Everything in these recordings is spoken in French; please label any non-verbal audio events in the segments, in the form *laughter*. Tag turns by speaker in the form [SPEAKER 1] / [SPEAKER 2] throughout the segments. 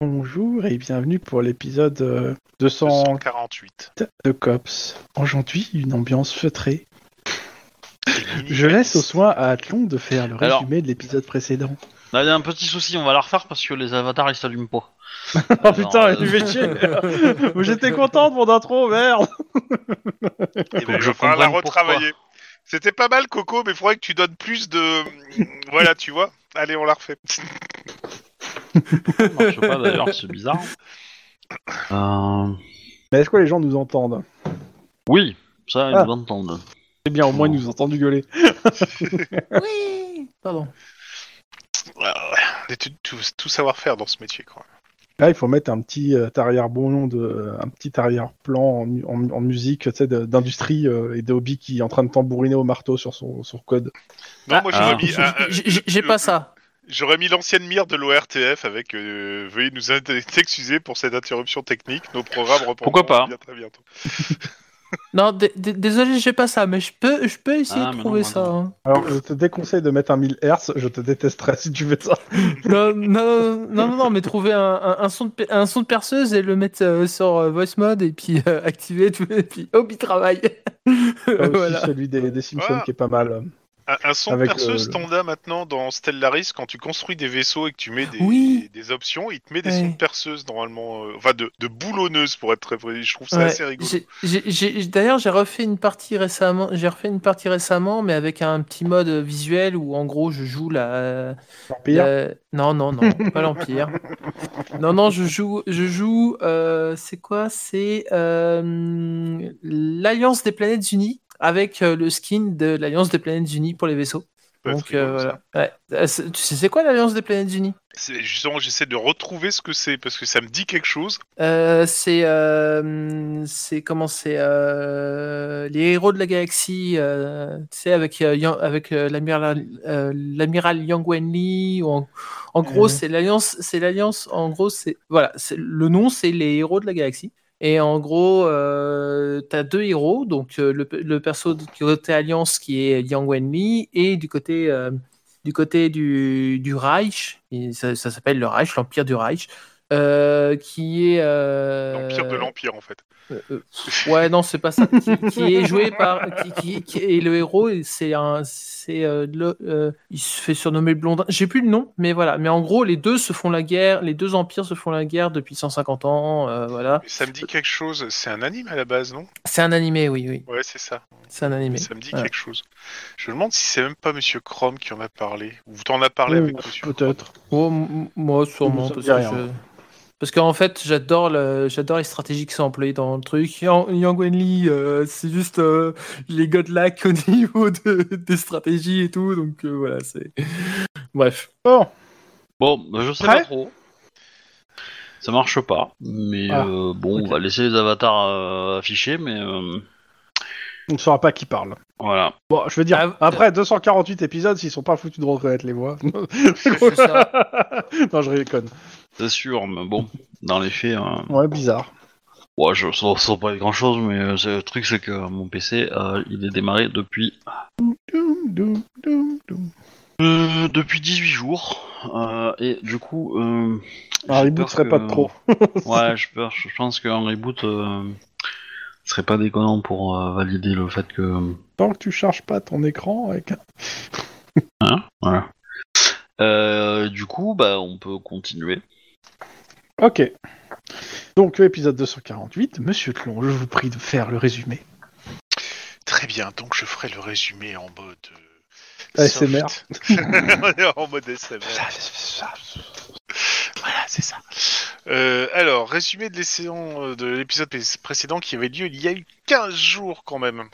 [SPEAKER 1] bonjour et bienvenue pour l'épisode euh, 200
[SPEAKER 2] 248.
[SPEAKER 1] de Cops. Aujourd'hui, une ambiance feutrée. Je laisse au soin à Athlon de faire le
[SPEAKER 3] Alors.
[SPEAKER 1] résumé de l'épisode précédent.
[SPEAKER 3] On a un petit souci, on va la refaire parce que les avatars ils s'allument pas.
[SPEAKER 1] *laughs* *laughs* Oh putain,
[SPEAKER 3] euh,
[SPEAKER 1] tu fais
[SPEAKER 3] *laughs*
[SPEAKER 1] chier J'étais content de mon intro, merde
[SPEAKER 2] Et
[SPEAKER 3] que je
[SPEAKER 2] faudra la
[SPEAKER 3] comprenne pourquoi.
[SPEAKER 2] retravailler. C'était pas mal, Coco, mais il faudrait que tu donnes plus
[SPEAKER 3] *laughs*
[SPEAKER 2] de. voilà, tu vois. Allez, on la refait.
[SPEAKER 3] Ça marche pas d'ailleurs, c'est bizarre. Euh,
[SPEAKER 1] Mais est-ce que les gens nous entendent
[SPEAKER 3] Oui, ça ils
[SPEAKER 1] Ah.
[SPEAKER 3] nous entendent.
[SPEAKER 1] C'est bien, au moins ils nous entendent gueuler.
[SPEAKER 4] Oui Pardon.
[SPEAKER 2] Ah ouais, mais tu- tout, tout savoir faire dans ce métier, quoi.
[SPEAKER 1] Là, il faut mettre un petit euh, arrière-bon de, un petit arrière-plan en, mu- en, en musique, tu sais, de- d'industrie euh, et de hobby qui est en train de tambouriner au marteau sur son, son code.
[SPEAKER 2] Non,
[SPEAKER 4] Ah,
[SPEAKER 2] moi j'aurais
[SPEAKER 3] ah.
[SPEAKER 2] mis, ah, ah,
[SPEAKER 4] J'ai- j'ai- J'ai
[SPEAKER 2] le-
[SPEAKER 4] pas ça.
[SPEAKER 2] j'aurais mis l'ancienne mire de l'ORTF avec euh, Veuillez nous *laughs* in- excuser pour cette interruption technique. Nos programmes reprendront
[SPEAKER 3] Pourquoi pas.
[SPEAKER 2] bien très bientôt.
[SPEAKER 4] Non, d- d- désolé, j'ai pas ça, mais je peux, je peux essayer
[SPEAKER 3] Ah, mais
[SPEAKER 4] de
[SPEAKER 3] non,
[SPEAKER 4] trouver
[SPEAKER 3] moi
[SPEAKER 4] ça. hein.
[SPEAKER 1] Alors, je te déconseille de mettre un 1000 Hz, je te détesterais si tu fais ça.
[SPEAKER 4] Non, non, non, non, non, mais trouver un, un- un son, de, pe- un son de perceuse et le mettre euh, sur euh, voice mode et puis euh, activer tout, et puis hop, il travaille.
[SPEAKER 1] T'as aussi
[SPEAKER 4] voilà.
[SPEAKER 1] celui des, des Simpsons
[SPEAKER 2] Voilà.
[SPEAKER 1] qui est pas mal.
[SPEAKER 2] Un, un son
[SPEAKER 1] Avec,
[SPEAKER 2] perceux
[SPEAKER 1] euh, le-
[SPEAKER 2] standard maintenant dans Stellaris, quand tu construis des vaisseaux et que tu mets des,
[SPEAKER 4] Oui.
[SPEAKER 2] des, options, il te met des
[SPEAKER 4] Ouais.
[SPEAKER 2] sons de perceuses normalement, euh, enfin de, de boulonneuses pour être très précis. Je trouve ça
[SPEAKER 4] Ouais.
[SPEAKER 2] assez rigolo.
[SPEAKER 4] J'ai- j'ai- j'ai- D'ailleurs, j'ai refait une partie récemment. J'ai refait une partie récemment, mais avec un petit mode euh, visuel où en gros je joue la,
[SPEAKER 1] Vampire
[SPEAKER 4] Euh, non, non, non, pas l'Empire. Non, non, je joue, je joue. euh, c'est quoi C'est euh, l'Alliance des Planètes Unies avec euh, le skin de l'Alliance des Planètes Unies pour les vaisseaux.
[SPEAKER 2] Ça peut être
[SPEAKER 4] Donc
[SPEAKER 2] rigolo,
[SPEAKER 4] euh,
[SPEAKER 2] ça.
[SPEAKER 4] voilà. Ouais. Euh, c'est- tu sais, c'est quoi l'Alliance des Planètes Unies
[SPEAKER 2] C'est- Justement, j'essaie de retrouver ce que c'est parce que ça me dit quelque chose.
[SPEAKER 4] Euh, C'est, euh, c'est comment C'est euh, les héros de la galaxie. euh, tu sais, avec euh, Yang- avec euh, l'amiral euh, l'amiral Yang Wenli. Ou en, en gros,
[SPEAKER 1] Mhm.
[SPEAKER 4] c'est l'alliance. C'est l'alliance. En gros, c'est voilà. c'est- Le nom, c'est les héros de la galaxie. Et en gros, euh, t'as deux héros, donc euh, le, le perso du côté Alliance qui est Yang Wenli et du côté euh, du côté du, du Reich, et ça, ça s'appelle le Reich, l'Empire du Reich, euh, qui est. euh,
[SPEAKER 2] L'Empire de l'Empire, en fait.
[SPEAKER 4] euh, euh, ouais, non, c'est pas ça. Qui, qui est joué par. Qui, qui, qui est le héros, et c'est un. C'est euh, le. euh, il se fait surnommer le blondin. J'ai plus le nom, mais voilà. Mais en gros, les deux se font la guerre. Les deux empires se font la guerre depuis 150 ans. euh, voilà.
[SPEAKER 2] Mais Ça me dit quelque chose. C'est un anime à la base, non
[SPEAKER 4] C'est un animé, oui, oui.
[SPEAKER 2] Ouais, c'est ça.
[SPEAKER 4] C'est un animé.
[SPEAKER 2] ça me dit
[SPEAKER 4] ouais.
[SPEAKER 2] quelque chose. Je me demande si c'est même pas Monsieur Chrome qui en a parlé. Ou t'en as parlé
[SPEAKER 1] Oui,
[SPEAKER 2] avec Monsieur Chrome.
[SPEAKER 1] euh, Peut-être.
[SPEAKER 4] Oh, m- moi, sûrement.
[SPEAKER 1] Ça me
[SPEAKER 4] Parce
[SPEAKER 1] dit
[SPEAKER 4] que,
[SPEAKER 1] rien.
[SPEAKER 4] je- parce qu'en fait, j'adore le... j'adore les stratégies qui sont employées dans le truc. Yang, Yang Wenli, euh, c'est juste euh, les godlacks au *laughs* niveau de- des stratégies et tout. Donc euh, voilà, c'est. *laughs* Bref.
[SPEAKER 1] Bon,
[SPEAKER 3] Bon, bah, je sais
[SPEAKER 1] Prêt
[SPEAKER 3] pas trop. Ça marche pas, mais
[SPEAKER 1] Ah,
[SPEAKER 3] euh, bon,
[SPEAKER 1] ok.
[SPEAKER 3] on va laisser les avatars euh, affichés, mais euh,
[SPEAKER 1] on ne saura pas qui parle.
[SPEAKER 3] voilà.
[SPEAKER 1] Bon, je veux dire,
[SPEAKER 4] Ah,
[SPEAKER 1] après 248 épisodes, s'ils sont pas foutus de reconnaître les voix.
[SPEAKER 4] C'est ça.
[SPEAKER 1] *laughs* non, je déconne.
[SPEAKER 3] C'est sûr, mais bon, dans les faits, euh,
[SPEAKER 1] Ouais, bizarre.
[SPEAKER 3] ouais, je, ça, ça va pas être grand chose, mais euh, c'est- le truc c'est que mon PC, euh, il est démarré depuis
[SPEAKER 1] Doum, doum, doum, doum.
[SPEAKER 3] euh, depuis 18 jours, euh, et du coup, euh,
[SPEAKER 1] Un
[SPEAKER 3] j'ai
[SPEAKER 1] reboot
[SPEAKER 3] peur
[SPEAKER 1] serait
[SPEAKER 3] que-
[SPEAKER 1] pas de trop.
[SPEAKER 3] *laughs* Ouais, je, peux- je pense qu'un reboot euh, serait pas déconnant pour euh, valider le fait que.
[SPEAKER 1] Tant que tu charges pas ton écran avec
[SPEAKER 3] Voilà. Euh, du coup, bah, on peut continuer.
[SPEAKER 1] Ok. Donc, épisode 248, Monsieur Tlon, je vous prie de faire le résumé.
[SPEAKER 2] Très bien. Donc je ferai le résumé en mode. euh,
[SPEAKER 1] ASMR.
[SPEAKER 2] soft.
[SPEAKER 1] *laughs*
[SPEAKER 2] *laughs* en mode ASMR. Voilà, c'est ça. Euh, alors, résumé de l'essayant, euh, de l'épisode pré- précédent qui avait lieu il y a eu 15 jours quand même.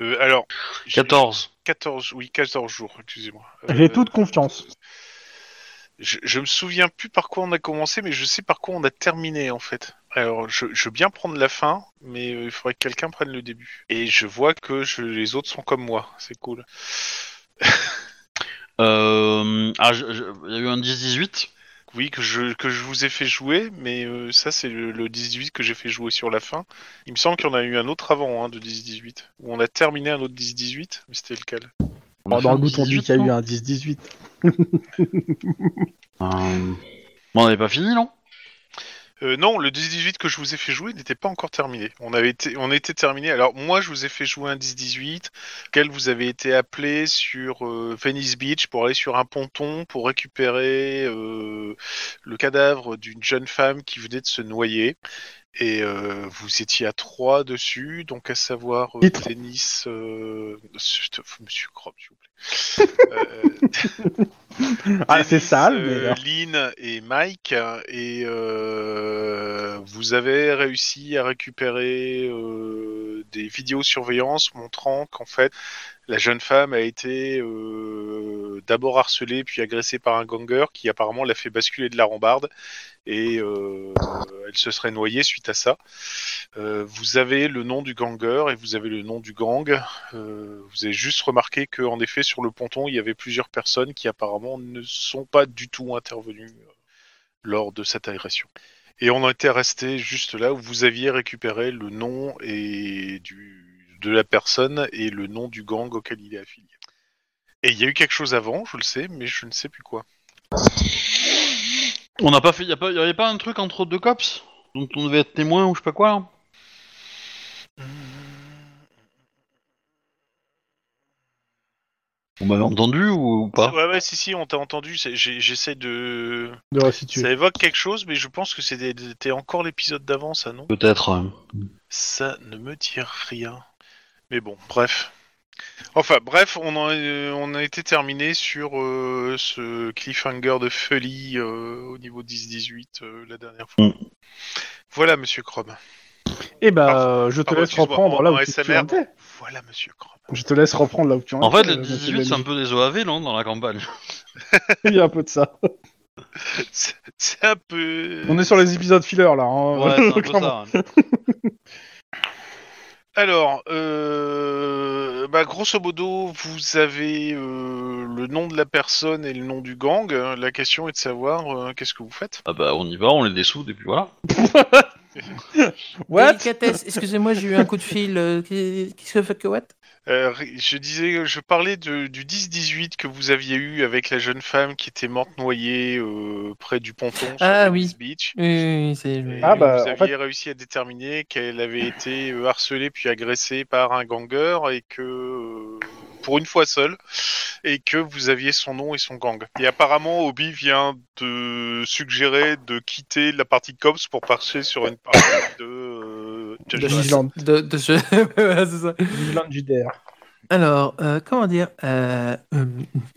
[SPEAKER 2] Euh, alors, j'ai-
[SPEAKER 3] 14.
[SPEAKER 2] 14, oui, 14 jours, excusez-moi. Euh,
[SPEAKER 1] Ah, J'ai toute confiance.
[SPEAKER 2] Je, je me souviens plus par quoi on a commencé, mais je sais par quoi on a terminé en fait. Alors, je, je veux bien prendre la fin, mais euh, il faudrait que quelqu'un prenne le début. Et je vois que je- les autres sont comme moi, c'est cool.
[SPEAKER 3] Euh, ah, je- je- il y a eu un 10-18.
[SPEAKER 2] Oui, que je, que je vous ai fait jouer, mais euh, ça c'est le, le 18 que j'ai fait jouer sur la fin. Il me semble qu'il y en a eu un autre avant, hein, de 10-18, où on a terminé un autre 10-18, mais c'était lequel
[SPEAKER 3] On a fait
[SPEAKER 1] dans
[SPEAKER 3] un
[SPEAKER 1] le bouton dit
[SPEAKER 3] 18,
[SPEAKER 1] qu'il y a eu
[SPEAKER 3] non
[SPEAKER 1] Ah, bah, un 10-18.
[SPEAKER 3] Euh, bon, on n'avait pas fini, non
[SPEAKER 2] Euh, non, le 10-18 que je vous ai fait jouer n'était pas encore terminé. On avait été, on était terminé. Alors moi, je vous ai fait jouer un 10-18, quel vous avez été appelé sur euh, Venice Beach pour aller sur un ponton pour récupérer euh, le cadavre d'une jeune femme qui venait de se noyer. Et euh, vous étiez à trois dessus, donc à savoir euh,
[SPEAKER 1] Titre.
[SPEAKER 2] Denis, euh, Monsieur, Monsieur Crop, s'il vous plaît. Euh,
[SPEAKER 1] Ah, *laughs*
[SPEAKER 2] Dennis,
[SPEAKER 1] c'est sale,
[SPEAKER 2] euh, Lynn et Mike, hein, et euh, vous avez réussi à récupérer euh, des vidéosurveillances montrant qu'en fait, la jeune femme a été euh, d'abord harcelée puis agressée par un ganger qui apparemment l'a fait basculer de la rambarde et euh, elle se serait noyée suite à ça. Euh, vous avez le nom du ganger et vous avez le nom du gang. Euh, vous avez juste remarqué que, en effet, sur le ponton, il y avait plusieurs personnes qui apparemment ne sont pas du tout intervenues euh, lors de cette agression. Et on en était resté juste là où vous aviez récupéré le nom et du, de la personne et le nom du gang auquel il est affilié. Et il y a eu quelque chose avant, je le sais, mais je ne sais plus quoi.
[SPEAKER 3] On n'a pas fait. Y, a pas- y avait pas un truc entre deux cops dont on devait être témoin ou je sais pas quoi là On m'avait entendu ou, ou pas
[SPEAKER 2] Ouais, ouais, si, si, on t'a entendu. c'est- j'ai- J'essaie de.
[SPEAKER 1] de restituer.
[SPEAKER 2] Ça évoque quelque chose, mais je pense que c'était c'était encore l'épisode d'avant, ça, non
[SPEAKER 3] Peut-être. euh.
[SPEAKER 2] Ça ne me dit rien. Mais bon, bref. Enfin, bref, on, en, est- on a été terminé sur euh, ce cliffhanger de folie euh, au niveau 10-18 euh, la dernière fois.
[SPEAKER 3] Mm.
[SPEAKER 2] Voilà, monsieur Chrome.
[SPEAKER 1] Et bah,
[SPEAKER 2] Pardon.
[SPEAKER 1] je te
[SPEAKER 2] Pardon,
[SPEAKER 1] laisse
[SPEAKER 2] excuse-moi,
[SPEAKER 1] reprendre
[SPEAKER 2] en-
[SPEAKER 1] là
[SPEAKER 2] en
[SPEAKER 1] où tu tu
[SPEAKER 2] SMR.
[SPEAKER 1] en étais.
[SPEAKER 2] Voilà, monsieur Chrome. *laughs*
[SPEAKER 1] Je te laisse reprendre là où tu en
[SPEAKER 3] En fait,
[SPEAKER 1] étais,
[SPEAKER 3] le
[SPEAKER 1] euh,
[SPEAKER 3] 18, c'est
[SPEAKER 1] monsieur
[SPEAKER 3] un peu des OAV, non, dans la campagne.
[SPEAKER 1] Benny. *laughs* Il y a un peu de ça.
[SPEAKER 2] C'est- C'est un peu.
[SPEAKER 1] On est sur les épisodes filler là. hein.
[SPEAKER 3] Ouais,
[SPEAKER 1] *laughs*
[SPEAKER 3] c'est un peu
[SPEAKER 1] Clairement.
[SPEAKER 3] ça.
[SPEAKER 2] Alors, euh, bah, grosso modo, vous avez euh, le nom de la personne et le nom du gang. La question est de savoir euh, qu'est-ce que vous faites.
[SPEAKER 3] Ah bah, on y va, on les dessoude et puis voilà.
[SPEAKER 1] What
[SPEAKER 4] Délicatesse, excusez-moi, j'ai eu un coup de fil. euh, qu'est- Qu'est-ce que fait que what
[SPEAKER 2] Euh, je disais, je parlais de- du 10-18 que vous aviez eu avec la jeune femme qui était morte noyée euh, près du ponton sur
[SPEAKER 4] Ah,
[SPEAKER 2] Venice
[SPEAKER 4] oui.
[SPEAKER 2] Beach.
[SPEAKER 4] Oui, oui, oui, c'est.
[SPEAKER 2] Et
[SPEAKER 1] Ah, bah,
[SPEAKER 2] vous aviez
[SPEAKER 1] en fait-
[SPEAKER 2] réussi à déterminer qu'elle avait été euh, harcelée puis agressée par un ganger et que euh, pour une fois seule et que vous aviez son nom et son gang. Et apparemment Obi vient de suggérer de quitter la partie cops pour passer sur une partie de euh,
[SPEAKER 4] De,
[SPEAKER 2] Judge Dredd.
[SPEAKER 1] Vigilante.
[SPEAKER 4] de, de- je- *laughs* Ouais, c'est ça.
[SPEAKER 1] Vigilante JDR.
[SPEAKER 4] Alors, euh, comment dire euh, euh,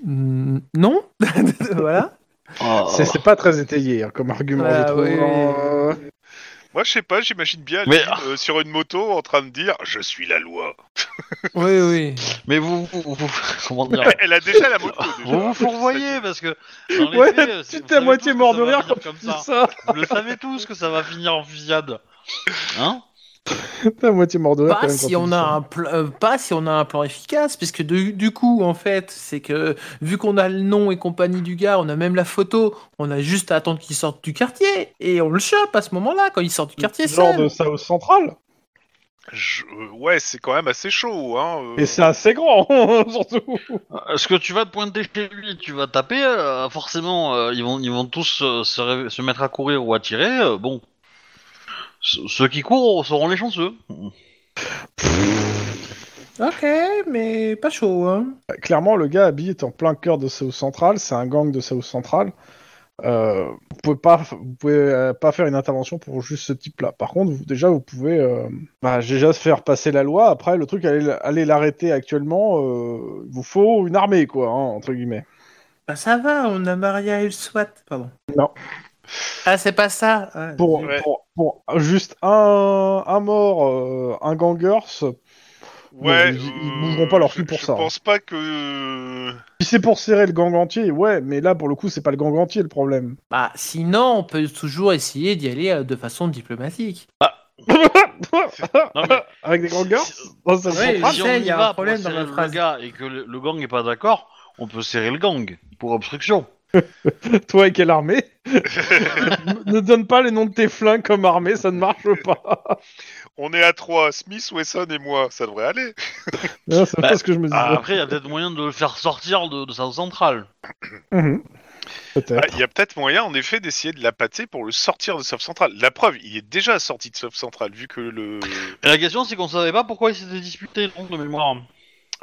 [SPEAKER 4] mm, Non *laughs* Voilà.
[SPEAKER 3] Ah.
[SPEAKER 1] C'est c'est pas très étayé hein, comme argument,
[SPEAKER 3] Bah
[SPEAKER 4] Ah,
[SPEAKER 1] je trouve.
[SPEAKER 4] oui.
[SPEAKER 1] Euh,
[SPEAKER 2] Moi je sais pas, j'imagine bien
[SPEAKER 3] Mais-
[SPEAKER 2] Aline, euh, sur une moto en train de dire je suis la loi.
[SPEAKER 4] Oui, oui.
[SPEAKER 3] Mais vous, vous, vous- *laughs* comment dire
[SPEAKER 2] Elle a déjà la moto. déjà.
[SPEAKER 3] Vous vous fourvoyez parce que. dans les
[SPEAKER 1] Ouais,
[SPEAKER 3] faits, euh, c'est-
[SPEAKER 1] tu
[SPEAKER 3] vous
[SPEAKER 1] t'es à
[SPEAKER 3] savez
[SPEAKER 1] moitié
[SPEAKER 3] tous
[SPEAKER 1] mort
[SPEAKER 3] que
[SPEAKER 1] de
[SPEAKER 3] ça va
[SPEAKER 1] rire
[SPEAKER 3] finir
[SPEAKER 1] quand
[SPEAKER 3] comme
[SPEAKER 1] tu dis
[SPEAKER 3] ça.
[SPEAKER 1] ça.
[SPEAKER 3] Vous le savez tous que ça va finir en fusillade. Hein
[SPEAKER 1] *laughs* T'es à moitié mort de rire. quand
[SPEAKER 4] Pas
[SPEAKER 1] même quand
[SPEAKER 4] Bah, si,
[SPEAKER 1] tu
[SPEAKER 4] on
[SPEAKER 1] dis
[SPEAKER 4] a
[SPEAKER 1] ça.
[SPEAKER 4] un pl- euh, pas si on a un plan efficace, puisque du, du coup, en fait, c'est que vu qu'on a le nom et compagnie du gars, on a même la photo, on a juste à attendre qu'il sorte du quartier, et on le chope à ce moment-là, quand il sort du quartier
[SPEAKER 1] Genre
[SPEAKER 4] seul.
[SPEAKER 1] de South Central.
[SPEAKER 2] Je- euh, ouais, c'est quand même assez chaud. Hein, euh.
[SPEAKER 1] Et c'est assez grand, *laughs* surtout.
[SPEAKER 3] Est-ce Euh, que tu vas te pointer chez lui, tu vas taper, euh, forcément, euh, ils, vont, ils vont tous euh, se, ré- se mettre à courir ou à tirer, euh, bon. Ce- Ceux qui courent seront les chanceux.
[SPEAKER 4] Ok, mais pas chaud, hein.
[SPEAKER 1] Clairement, le gars habite en plein cœur de South Central. C'est un gang de South Central. Euh, vous pouvez pas, vous pouvez euh, pas faire une intervention pour juste ce type-là. Par contre, vous, déjà, vous pouvez euh, bah, déjà se faire passer la loi. Après, le truc, aller, aller l'arrêter actuellement, euh, il vous faut une armée, quoi, hein, entre guillemets.
[SPEAKER 4] Bah ça va, on a Maria et le SWAT, pardon.
[SPEAKER 1] Non.
[SPEAKER 4] Ah, c'est pas ça. Ah,
[SPEAKER 1] pour,
[SPEAKER 2] Ouais.
[SPEAKER 1] pour, pour juste un, un mort, euh, un ganger, ce-
[SPEAKER 2] Ouais,
[SPEAKER 1] ils- ils
[SPEAKER 2] euh,
[SPEAKER 1] bougeront pas leur
[SPEAKER 2] je-
[SPEAKER 1] cul pour
[SPEAKER 2] je
[SPEAKER 1] ça. hein.
[SPEAKER 2] pense pas que. euh,
[SPEAKER 1] si c'est pour serrer le gang entier, ouais, mais là pour le coup, c'est pas le gang entier le problème.
[SPEAKER 4] Bah sinon, on peut toujours essayer d'y aller euh, de façon diplomatique.
[SPEAKER 3] Non, mais-
[SPEAKER 1] Avec des gangers dans cette
[SPEAKER 4] Ouais,
[SPEAKER 1] centrale
[SPEAKER 4] je sais, il y a un
[SPEAKER 3] pour
[SPEAKER 4] problème dans
[SPEAKER 3] serrer
[SPEAKER 4] ma phrase.
[SPEAKER 3] le gars et que le, le gang n'est pas d'accord, on peut serrer le gang pour obstruction.
[SPEAKER 1] Toi et quelle *laughs* armée Ne ne donne pas les noms de tes flingues comme armée, ça ne marche pas.
[SPEAKER 2] On est à trois, Smith, Wesson et moi, ça devrait aller.
[SPEAKER 1] Bah, Non, c'est pas ce que je me disais.
[SPEAKER 3] Ah, après, il y a peut-être moyen de le faire sortir de, de sa centrale.
[SPEAKER 1] Mhm.
[SPEAKER 2] Ah,
[SPEAKER 1] Peut-être.
[SPEAKER 2] Il y a peut-être moyen, en effet, d'essayer de la pâter pour le sortir de Soft Central. La preuve, il est déjà sorti de Soft Central, vu que le.
[SPEAKER 3] Et la question, c'est qu'on savait pas pourquoi ils s'étaient disputés, donc, de mémoire.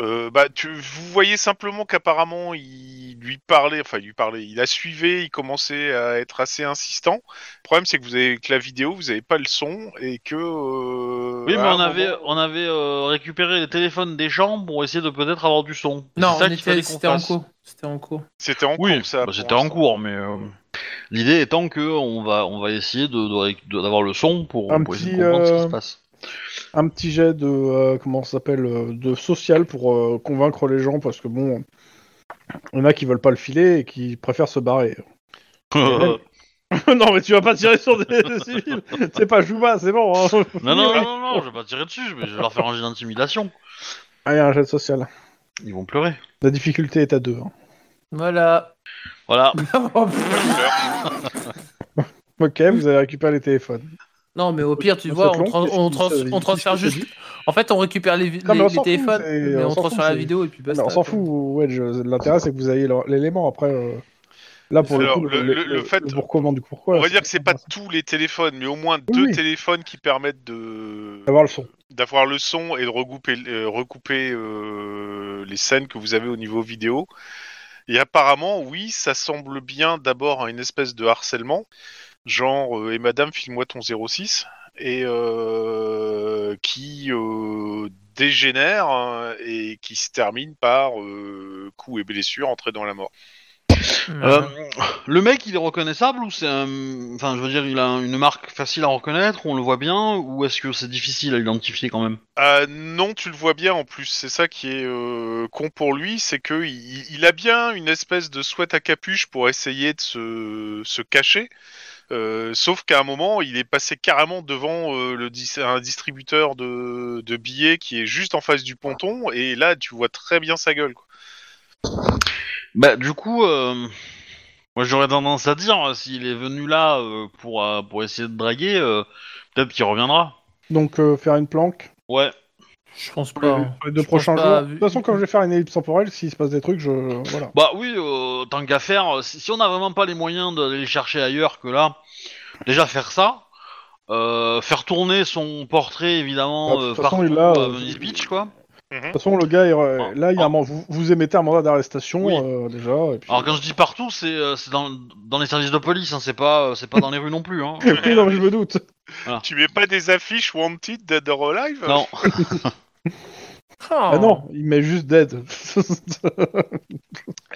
[SPEAKER 2] Euh, bah, tu, vous voyez simplement qu'apparemment, il lui parlait, enfin, il lui parlait, il a suivi, il commençait à être assez insistant. Le problème, c'est que vous avez que la vidéo, vous n'avez pas le son, et que. euh,
[SPEAKER 3] Oui, mais
[SPEAKER 2] à un
[SPEAKER 3] on avait,
[SPEAKER 2] moment-
[SPEAKER 3] on avait euh, récupéré les téléphones des gens pour essayer de peut-être avoir du son.
[SPEAKER 4] Non,
[SPEAKER 3] C'est ça
[SPEAKER 4] on
[SPEAKER 3] qu'il
[SPEAKER 4] était-
[SPEAKER 3] fallait qu'on
[SPEAKER 4] c'était en
[SPEAKER 3] fasse.
[SPEAKER 4] cours. C'était en cours.
[SPEAKER 2] C'était en
[SPEAKER 3] Oui,
[SPEAKER 2] cours, ça.
[SPEAKER 3] bah,
[SPEAKER 2] pour
[SPEAKER 3] c'était en
[SPEAKER 2] l'instant.
[SPEAKER 3] cours, mais euh, l'idée étant que on va, on va essayer de, de- de- d'avoir le son pour,
[SPEAKER 1] Un
[SPEAKER 3] pour essayer
[SPEAKER 1] petit,
[SPEAKER 3] de comprendre ce qui
[SPEAKER 1] euh,
[SPEAKER 3] se passe.
[SPEAKER 1] Un petit jet de euh, comment ça s'appelle euh, de social pour euh, convaincre les gens parce que bon, il y en a qui veulent pas le filer et qui préfèrent se barrer.
[SPEAKER 3] non,
[SPEAKER 1] *laughs* non mais tu vas pas tirer sur des des civils, c'est pas Juba, c'est bon. Hein.
[SPEAKER 3] *laughs* non, non, non, non, je vais pas tirer dessus, mais je vais leur faire un jeu d'intimidation.
[SPEAKER 1] Allez un jet de social.
[SPEAKER 3] Ils vont pleurer.
[SPEAKER 1] La difficulté est à deux. hein.
[SPEAKER 4] Voilà. *laughs* Oh,
[SPEAKER 3] Voilà.
[SPEAKER 1] Ok, vous avez récupéré les téléphones.
[SPEAKER 4] non, mais au pire, tu
[SPEAKER 1] Ça,
[SPEAKER 4] vois,
[SPEAKER 1] c'est
[SPEAKER 4] on,
[SPEAKER 1] long,
[SPEAKER 4] trans-
[SPEAKER 1] qu'est-ce
[SPEAKER 4] on,
[SPEAKER 1] qui
[SPEAKER 4] trans-
[SPEAKER 1] se-
[SPEAKER 4] on transfère
[SPEAKER 1] qu'est-ce qui se
[SPEAKER 4] juste.
[SPEAKER 1] dit
[SPEAKER 4] En fait, on récupère les, vi-
[SPEAKER 1] Non, mais
[SPEAKER 4] les-
[SPEAKER 1] on
[SPEAKER 4] les
[SPEAKER 1] s'en fout,
[SPEAKER 4] téléphones,
[SPEAKER 1] c'est-
[SPEAKER 4] mais
[SPEAKER 1] on
[SPEAKER 4] on,
[SPEAKER 1] s'en
[SPEAKER 4] transfère
[SPEAKER 1] fout,
[SPEAKER 4] la
[SPEAKER 1] c'est-
[SPEAKER 4] vidéo et puis
[SPEAKER 1] Non,
[SPEAKER 4] basta.
[SPEAKER 1] on s'en fout, ouais, je- l'intérêt c'est que vous ayez l'or- l'élément après. euh, Là pour
[SPEAKER 2] Alors,
[SPEAKER 1] le, coup,
[SPEAKER 2] le- le- le fait-
[SPEAKER 1] pour comment du pourquoi.
[SPEAKER 2] On va
[SPEAKER 1] là,
[SPEAKER 2] dire que c'est pas tous les téléphones, mais au moins deux
[SPEAKER 1] oui.
[SPEAKER 2] téléphones qui permettent de
[SPEAKER 1] d'avoir le son.
[SPEAKER 2] d'avoir le son et de regrouper, euh, recouper euh, les scènes que vous avez au niveau vidéo. Et apparemment, oui, ça semble bien d'abord à une espèce de harcèlement, genre euh, et madame, file-moi ton 06, et euh, qui euh, dégénère hein, et qui se termine par euh, coups et blessures, entrée dans la mort.
[SPEAKER 1] Hein
[SPEAKER 3] Euh, le mec, il est reconnaissable ou c'est un. Enfin, je veux dire, il a une marque facile à reconnaître, on le voit bien, ou est-ce que c'est difficile à identifier quand même
[SPEAKER 2] Ah non, tu le vois bien en plus. C'est ça qui est euh, con pour lui, c'est que il, il a bien une espèce de sweat à capuche pour essayer de se, se cacher. Euh, sauf qu'à un moment, il est passé carrément devant euh, le dis- un distributeur de, de billets qui est juste en face du ponton, et là, tu vois très bien sa gueule. quoi.
[SPEAKER 3] Bah, du coup, euh, moi j'aurais tendance à dire, euh, s'il est venu là euh, pour, euh, pour essayer de draguer, euh, peut-être qu'il reviendra.
[SPEAKER 1] Donc euh, faire une planque.
[SPEAKER 3] Ouais.
[SPEAKER 4] Je pense
[SPEAKER 1] pour
[SPEAKER 4] pas.
[SPEAKER 1] les-
[SPEAKER 4] hein.
[SPEAKER 1] pour les deux
[SPEAKER 4] Je pense
[SPEAKER 1] prochains
[SPEAKER 4] pas,
[SPEAKER 1] jours. De
[SPEAKER 4] vu-
[SPEAKER 1] toute façon, comme je vais faire une ellipse temporelle, s'il se passe des trucs, je voilà.
[SPEAKER 3] Bah oui, euh, tant qu'à faire, euh, si, si on n'a vraiment pas les moyens d'aller le chercher ailleurs que là, déjà faire ça, euh, faire tourner son portrait évidemment
[SPEAKER 1] Bah, de
[SPEAKER 3] euh,
[SPEAKER 1] toute façon,
[SPEAKER 3] partout
[SPEAKER 1] il a,
[SPEAKER 3] à
[SPEAKER 1] euh,
[SPEAKER 3] Venice Beach quoi.
[SPEAKER 1] De toute façon, le gars, il re-
[SPEAKER 3] Ah.
[SPEAKER 1] là, il y a un man- vous, vous émettez un mandat d'arrestation
[SPEAKER 3] Oui.
[SPEAKER 1] euh, déjà. Et puis...
[SPEAKER 3] Alors quand je dis partout, c'est euh, c'est dans, dans les services de police, hein, c'est pas, euh, c'est pas dans les rues non plus.
[SPEAKER 1] *laughs*
[SPEAKER 3] Hein.
[SPEAKER 1] oui, non, mais je me doute.
[SPEAKER 2] Tu mets pas des affiches Wanted Dead or Alive
[SPEAKER 3] Non.
[SPEAKER 1] Ah non, il met juste dead. *laughs*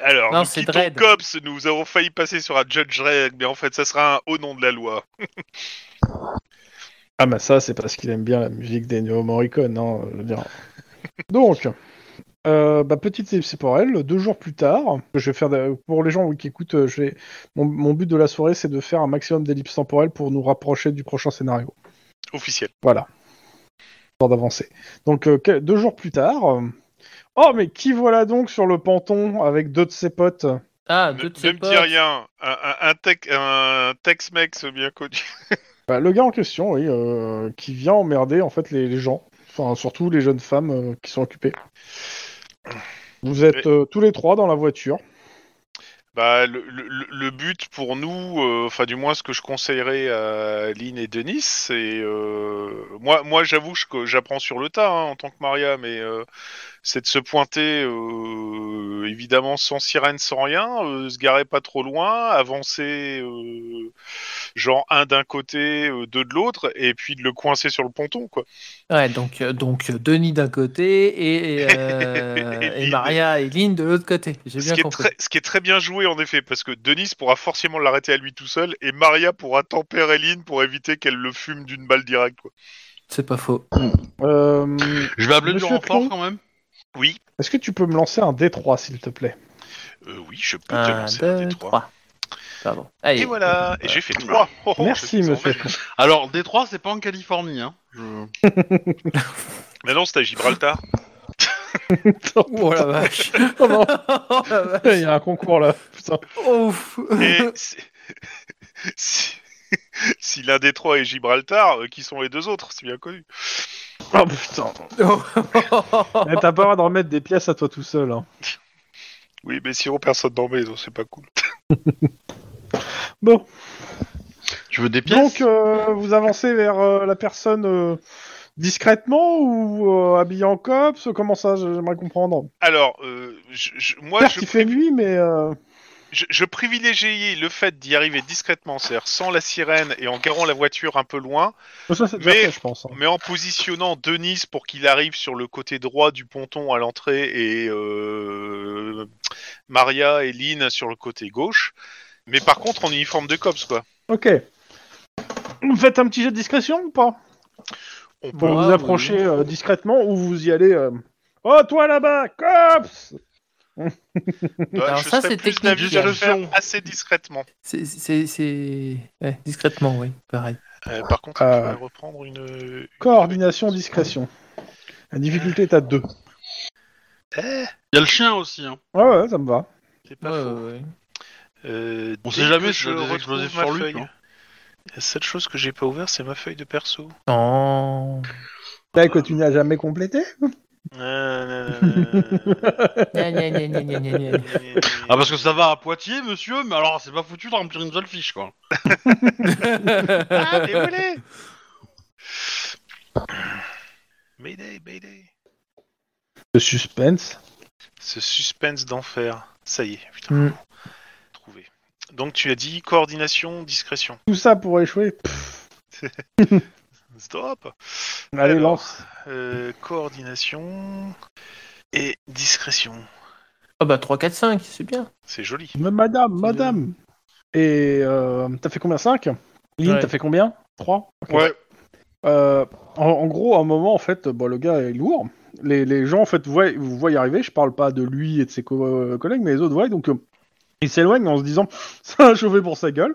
[SPEAKER 2] Alors,
[SPEAKER 4] Non,
[SPEAKER 2] nous
[SPEAKER 4] c'est
[SPEAKER 2] quittons
[SPEAKER 4] Dredd.
[SPEAKER 2] Cops, nous avons failli passer sur un Judge Dredd, mais en fait, ça sera un au nom de la loi.
[SPEAKER 1] ah, mais ça, c'est parce qu'il aime bien la musique des Neo Morricone. Hein, je veux dire. Donc, euh, bah, petite ellipse temporelle, deux jours plus tard, je vais faire de- pour les gens oui, qui écoutent, euh, je vais... mon, mon but de la soirée, c'est de faire un maximum d'ellipses temporelles pour nous rapprocher du prochain scénario.
[SPEAKER 2] Officiel.
[SPEAKER 1] Voilà. Histoire d'avancer. Donc, euh, que- deux jours plus tard. euh, Oh, mais qui voilà donc sur le panton avec deux de ses potes
[SPEAKER 4] Ah,
[SPEAKER 2] Ne,
[SPEAKER 4] deux de
[SPEAKER 2] ne
[SPEAKER 4] ses
[SPEAKER 2] me
[SPEAKER 4] potes.
[SPEAKER 2] dis rien, un, un, un, tec- un Tex-Mex bien connu. *laughs*
[SPEAKER 1] Bah, Le gars en question, oui, euh, qui vient emmerder en fait les, les gens, enfin surtout les jeunes femmes euh, qui sont occupées. Vous êtes euh, tous les trois dans la voiture.
[SPEAKER 2] Bah, le, le- le- le but pour nous, euh, enfin du moins ce que je conseillerais à Lynn et Denis, c'est... euh, moi, moi j'avoue je- que j'apprends sur le tas hein, en tant que Maria, mais euh, c'est de se pointer euh, évidemment sans sirène, sans rien, euh, se garer pas trop loin, avancer euh, genre un d'un côté, euh, deux de l'autre, et puis de le coincer sur le ponton, quoi.
[SPEAKER 4] Ouais, donc, euh, donc euh, Denis d'un
[SPEAKER 2] *laughs*
[SPEAKER 4] côté et, euh,
[SPEAKER 2] Et
[SPEAKER 4] et
[SPEAKER 2] Lynn.
[SPEAKER 4] Maria et Lynn de l'autre côté. J'ai
[SPEAKER 2] Ce
[SPEAKER 4] bien
[SPEAKER 2] qui, est
[SPEAKER 4] compris.
[SPEAKER 2] très, ce qui est très bien joué en effet, parce que Denis pourra forcément l'arrêter à lui tout seul et Maria pourra tempérer Lynn pour éviter qu'elle le fume d'une balle directe. Quoi.
[SPEAKER 4] C'est pas faux.
[SPEAKER 1] Euh,
[SPEAKER 3] je vais appeler
[SPEAKER 1] Monsieur
[SPEAKER 3] du renfort
[SPEAKER 1] Clon.
[SPEAKER 3] quand même.
[SPEAKER 2] Oui,
[SPEAKER 1] Est-ce que tu peux me lancer un D3 s'il te plaît
[SPEAKER 2] euh, oui, je peux te
[SPEAKER 4] Un,
[SPEAKER 2] lancer un
[SPEAKER 4] deux,
[SPEAKER 2] des trois.
[SPEAKER 4] trois. Pardon. Allez.
[SPEAKER 2] Et voilà, et j'ai fait trois. Oh, oh,
[SPEAKER 1] Merci
[SPEAKER 2] je-
[SPEAKER 1] monsieur.
[SPEAKER 3] Alors Détroit, c'est pas en Californie. Hein. Je-
[SPEAKER 2] Mais non, c'est à Gibraltar.
[SPEAKER 4] Oh la vache.
[SPEAKER 1] Oh non,
[SPEAKER 4] oh la
[SPEAKER 1] il y
[SPEAKER 4] vache.
[SPEAKER 1] a un concours là. Putain.
[SPEAKER 4] Ouf.
[SPEAKER 2] *laughs* et
[SPEAKER 4] *laughs*
[SPEAKER 2] si, si- si l'un des trois est Gibraltar, euh, qui sont les deux autres C'est bien connu.
[SPEAKER 1] Oh putain. Eh, T'as pas le droit d'en mettre des pièces à toi tout seul. hein.
[SPEAKER 2] Oui, mais sinon personne n'en met, donc c'est pas cool.
[SPEAKER 1] Bon,
[SPEAKER 3] Tu veux des pièces
[SPEAKER 1] donc euh, vous avancez vers euh, la personne euh, discrètement ou euh, habillée en cops Comment ça J'aimerais comprendre.
[SPEAKER 2] Alors, euh, je- je- moi,
[SPEAKER 1] Certes,
[SPEAKER 2] je,
[SPEAKER 1] il fait nuit, mais euh,
[SPEAKER 2] je, je privilégiais le fait d'y arriver discrètement, c'est-à-dire sans la sirène et en garant la voiture un peu loin,
[SPEAKER 1] ça c'est déjà
[SPEAKER 2] Mais-
[SPEAKER 1] fait, je pense. hein.
[SPEAKER 2] mais en positionnant Denis pour qu'il arrive sur le côté droit du ponton à l'entrée et euh, Maria et Lynn sur le côté gauche. Mais par contre, en uniforme de cops, quoi.
[SPEAKER 1] Ok. Vous faites un petit jet de discrétion ou pas
[SPEAKER 2] On
[SPEAKER 1] Pour
[SPEAKER 4] Ouais, bah
[SPEAKER 1] vous approcher euh, discrètement ou vous y allez euh, Oh toi là-bas, cops
[SPEAKER 2] Bah,
[SPEAKER 4] Alors
[SPEAKER 2] je
[SPEAKER 4] ça,
[SPEAKER 2] serais
[SPEAKER 4] c'est
[SPEAKER 2] plus
[SPEAKER 4] technique,
[SPEAKER 2] d'avis de le faire
[SPEAKER 3] Discrétion.
[SPEAKER 2] assez discrètement.
[SPEAKER 4] C'est, c'est, c'est... ouais, discrètement, oui, pareil.
[SPEAKER 2] Euh, par contre,
[SPEAKER 1] Euh,
[SPEAKER 2] on pourrait reprendre une... une-
[SPEAKER 1] Coordination, discrétion. La difficulté est à 2.
[SPEAKER 2] Eh,
[SPEAKER 3] Il y a le chien aussi. Hein.
[SPEAKER 1] Ouais, ouais, ça me va.
[SPEAKER 2] c'est pas faux. Euh,
[SPEAKER 3] On
[SPEAKER 2] dès
[SPEAKER 3] sait jamais
[SPEAKER 2] que
[SPEAKER 3] si
[SPEAKER 2] je
[SPEAKER 3] y a des
[SPEAKER 2] retrouve
[SPEAKER 3] explosifs
[SPEAKER 2] ma
[SPEAKER 3] sur lui,
[SPEAKER 2] feuille.
[SPEAKER 3] quoi.
[SPEAKER 2] hein. La seule chose que j'ai pas ouvert, c'est ma feuille de perso.
[SPEAKER 4] Non.
[SPEAKER 1] T'as que tu n'as jamais complété
[SPEAKER 4] Gna, gna, gna, gna, gna, gna, gna.
[SPEAKER 3] Ah parce que ça va à Poitiers, monsieur, mais alors c'est pas foutu de remplir une seule fiche, quoi.
[SPEAKER 2] *laughs* Ah, désolé Mayday, Mayday.
[SPEAKER 1] Le suspense.
[SPEAKER 2] Ce suspense d'enfer. Ça y est, putain.
[SPEAKER 4] Mm.
[SPEAKER 2] Trouvé. Donc tu as dit coordination, discrétion.
[SPEAKER 1] Tout ça pour échouer. Pff.
[SPEAKER 2] Stop
[SPEAKER 1] Allez,
[SPEAKER 2] Alors.
[SPEAKER 1] lance.
[SPEAKER 2] Euh, Coordination et discrétion.
[SPEAKER 4] Ah bah 3, 4, 5, c'est *laughs* bien.
[SPEAKER 2] C'est joli.
[SPEAKER 1] Mais madame, madame Et euh, t'as fait combien 5 Lynn,
[SPEAKER 4] Ouais.
[SPEAKER 1] t'as fait combien 3
[SPEAKER 2] Ouais.
[SPEAKER 1] Euh, en, en gros, à un moment, en fait, bon, le gars est lourd. Les, les gens, en fait, voient, vous voient y arriver. Je parle pas de lui et de ses co- collègues, mais les autres voient. Donc, euh, il s'éloigne en se disant, *laughs* ça a chauffé pour sa gueule.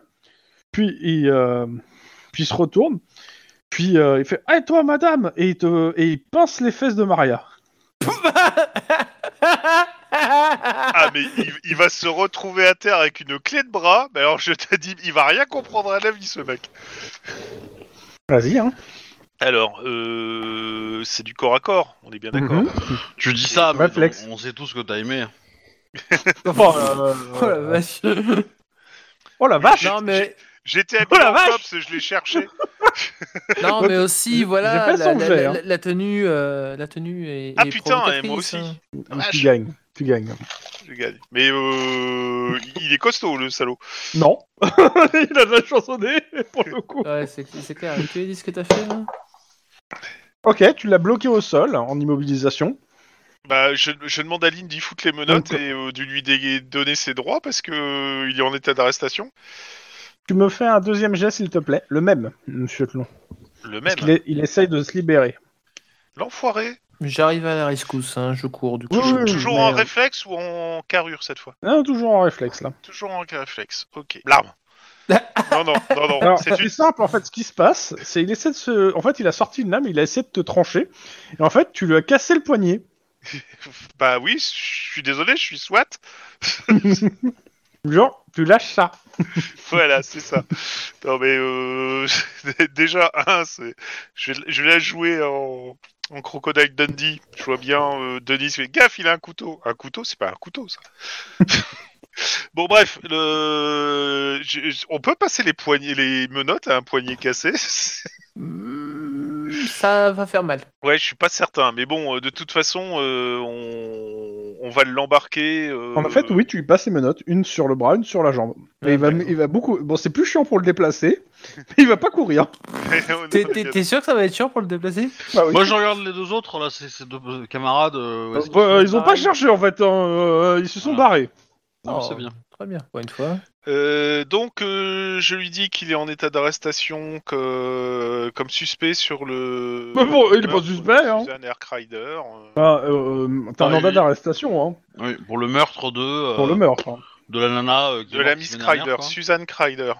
[SPEAKER 1] Puis, il, euh, puis il se retourne. Puis, euh, il fait, hey, toi, madame et il, te, et il pince les fesses de Maria.
[SPEAKER 2] Ah mais il, il va se retrouver à terre avec une clé de bras. Mais alors je te dis, il va rien comprendre à la vie ce mec.
[SPEAKER 1] Vas-y, hein.
[SPEAKER 2] Alors, euh, c'est du corps à corps, on est bien d'accord.
[SPEAKER 1] Mhm.
[SPEAKER 3] Tu dis ça, mais
[SPEAKER 1] Réflexe.
[SPEAKER 3] on, on sait tous que t'as aimé.
[SPEAKER 1] Oh la,
[SPEAKER 4] Oh la vache.
[SPEAKER 1] oh, la vache
[SPEAKER 4] Non mais,
[SPEAKER 2] J'étais à
[SPEAKER 1] Oh la vache
[SPEAKER 2] cops, je l'ai cherché.
[SPEAKER 4] *laughs* non mais aussi,
[SPEAKER 1] J'ai-
[SPEAKER 4] voilà,
[SPEAKER 1] j'ai fait
[SPEAKER 4] la,
[SPEAKER 1] son
[SPEAKER 4] la-
[SPEAKER 1] jet,
[SPEAKER 4] la-
[SPEAKER 1] hein.
[SPEAKER 4] la tenue, euh, la tenue est
[SPEAKER 2] Ah
[SPEAKER 4] est
[SPEAKER 2] putain, et
[SPEAKER 4] provocatrice,
[SPEAKER 2] moi aussi.
[SPEAKER 4] hein.
[SPEAKER 1] Tu
[SPEAKER 2] Vache,
[SPEAKER 1] gagnes, tu gagnes.
[SPEAKER 2] je gagne. Mais euh, il est costaud le salaud.
[SPEAKER 1] Non. *laughs* il a de la chansonnée, pour le coup.
[SPEAKER 4] Ouais, c'est, c'est clair. Et Tu dis ce que t'as fait là
[SPEAKER 1] Ok, tu l'as bloqué au sol, en immobilisation.
[SPEAKER 2] Bah je, je demande à Lynn d'y foutre les menottes et euh, de lui dé- donner ses droits parce que euh, il est en état d'arrestation.
[SPEAKER 1] Tu me fais un deuxième geste, s'il te plaît. Le même, monsieur Tlon.
[SPEAKER 2] Le
[SPEAKER 1] Parce
[SPEAKER 2] même.
[SPEAKER 1] qu'il est- il essaye de se libérer.
[SPEAKER 2] L'enfoiré.
[SPEAKER 4] J'arrive à la rescousse, hein, je cours du coup.
[SPEAKER 1] Oui, oui,
[SPEAKER 2] Toujours
[SPEAKER 1] mais,
[SPEAKER 2] en
[SPEAKER 1] euh,
[SPEAKER 2] réflexe ou en carrure cette fois.
[SPEAKER 1] Non, toujours en réflexe, là.
[SPEAKER 2] Toujours en réflexe, ok. L'arme. non, non, non,
[SPEAKER 1] *laughs*
[SPEAKER 2] non.
[SPEAKER 1] Alors,
[SPEAKER 2] c'est
[SPEAKER 1] c'est
[SPEAKER 2] une...
[SPEAKER 1] simple, en fait, ce qui se passe, c'est il essaie de se... En fait, il a sorti une lame, il a essayé de te trancher. Et en fait, tu lui as cassé le poignet.
[SPEAKER 2] Bah oui, je suis désolé, je suis SWAT.
[SPEAKER 1] Genre, tu lâches ça.
[SPEAKER 2] *laughs* Voilà, c'est ça. Non, mais euh... *laughs* déjà, un, c'est... Je, vais- je vais la jouer en... en Crocodile Dundee. Je vois bien euh, Denis, fait gaffe, il a un couteau. Un couteau, c'est pas un couteau, ça. *laughs* bon, bref, le... je- je- on peut passer les, poignets, les menottes à un poignet cassé *laughs*
[SPEAKER 4] Mm, Ça va faire mal.
[SPEAKER 2] Ouais, je suis pas certain, mais bon, euh, de toute façon, euh, on... on va l'embarquer. euh,
[SPEAKER 1] En fait, oui, tu lui passes ses menottes, une sur le bras, une sur la jambe. Et
[SPEAKER 4] Ouais,
[SPEAKER 1] il, va,
[SPEAKER 4] d'accord.
[SPEAKER 1] il va beaucoup... Bon, c'est plus chiant pour le déplacer, mais il va pas courir.
[SPEAKER 2] *laughs* on est
[SPEAKER 4] T'es,
[SPEAKER 2] bien
[SPEAKER 4] t'es- t'es sûr que ça va être chiant pour le déplacer
[SPEAKER 1] Bah oui.
[SPEAKER 3] Moi je regarde les deux autres, là, c'est ces deux euh, camarades. euh, ouais,
[SPEAKER 1] Euh,
[SPEAKER 3] c'est-
[SPEAKER 1] bah,
[SPEAKER 4] sont
[SPEAKER 1] ils ont
[SPEAKER 2] Ah,
[SPEAKER 1] pas
[SPEAKER 4] pareils.
[SPEAKER 1] cherché, en fait. hein, euh, ils se sont
[SPEAKER 3] Voilà.
[SPEAKER 1] barrés.
[SPEAKER 3] non, mais
[SPEAKER 4] Oh,
[SPEAKER 3] c'est bien.
[SPEAKER 4] Très bien, pour une fois.
[SPEAKER 2] Euh, donc, euh, je lui dis qu'il est en état d'arrestation que... euh, comme suspect sur le.
[SPEAKER 1] Mais bon, il est pas
[SPEAKER 2] meurtre
[SPEAKER 1] suspect,
[SPEAKER 2] de
[SPEAKER 1] hein.
[SPEAKER 2] Suzanne Erkrider, euh.
[SPEAKER 1] Ah, euh, euh, T'as un
[SPEAKER 3] Ah,
[SPEAKER 1] mandat
[SPEAKER 3] il-
[SPEAKER 1] d'arrestation, hein,
[SPEAKER 3] Oui, pour le meurtre de, euh,
[SPEAKER 1] pour le meurtre. hein.
[SPEAKER 3] de la nana euh, qui
[SPEAKER 2] de
[SPEAKER 3] est
[SPEAKER 2] la
[SPEAKER 3] morte
[SPEAKER 2] Miss
[SPEAKER 3] semaine dernière,
[SPEAKER 2] Crider,
[SPEAKER 3] quoi.
[SPEAKER 2] Suzanne
[SPEAKER 1] *laughs*
[SPEAKER 2] Crider,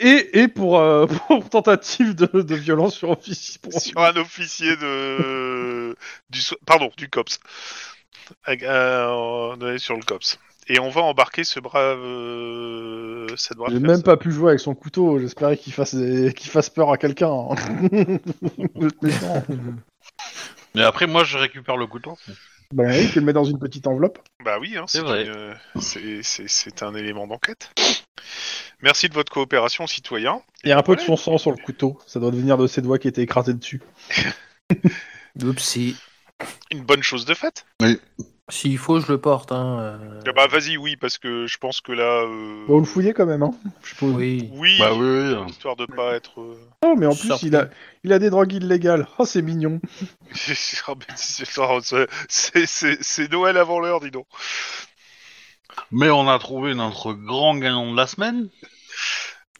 [SPEAKER 1] Et, et pour, euh, *laughs* pour tentative de, de violence sur officier. pour-
[SPEAKER 2] *laughs* sur un officier de. du so- Pardon, du COPS. Euh, euh, on est sur le COPS. Et on va embarquer ce brave. euh, cette brave
[SPEAKER 1] J'ai
[SPEAKER 2] personne.
[SPEAKER 1] même pas pu jouer avec son couteau, j'espérais qu'il fasse, des- qu'il fasse peur à quelqu'un. hein. Mais non.
[SPEAKER 3] Mais après, moi je récupère le couteau.
[SPEAKER 1] Ben oui, tu le mets dans une petite enveloppe.
[SPEAKER 2] Bah oui, hein, c'est
[SPEAKER 3] vrai.
[SPEAKER 2] une, euh, c'est- c'est- c'est un élément d'enquête. Merci de votre coopération, citoyen.
[SPEAKER 1] Il y a un peu de son sang sur le couteau. Ça doit venir de ses doigts qui étaient écrasés dessus.
[SPEAKER 4] Oupsie.
[SPEAKER 2] Une bonne chose de faite.
[SPEAKER 4] S'il faut, je le porte. Hein. euh,
[SPEAKER 2] Ah Bah vas-y, oui, parce que je pense que là... euh,
[SPEAKER 1] Bon, on le fouiller quand même, hein. Je suppose.
[SPEAKER 4] Oui.
[SPEAKER 2] Oui,
[SPEAKER 3] Bah oui, oui. euh.
[SPEAKER 2] histoire de pas être... euh, *laughs*
[SPEAKER 1] Oh, mais en plus,
[SPEAKER 4] Surpris.
[SPEAKER 1] il a, il a des drogues illégales. Oh, c'est mignon.
[SPEAKER 2] oh, c'est- c'est- c'est c'est Noël avant l'heure, dis donc.
[SPEAKER 3] Mais on a trouvé notre grand gagnant de la semaine.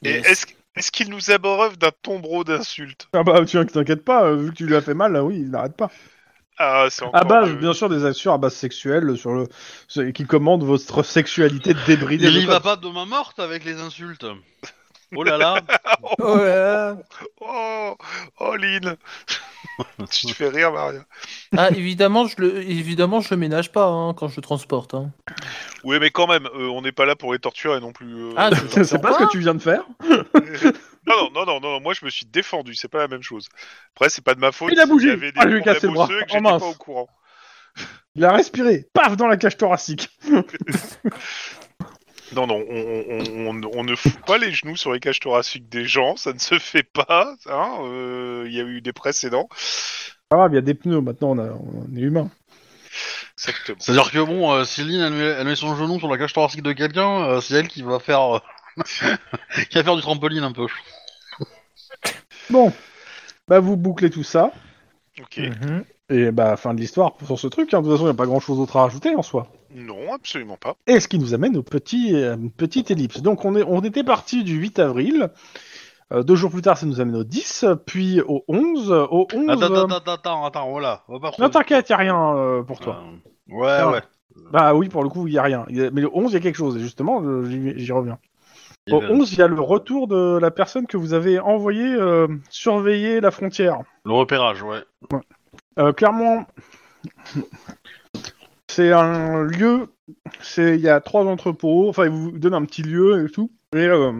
[SPEAKER 2] Et
[SPEAKER 4] Yes.
[SPEAKER 2] est-ce est-ce qu'il nous abreuve d'un tombereau d'insultes
[SPEAKER 1] Ah bah, tu t'inquiètes pas, euh, vu que tu lui as fait mal, là, oui, il n'arrête pas.
[SPEAKER 2] Ah, c'est encore...
[SPEAKER 1] À base,
[SPEAKER 2] mieux.
[SPEAKER 1] bah, bien sûr, des actions à base sexuelle sur le, ce- qui commandent votre sexualité débridée.
[SPEAKER 3] Il y va pas de main morte avec les insultes. Oh là
[SPEAKER 1] *laughs*
[SPEAKER 3] là.
[SPEAKER 4] Oh là là.
[SPEAKER 2] Oh,
[SPEAKER 3] *laughs*
[SPEAKER 2] oh Lynn Tu te fais rire, Maria.
[SPEAKER 4] Ah, évidemment, je le, évidemment, je le ménage pas hein, quand je le transporte. hein.
[SPEAKER 2] Oui, mais quand même, euh, on n'est pas là pour les torturer non plus. euh,
[SPEAKER 4] Ah,
[SPEAKER 2] euh,
[SPEAKER 4] je-
[SPEAKER 1] C'est pas ce que tu viens de faire.
[SPEAKER 2] non, non, non, non, non, moi je me suis défendu, c'est pas la même chose. Après, c'est pas de ma faute.
[SPEAKER 1] Il a bougé.
[SPEAKER 2] s'il y avait des
[SPEAKER 1] Ah, je lui ai
[SPEAKER 2] cordes à
[SPEAKER 1] cassé le
[SPEAKER 2] bosseux
[SPEAKER 1] bras.
[SPEAKER 2] et que
[SPEAKER 1] Oh,
[SPEAKER 2] j'étais
[SPEAKER 1] mince.
[SPEAKER 2] pas au courant.
[SPEAKER 1] Il a respiré. Paf, dans la cage thoracique.
[SPEAKER 2] Non, non, on, on- on- on ne fout pas les genoux sur les cages thoraciques des gens, ça ne se fait pas. hein, euh, Il y a eu des précédents.
[SPEAKER 1] Pas Ah grave, il y a des pneus. Maintenant, on, a- on est humain.
[SPEAKER 2] Exactement.
[SPEAKER 3] C'est-à-dire que bon, euh, si Lynn elle met, elle met son genou sur la cage thoracique de quelqu'un, euh, c'est elle qui va faire, euh, *laughs* qui va faire du trampoline un peu.
[SPEAKER 1] Bon, bah vous bouclez tout ça.
[SPEAKER 2] Ok.
[SPEAKER 4] Mhm.
[SPEAKER 1] Et bah, fin de l'histoire sur ce truc. hein. De toute façon, il n'y a pas grand chose d'autre à rajouter en soi.
[SPEAKER 2] Non, absolument pas.
[SPEAKER 1] Et ce qui nous amène au petit, euh, petite ellipse. Donc, on, est, on était parti du 8 avril. Euh, deux jours plus tard, ça nous amène au 10, puis au 11. euh, Au 11
[SPEAKER 3] Attends,
[SPEAKER 1] euh,
[SPEAKER 3] attends, attends, attends, attends, voilà. Va pas trop-
[SPEAKER 1] Non, t'inquiète, il a rien euh, pour toi.
[SPEAKER 3] Euh, ouais,
[SPEAKER 1] Non.
[SPEAKER 3] ouais.
[SPEAKER 1] Bah oui, pour le coup, il n'y a rien. Y a- Mais le 11, il y a quelque chose, et justement, euh, j'y j'y reviens. Au
[SPEAKER 3] Et, euh,
[SPEAKER 1] 11, il y a le retour de la personne que vous avez envoyée euh, surveiller la frontière.
[SPEAKER 3] Le repérage, ouais.
[SPEAKER 1] Euh, clairement, c'est un lieu, c'est il y a trois entrepôts, enfin, ils vous donnent un petit lieu et tout. Et euh,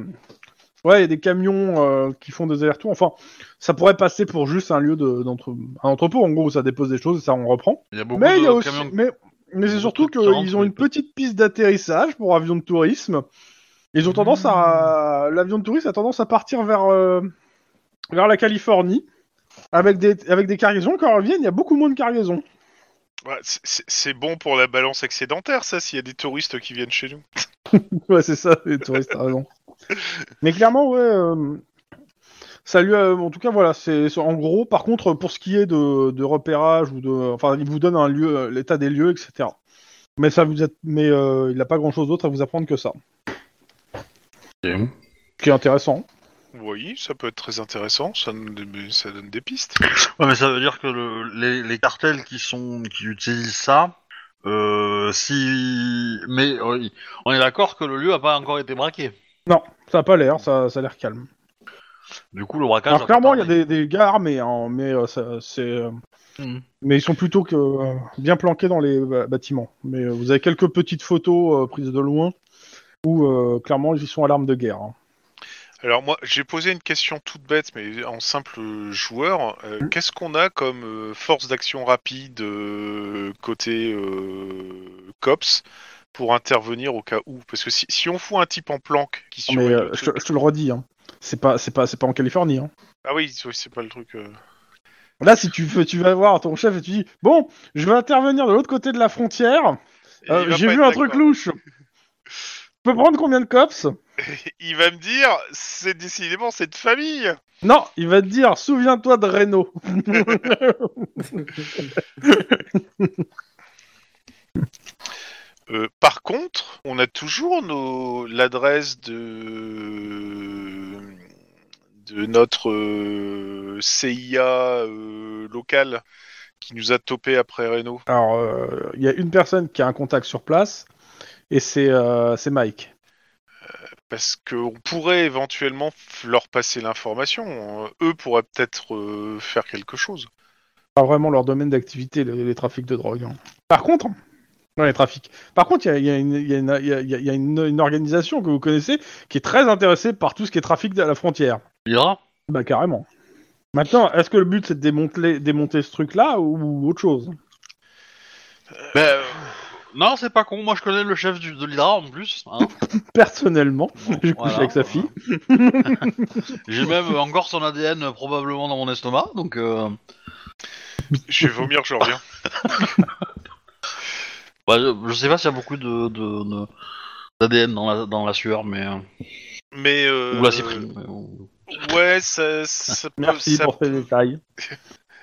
[SPEAKER 1] ouais, il y a des camions euh, qui font des allers-retours. Enfin, ça pourrait passer pour juste un lieu de- d'entre... un entrepôt, en gros, où ça dépose des choses et ça, on reprend.
[SPEAKER 3] Il y a beaucoup
[SPEAKER 1] Mais,
[SPEAKER 3] de
[SPEAKER 1] il y a aussi,
[SPEAKER 3] camions. euh, de-
[SPEAKER 1] mais, mais c'est
[SPEAKER 3] beaucoup
[SPEAKER 1] surtout
[SPEAKER 3] de terrains
[SPEAKER 1] qu'ils
[SPEAKER 3] sur
[SPEAKER 1] ont
[SPEAKER 3] les
[SPEAKER 1] une
[SPEAKER 3] côtes.
[SPEAKER 1] petite piste d'atterrissage pour avion de tourisme. Ils ont tendance à
[SPEAKER 3] Mmh.
[SPEAKER 1] l'avion de tourisme a tendance à partir vers euh, vers la Californie avec des avec des cargaisons. Quand ils reviennent, il y a beaucoup moins de cargaisons. *laughs*
[SPEAKER 2] Ouais, c'est- c'est c'est bon pour la balance excédentaire, ça, s'il y a des touristes qui viennent chez nous.
[SPEAKER 1] Ouais, c'est ça, les touristes, t'as raison. Mais clairement, ouais. euh, ça lui a- en tout cas, voilà, c'est c'est- en gros. Par contre, pour ce qui est de, de repérage ou de, enfin, il vous donne un lieu, euh, l'état des lieux, etc. Mais ça vous êtes, mais euh, il n'a pas grand-chose d'autre à vous apprendre que ça,
[SPEAKER 3] Ok.
[SPEAKER 1] ce qui est intéressant.
[SPEAKER 2] Oui, ça peut être très intéressant, ça, nous- ça donne des pistes.
[SPEAKER 3] Ouais, mais ça veut dire que le- les, les cartels qui sont qui utilisent ça, euh, si mais euh, il- on est d'accord que le lieu a pas encore été braqué.
[SPEAKER 1] Non, ça n'a pas l'air, ça, ça a l'air calme.
[SPEAKER 3] Du coup, le braquage.
[SPEAKER 1] Alors
[SPEAKER 3] va pas
[SPEAKER 1] clairement, il y a
[SPEAKER 3] tarder.
[SPEAKER 1] des, des gars armés, hein, mais euh, ça- c'est, euh,
[SPEAKER 2] Mm.
[SPEAKER 3] Mhm.
[SPEAKER 1] mais ils sont plutôt que euh, bien planqués dans les euh, bâtiments. Mais euh, vous avez quelques petites photos euh, prises de loin où euh, clairement ils sont à l'arme de guerre. hein.
[SPEAKER 2] Alors moi, j'ai posé une question toute bête, mais en simple joueur, euh,
[SPEAKER 1] Mm.
[SPEAKER 2] qu'est-ce qu'on a comme euh, force d'action rapide euh, côté euh, cops pour intervenir au cas où Parce que si, si on fout un type en planque qui surveille
[SPEAKER 1] Mais
[SPEAKER 2] le
[SPEAKER 1] euh, je,
[SPEAKER 2] truc-
[SPEAKER 1] te- je te le redis, hein, c'est pas, c'est pas, c'est pas en Californie. hein.
[SPEAKER 2] ah oui, c'est- c'est pas le truc. euh.
[SPEAKER 1] Là, si tu veux, tu vas voir ton chef et tu dis bon, je vais intervenir de l'autre côté de la frontière.
[SPEAKER 2] Et
[SPEAKER 1] Euh,
[SPEAKER 2] il va
[SPEAKER 1] J'ai
[SPEAKER 2] pas
[SPEAKER 1] vu
[SPEAKER 2] être
[SPEAKER 1] un truc
[SPEAKER 2] d'accord.
[SPEAKER 1] louche. Je peux prendre combien de cops
[SPEAKER 2] Il va me dire, c'est décidément cette famille.
[SPEAKER 1] Non, il va te dire souviens-toi de Reno.
[SPEAKER 2] Euh, par contre, on a toujours nos... l'adresse de... de notre euh, CIA euh, local qui nous a topé après Renault.
[SPEAKER 1] Alors, euh, il y a une personne qui a un contact sur place, et c'est euh, c'est Mike.
[SPEAKER 2] Parce qu'on pourrait éventuellement f- leur passer l'information. Euh, Eux pourraient peut-être euh, faire quelque chose.
[SPEAKER 1] Pas vraiment leur domaine d'activité, le- les, trafics de drogue. hein. Par contre, non, les trafics. Par contre, il y a, il y a une- il y a une- il y a- il y a- il y a une- une organisation que vous connaissez qui est très intéressée par tout ce qui est trafic à la frontière.
[SPEAKER 3] Ira
[SPEAKER 1] Bah, carrément. Maintenant, est-ce que le but c'est de démonter, démonter ce truc-là ou autre chose
[SPEAKER 3] Mais, euh, non, c'est pas con. Moi, je connais le chef du- de l'Hydra en plus. hein.
[SPEAKER 1] Personnellement, *laughs* j'ai couché
[SPEAKER 3] Voilà.
[SPEAKER 1] avec sa fille.
[SPEAKER 3] J'ai
[SPEAKER 1] *laughs*
[SPEAKER 3] même encore son ADN euh, probablement dans mon estomac, donc. euh,
[SPEAKER 2] Je vais vomir, je reviens.
[SPEAKER 3] bah, je, je sais pas s'il y a beaucoup de, de- de- d'ADN dans la, dans la sueur, mais. euh,
[SPEAKER 2] Mais euh,
[SPEAKER 3] Ou la cyprine. mais bon.
[SPEAKER 2] Ouais, ça, ça, peut-
[SPEAKER 1] Merci
[SPEAKER 2] ça,
[SPEAKER 1] pour ces détails.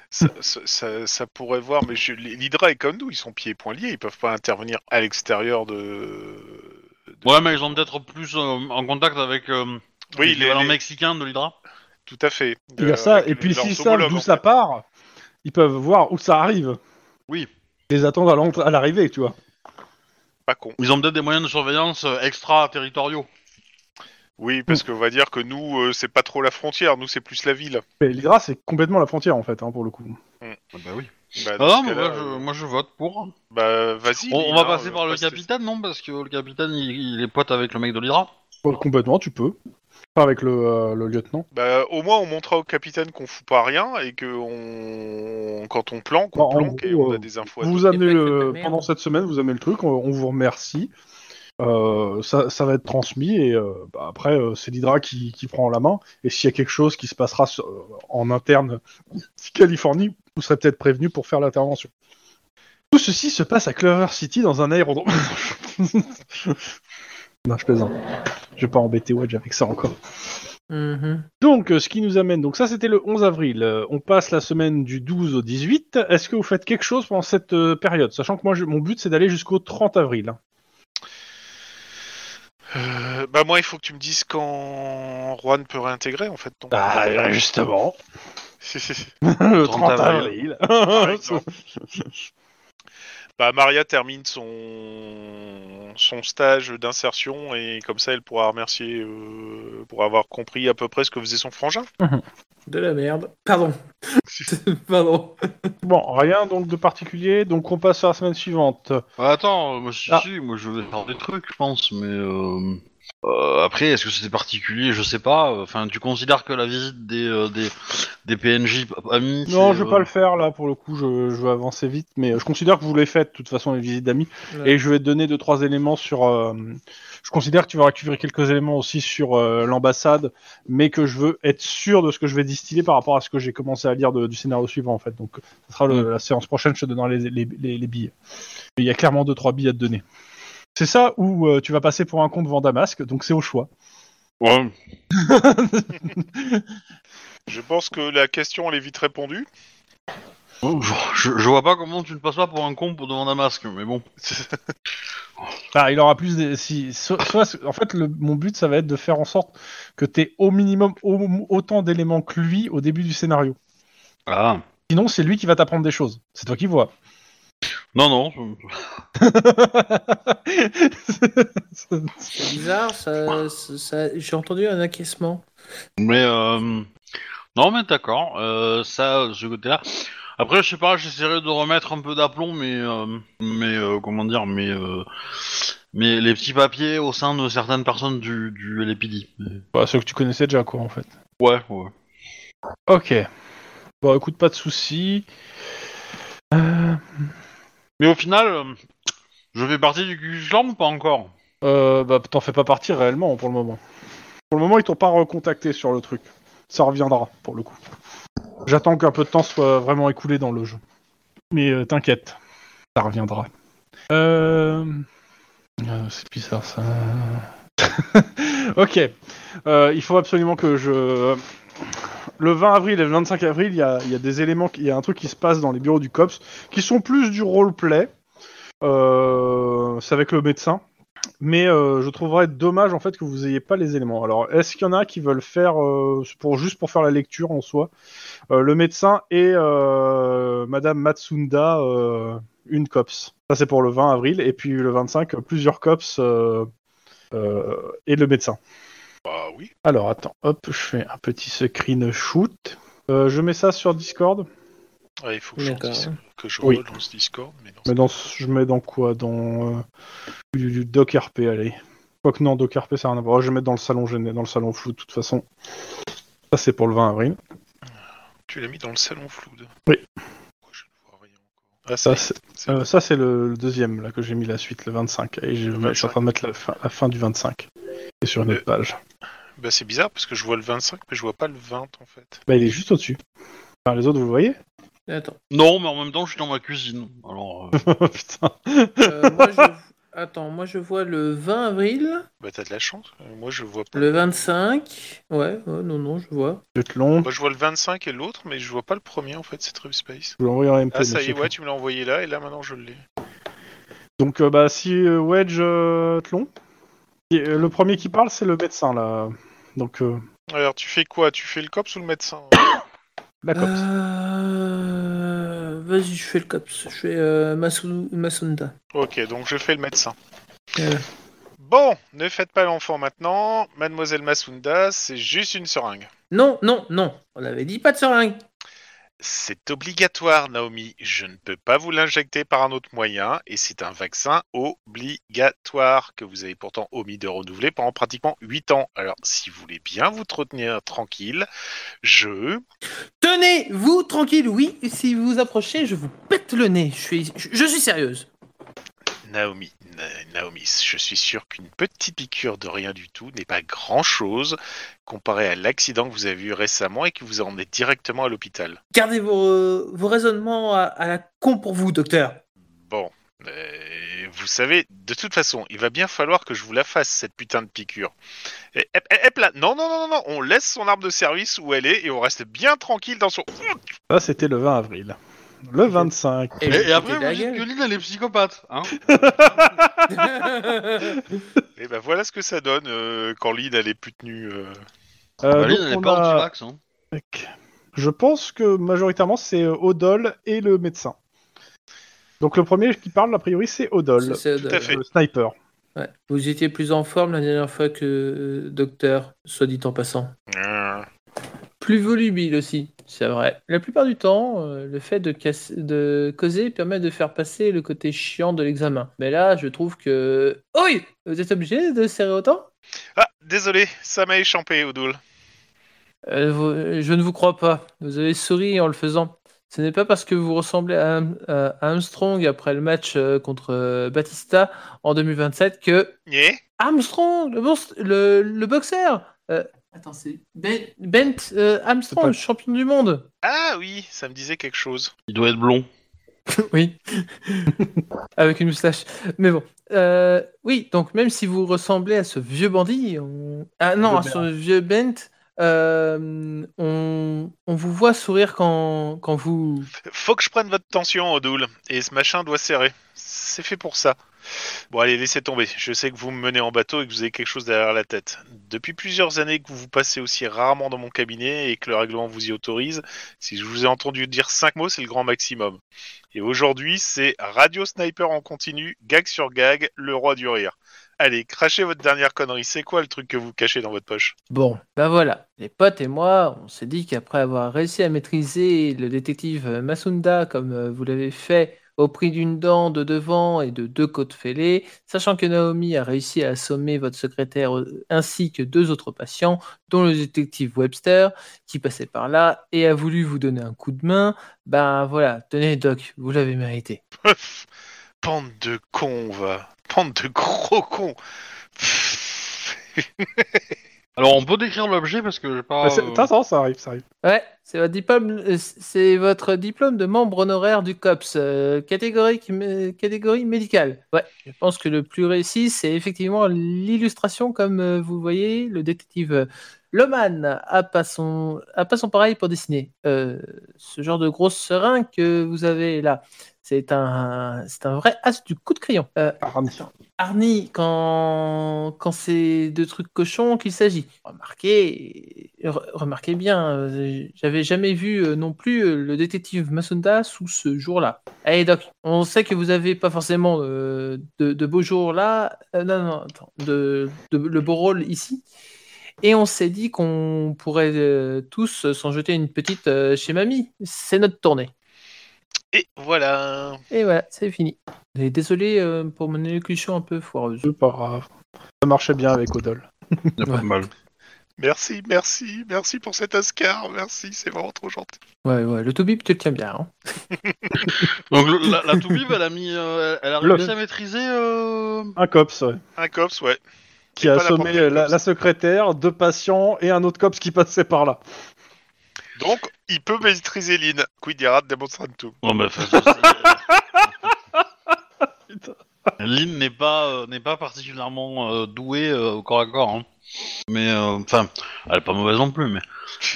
[SPEAKER 2] ça, ça- ça- ça pourrait voir, mais je- l'Hydra est comme nous, ils sont pieds et poings liés, ils peuvent pas intervenir à l'extérieur de.
[SPEAKER 3] Ouais, mais ils ont peut-être plus euh, en contact avec euh,
[SPEAKER 2] Oui, les,
[SPEAKER 3] l'équivalent
[SPEAKER 2] les-
[SPEAKER 3] mexicain de l'Hydra.
[SPEAKER 2] tout à fait.
[SPEAKER 1] Il y
[SPEAKER 2] Euh,
[SPEAKER 1] a ça,
[SPEAKER 2] avec
[SPEAKER 1] et puis
[SPEAKER 2] leurs
[SPEAKER 1] s'ils savent
[SPEAKER 2] homologues,
[SPEAKER 1] d'où
[SPEAKER 2] en
[SPEAKER 1] ça part, ils peuvent voir où ça arrive.
[SPEAKER 3] Oui.
[SPEAKER 1] Ils les attendre à l'entrée- à l'arrivée, tu vois.
[SPEAKER 2] fait. Pas con.
[SPEAKER 3] Ils ont peut-être des moyens de surveillance euh, extra-territoriaux.
[SPEAKER 1] Hmm.
[SPEAKER 2] Oui, parce qu'on va dire que nous, euh, c'est pas trop la frontière, nous, c'est plus la ville.
[SPEAKER 1] Mais l'Hydra, c'est complètement la frontière, en fait, hein, pour le coup.
[SPEAKER 3] bah oui.
[SPEAKER 2] Bah,
[SPEAKER 3] Ah,
[SPEAKER 2] dans
[SPEAKER 3] non,
[SPEAKER 2] ce
[SPEAKER 3] mais
[SPEAKER 2] cas-là,
[SPEAKER 3] moi, je,
[SPEAKER 2] euh,
[SPEAKER 3] moi je vote pour.
[SPEAKER 2] bah, vas-y.
[SPEAKER 3] On, on va
[SPEAKER 2] Lina,
[SPEAKER 3] passer
[SPEAKER 2] euh,
[SPEAKER 3] par le
[SPEAKER 2] reste-
[SPEAKER 3] capitaine, non Parce que le capitaine, il, il est pote avec le mec de l'Hydra.
[SPEAKER 1] Bon, complètement, tu peux. Pas avec le, euh, le lieutenant.
[SPEAKER 2] Bah, au moins, on montrera au capitaine qu'on fout pas rien et que on... quand on planque,
[SPEAKER 1] Bah,
[SPEAKER 2] on
[SPEAKER 1] en
[SPEAKER 2] planque et
[SPEAKER 1] gros,
[SPEAKER 2] on
[SPEAKER 1] euh,
[SPEAKER 2] a des infos. à
[SPEAKER 1] vous
[SPEAKER 2] donner.
[SPEAKER 1] amenez
[SPEAKER 4] Et pas que
[SPEAKER 1] le-
[SPEAKER 4] de merde.
[SPEAKER 1] pendant cette semaine, vous amenez le truc, on, on vous remercie. Euh, ça, ça va être transmis et euh, bah, après euh, c'est l'Hydra qui, qui prend la main et s'il y a quelque chose qui se passera sur- euh, en interne *laughs* en Californie, vous serez peut-être prévenu pour faire l'intervention. Tout ceci se passe à Clover City dans un aérodrome. *laughs* non, je plaisante. Je vais pas embêter Wedge avec ça encore.
[SPEAKER 4] Mhm.
[SPEAKER 1] Donc, euh, ce qui nous amène, donc ça c'était le 11 avril, Euh, on passe la semaine du 12 au 18, est-ce que vous faites quelque chose pendant cette euh, période Sachant que moi, je- mon but c'est d'aller jusqu'au 30 avril. hein.
[SPEAKER 2] Euh, bah, moi, il faut que tu me dises quand Juan peut réintégrer, en fait. ton-
[SPEAKER 1] Bah,
[SPEAKER 2] *laughs*
[SPEAKER 1] euh, justement,
[SPEAKER 3] Le
[SPEAKER 1] le
[SPEAKER 3] 30
[SPEAKER 1] 30,
[SPEAKER 3] avril.
[SPEAKER 1] avril.
[SPEAKER 2] Par exemple. *laughs* bah, Maria termine son son stage d'insertion et comme ça elle pourra remercier euh, pour avoir compris à peu près ce que faisait son frangin.
[SPEAKER 4] De la merde. Pardon. *laughs* Pardon.
[SPEAKER 1] bon, rien donc de particulier, donc on passe à la semaine suivante.
[SPEAKER 3] Ah, attends, euh, moi, si,
[SPEAKER 1] Ah.
[SPEAKER 3] si, moi je vais faire des trucs, je pense, mais. euh, euh, après, est-ce que c'était particulier Je sais pas. Enfin, tu considères que la visite des, euh, des, des PNJ amis. c'est,
[SPEAKER 1] Non, je vais
[SPEAKER 3] euh,
[SPEAKER 1] pas le faire là pour le coup, je, je vais avancer vite, mais euh, je considère que vous les faites de toute façon les visites d'amis,
[SPEAKER 4] Ouais.
[SPEAKER 1] et je vais te donner deux trois éléments sur. euh, je considère que tu vas récupérer quelques éléments aussi sur euh, l'ambassade, mais que je veux être sûr de ce que je vais distiller par rapport à ce que j'ai commencé à lire de- du scénario suivant en fait. Donc, ça sera
[SPEAKER 3] Mm.
[SPEAKER 1] le- la séance prochaine, je te donnerai les, les, les, les billes. Mais il y a clairement deux trois billes à te donner. C'est ça où euh, tu vas passer pour un compte Vandamasque, donc c'est au choix.
[SPEAKER 3] Ouais.
[SPEAKER 2] Je pense que la question elle est vite répondue.
[SPEAKER 3] Je, je vois pas comment tu ne passes pas pour un con pour demander un masque, mais bon.
[SPEAKER 1] Ah, il aura plus des- si soit, soit- en fait le, mon but ça va être de faire en sorte que tu aies au minimum au- autant d'éléments que lui au début du scénario.
[SPEAKER 3] Ah.
[SPEAKER 1] Sinon, c'est lui qui va t'apprendre des choses. C'est toi qui vois. *laughs*
[SPEAKER 3] Non, non. je-
[SPEAKER 1] Bah,
[SPEAKER 4] C'est bizarre, ça, ça- ça- j'ai entendu un acquiescement.
[SPEAKER 3] Mais euh, non, mais d'accord. euh, ça, ce côté-là. Après, je sais pas. J'essaierai de remettre un peu d'aplomb, mais euh, mais euh, comment dire, mais euh, mais les petits papiers au sein de certaines personnes du du LPD.
[SPEAKER 1] Bah, ceux que tu connaissais déjà, quoi, en fait.
[SPEAKER 3] Ouais, ouais.
[SPEAKER 1] Ok. Bon, écoute, pas de soucis. Euh,
[SPEAKER 3] Mais au final, euh, je fais partie du Ku Klux Klan ou pas encore
[SPEAKER 1] euh, bah, t'en fais pas partir réellement pour le moment. Pour le moment, ils t'ont pas recontacté sur le truc. Ça reviendra, pour le coup. J'attends qu'un peu de temps soit vraiment écoulé dans le jeu. Mais euh, t'inquiète, ça reviendra. Euh... euh, C'est bizarre ça. *laughs* ok. Euh, il faut absolument que je. euh, Le 20 avril et le 25 avril, il y a, il y a des éléments, qui- il y a un truc qui se passe dans les bureaux du COPS qui sont plus du roleplay. Euh, c'est avec le médecin. Mais euh, je trouverais dommage en fait que vous ayez pas les éléments. Alors, est-ce qu'il y en a qui veulent faire euh, pour juste pour faire la lecture en soi Euh, Le médecin et euh, Madame Matsunda, euh, une COPS. Ça c'est pour le 20 avril et puis le 25 plusieurs COPS euh, euh, et le médecin.
[SPEAKER 2] Bah oui.
[SPEAKER 1] Alors attends, hop, je fais un petit screen shoot. Euh, je mets ça sur Discord.
[SPEAKER 2] Ouais, il faut que je,
[SPEAKER 4] D'accord.
[SPEAKER 2] relance- que je
[SPEAKER 1] Oui.
[SPEAKER 2] relance Discord. Mais non.
[SPEAKER 1] Mais dans, ce- je mets dans quoi Dans euh, du, du doc RP, allez. Quoique non, doc RP, ça n'a rien à voir. Je vais mettre dans le salon gêné, dans le salon flou de toute façon. Ça c'est pour le 20 avril.
[SPEAKER 2] Tu l'as mis dans le salon flou. de-
[SPEAKER 1] Oui.
[SPEAKER 2] Pourquoi je ne vois rien encore Ah,
[SPEAKER 1] Ça,
[SPEAKER 2] ça,
[SPEAKER 1] c'est euh, ça, c'est le, le deuxième, là, que j'ai mis la suite, le 25. Et je, je suis en train de mettre la fin, la fin du 25. Et sur une autre page.
[SPEAKER 2] bah, c'est bizarre parce que je vois le 25, mais je vois pas le 20 en fait.
[SPEAKER 1] Bah, il est juste au-dessus. Enfin, les autres, vous le voyez *laughs*
[SPEAKER 4] Attends.
[SPEAKER 3] Non, mais en même temps, je suis dans ma cuisine. Alors,
[SPEAKER 1] *laughs*
[SPEAKER 3] euh,
[SPEAKER 1] Oh, Putain.
[SPEAKER 4] Euh,
[SPEAKER 1] *laughs*
[SPEAKER 4] moi, je... Attends, moi je vois le 20 avril,
[SPEAKER 2] Bah, t'as de la chance. Euh, Moi, je vois pas.
[SPEAKER 4] le 25. Ouais, ouais, non, non, je vois.
[SPEAKER 1] Je vais te long.
[SPEAKER 2] Moi, Bah, je vois le 25 et l'autre, mais je vois pas le premier en fait. C'est Trip Space.
[SPEAKER 1] Je vous l'envoie en MP.
[SPEAKER 2] Ah, ça y
[SPEAKER 1] monsieur.
[SPEAKER 2] est, ouais, tu me l'as envoyé là et là maintenant je l'ai.
[SPEAKER 1] Donc, euh, bah, si euh, Wedge euh, te long. Et, euh, le premier qui parle, c'est le médecin, là. Donc, euh,
[SPEAKER 2] Alors, tu fais quoi Tu fais le COPS ou le médecin
[SPEAKER 1] la COPS.
[SPEAKER 4] Euh, Vas-y, je fais le COPS. Je fais euh, Masu- Masunda.
[SPEAKER 2] Ok, donc je fais le médecin.
[SPEAKER 4] Euh.
[SPEAKER 2] Bon, ne faites pas l'enfant maintenant. Mademoiselle Masunda, c'est juste une seringue.
[SPEAKER 4] Non, non, non. On avait dit pas de seringue.
[SPEAKER 2] C'est obligatoire, Naomi. Je ne peux pas vous l'injecter par un autre moyen, et c'est un vaccin obligatoire que vous avez pourtant omis de renouveler pendant pratiquement 8 ans. Alors, si vous voulez bien vous retenir tranquille, je...
[SPEAKER 4] Tenez-vous tranquille, oui. Si vous vous approchez, je vous pète le nez. Je suis, je, je suis sérieuse.
[SPEAKER 2] Naomi, Na- Naomi, je suis sûr qu'une petite piqûre de rien du tout n'est pas grand-chose comparé à l'accident que vous avez eu récemment et qui vous a emmené directement à l'hôpital.
[SPEAKER 4] Gardez vos, euh, vos raisonnements à, à la con pour vous, docteur.
[SPEAKER 2] Bon, euh, vous savez, de toute façon, il va bien falloir que je vous la fasse, cette putain de piqûre. Et, hep, hep, hep, là. Non, non, non, non, non, on laisse son arme de service où elle est et on reste bien tranquille dans son...
[SPEAKER 1] Ça, Ah, c'était le 20 avril. Le 25.
[SPEAKER 3] Et, et
[SPEAKER 4] vous
[SPEAKER 3] après,
[SPEAKER 4] foutez
[SPEAKER 3] vous dites que
[SPEAKER 4] de
[SPEAKER 3] Lynn, elle est psychopathe. Hein
[SPEAKER 4] la gueule.
[SPEAKER 2] Et ben voilà ce que ça donne euh, quand Lynn, elle est plus tenue... euh.
[SPEAKER 1] Euh,
[SPEAKER 3] Bah, Lynn,
[SPEAKER 1] donc,
[SPEAKER 3] elle est
[SPEAKER 1] on
[SPEAKER 3] pas
[SPEAKER 1] a-
[SPEAKER 3] anti-vax. Hein.
[SPEAKER 1] Tac. Je pense que majoritairement c'est euh, Odol et le médecin. Donc le premier qui parle, a priori, c'est Odol,
[SPEAKER 4] *laughs* C'est- c'est
[SPEAKER 2] tout à
[SPEAKER 4] Odol,
[SPEAKER 2] fait.
[SPEAKER 1] le sniper.
[SPEAKER 4] ouais. Vous étiez plus en forme la dernière fois que euh, docteur, soit dit en passant.
[SPEAKER 2] Euh,
[SPEAKER 4] Plus volubile aussi, c'est vrai. La plupart du temps, euh, le fait de, casse- de causer permet de faire passer le côté chiant de l'examen. Mais là, je trouve que... Oui Vous êtes obligé de serrer autant
[SPEAKER 2] Ah, désolé, ça m'a échappé, Odoul.
[SPEAKER 4] Euh, vous- Je ne vous crois pas. Vous avez souri en le faisant. Ce n'est pas parce que vous ressemblez à, Am- à Armstrong après le match euh, contre euh, Batista en 2027 que...
[SPEAKER 2] Nyeh
[SPEAKER 4] Armstrong, le, monstre- le, le boxeur. Euh, Attends, c'est Ben, Bent euh, Armstrong,
[SPEAKER 1] C'est pas-
[SPEAKER 4] champion du monde.
[SPEAKER 2] Ah oui, ça me disait quelque chose.
[SPEAKER 3] Il doit être blond.
[SPEAKER 4] *laughs* oui, avec une moustache. Mais bon, Euh, oui. Donc même si vous ressemblez à ce vieux bandit, on- ah non,
[SPEAKER 1] Le
[SPEAKER 4] à ce vieux Bent, euh, on, on vous voit sourire quand quand vous.
[SPEAKER 2] Faut que je prenne votre tension, Odoul, et ce machin doit serrer. C'est fait pour ça. Bon, allez, laissez tomber. Je sais que vous me menez en bateau et que vous avez quelque chose derrière la tête. Depuis plusieurs années que vous vous passez aussi rarement dans mon cabinet et que le règlement vous y autorise, si je vous ai entendu dire cinq mots, c'est le grand maximum. Et aujourd'hui, c'est Radio Sniper en continu, gag sur gag, le roi du rire. Allez, crachez votre dernière connerie. C'est quoi le truc que vous cachez dans votre poche
[SPEAKER 4] Bon, ben voilà. Les potes et moi, on s'est dit qu'après avoir réussi à maîtriser le détective euh, Masunda comme euh, vous l'avez fait au prix d'une dent de devant et de deux côtes fêlées, sachant que Naomi a réussi à assommer votre secrétaire euh, ainsi que deux autres patients, dont le détective Webster, qui passait par là et a voulu vous donner un coup de main, ben voilà, tenez Doc, vous l'avez mérité.
[SPEAKER 2] Pff, Bande de cons, va. Bande de gros cons. Pff.
[SPEAKER 3] Alors, on peut décrire l'objet parce que j'ai pas.
[SPEAKER 1] Bah, c'est-
[SPEAKER 2] Oh.
[SPEAKER 3] euh,
[SPEAKER 1] Attends, attends, ça arrive, ça arrive.
[SPEAKER 4] Ouais, c'est votre diplôme, euh, c'est votre diplôme de membre honoraire du COPS, euh, catégorie, qui mé- catégorie médicale. Ouais, je pense que le plus réussi, c'est effectivement l'illustration, comme euh, vous voyez, le détective euh, Ah, Loman a pas son, a pas son ah, pareil pour dessiner. Euh, ce genre de grosse seringue que vous avez là, c'est un, c'est un vrai as du coup de crayon. Euh,
[SPEAKER 1] Ah, Rami.
[SPEAKER 4] Arnie, quand, quand c'est de trucs cochons qu'il s'agit. Remarquez, re- remarquez bien, euh, j'avais jamais vu euh, non plus euh, le détective Masunda sous ce jour-là. Allez, Eh, Doc, on sait que vous avez pas forcément euh, de, de beaux jours là, euh, non, non, attends, de, de- le beau rôle ici. Et on s'est dit qu'on pourrait euh, tous s'en jeter une petite euh, chez Mamie. C'est notre tournée.
[SPEAKER 2] Et voilà.
[SPEAKER 4] Et voilà, c'est fini. Et désolé euh, pour mon élocution un peu foireuse.
[SPEAKER 1] C'est pas grave. Ça marchait bien avec Odol.
[SPEAKER 3] y a pas de mal.
[SPEAKER 2] Merci, merci, merci pour cet Oscar, merci, c'est vraiment trop gentil.
[SPEAKER 4] Ouais, ouais, le Toubib, tu le tiens bien. hein.
[SPEAKER 3] Donc le- la, la Toubib, elle a mis, euh, elle a
[SPEAKER 1] Le-
[SPEAKER 3] réussi à maîtriser. euh,
[SPEAKER 1] Un cops, ouais,
[SPEAKER 2] Un cops, ouais.
[SPEAKER 1] qui a
[SPEAKER 2] pas la
[SPEAKER 1] assommé euh,
[SPEAKER 2] portée du
[SPEAKER 1] la,
[SPEAKER 2] cops.
[SPEAKER 1] la secrétaire, deux patients et un autre cops qui passait par là.
[SPEAKER 2] Donc, il peut maîtriser Lynn. Quid irat demonstrantum.
[SPEAKER 3] Non, mais enfin, ça, *laughs* c'est- Lynn n'est pas euh, n'est pas particulièrement euh, douée euh, au corps à corps, hein. mais euh, enfin, elle est pas mauvaise non plus, mais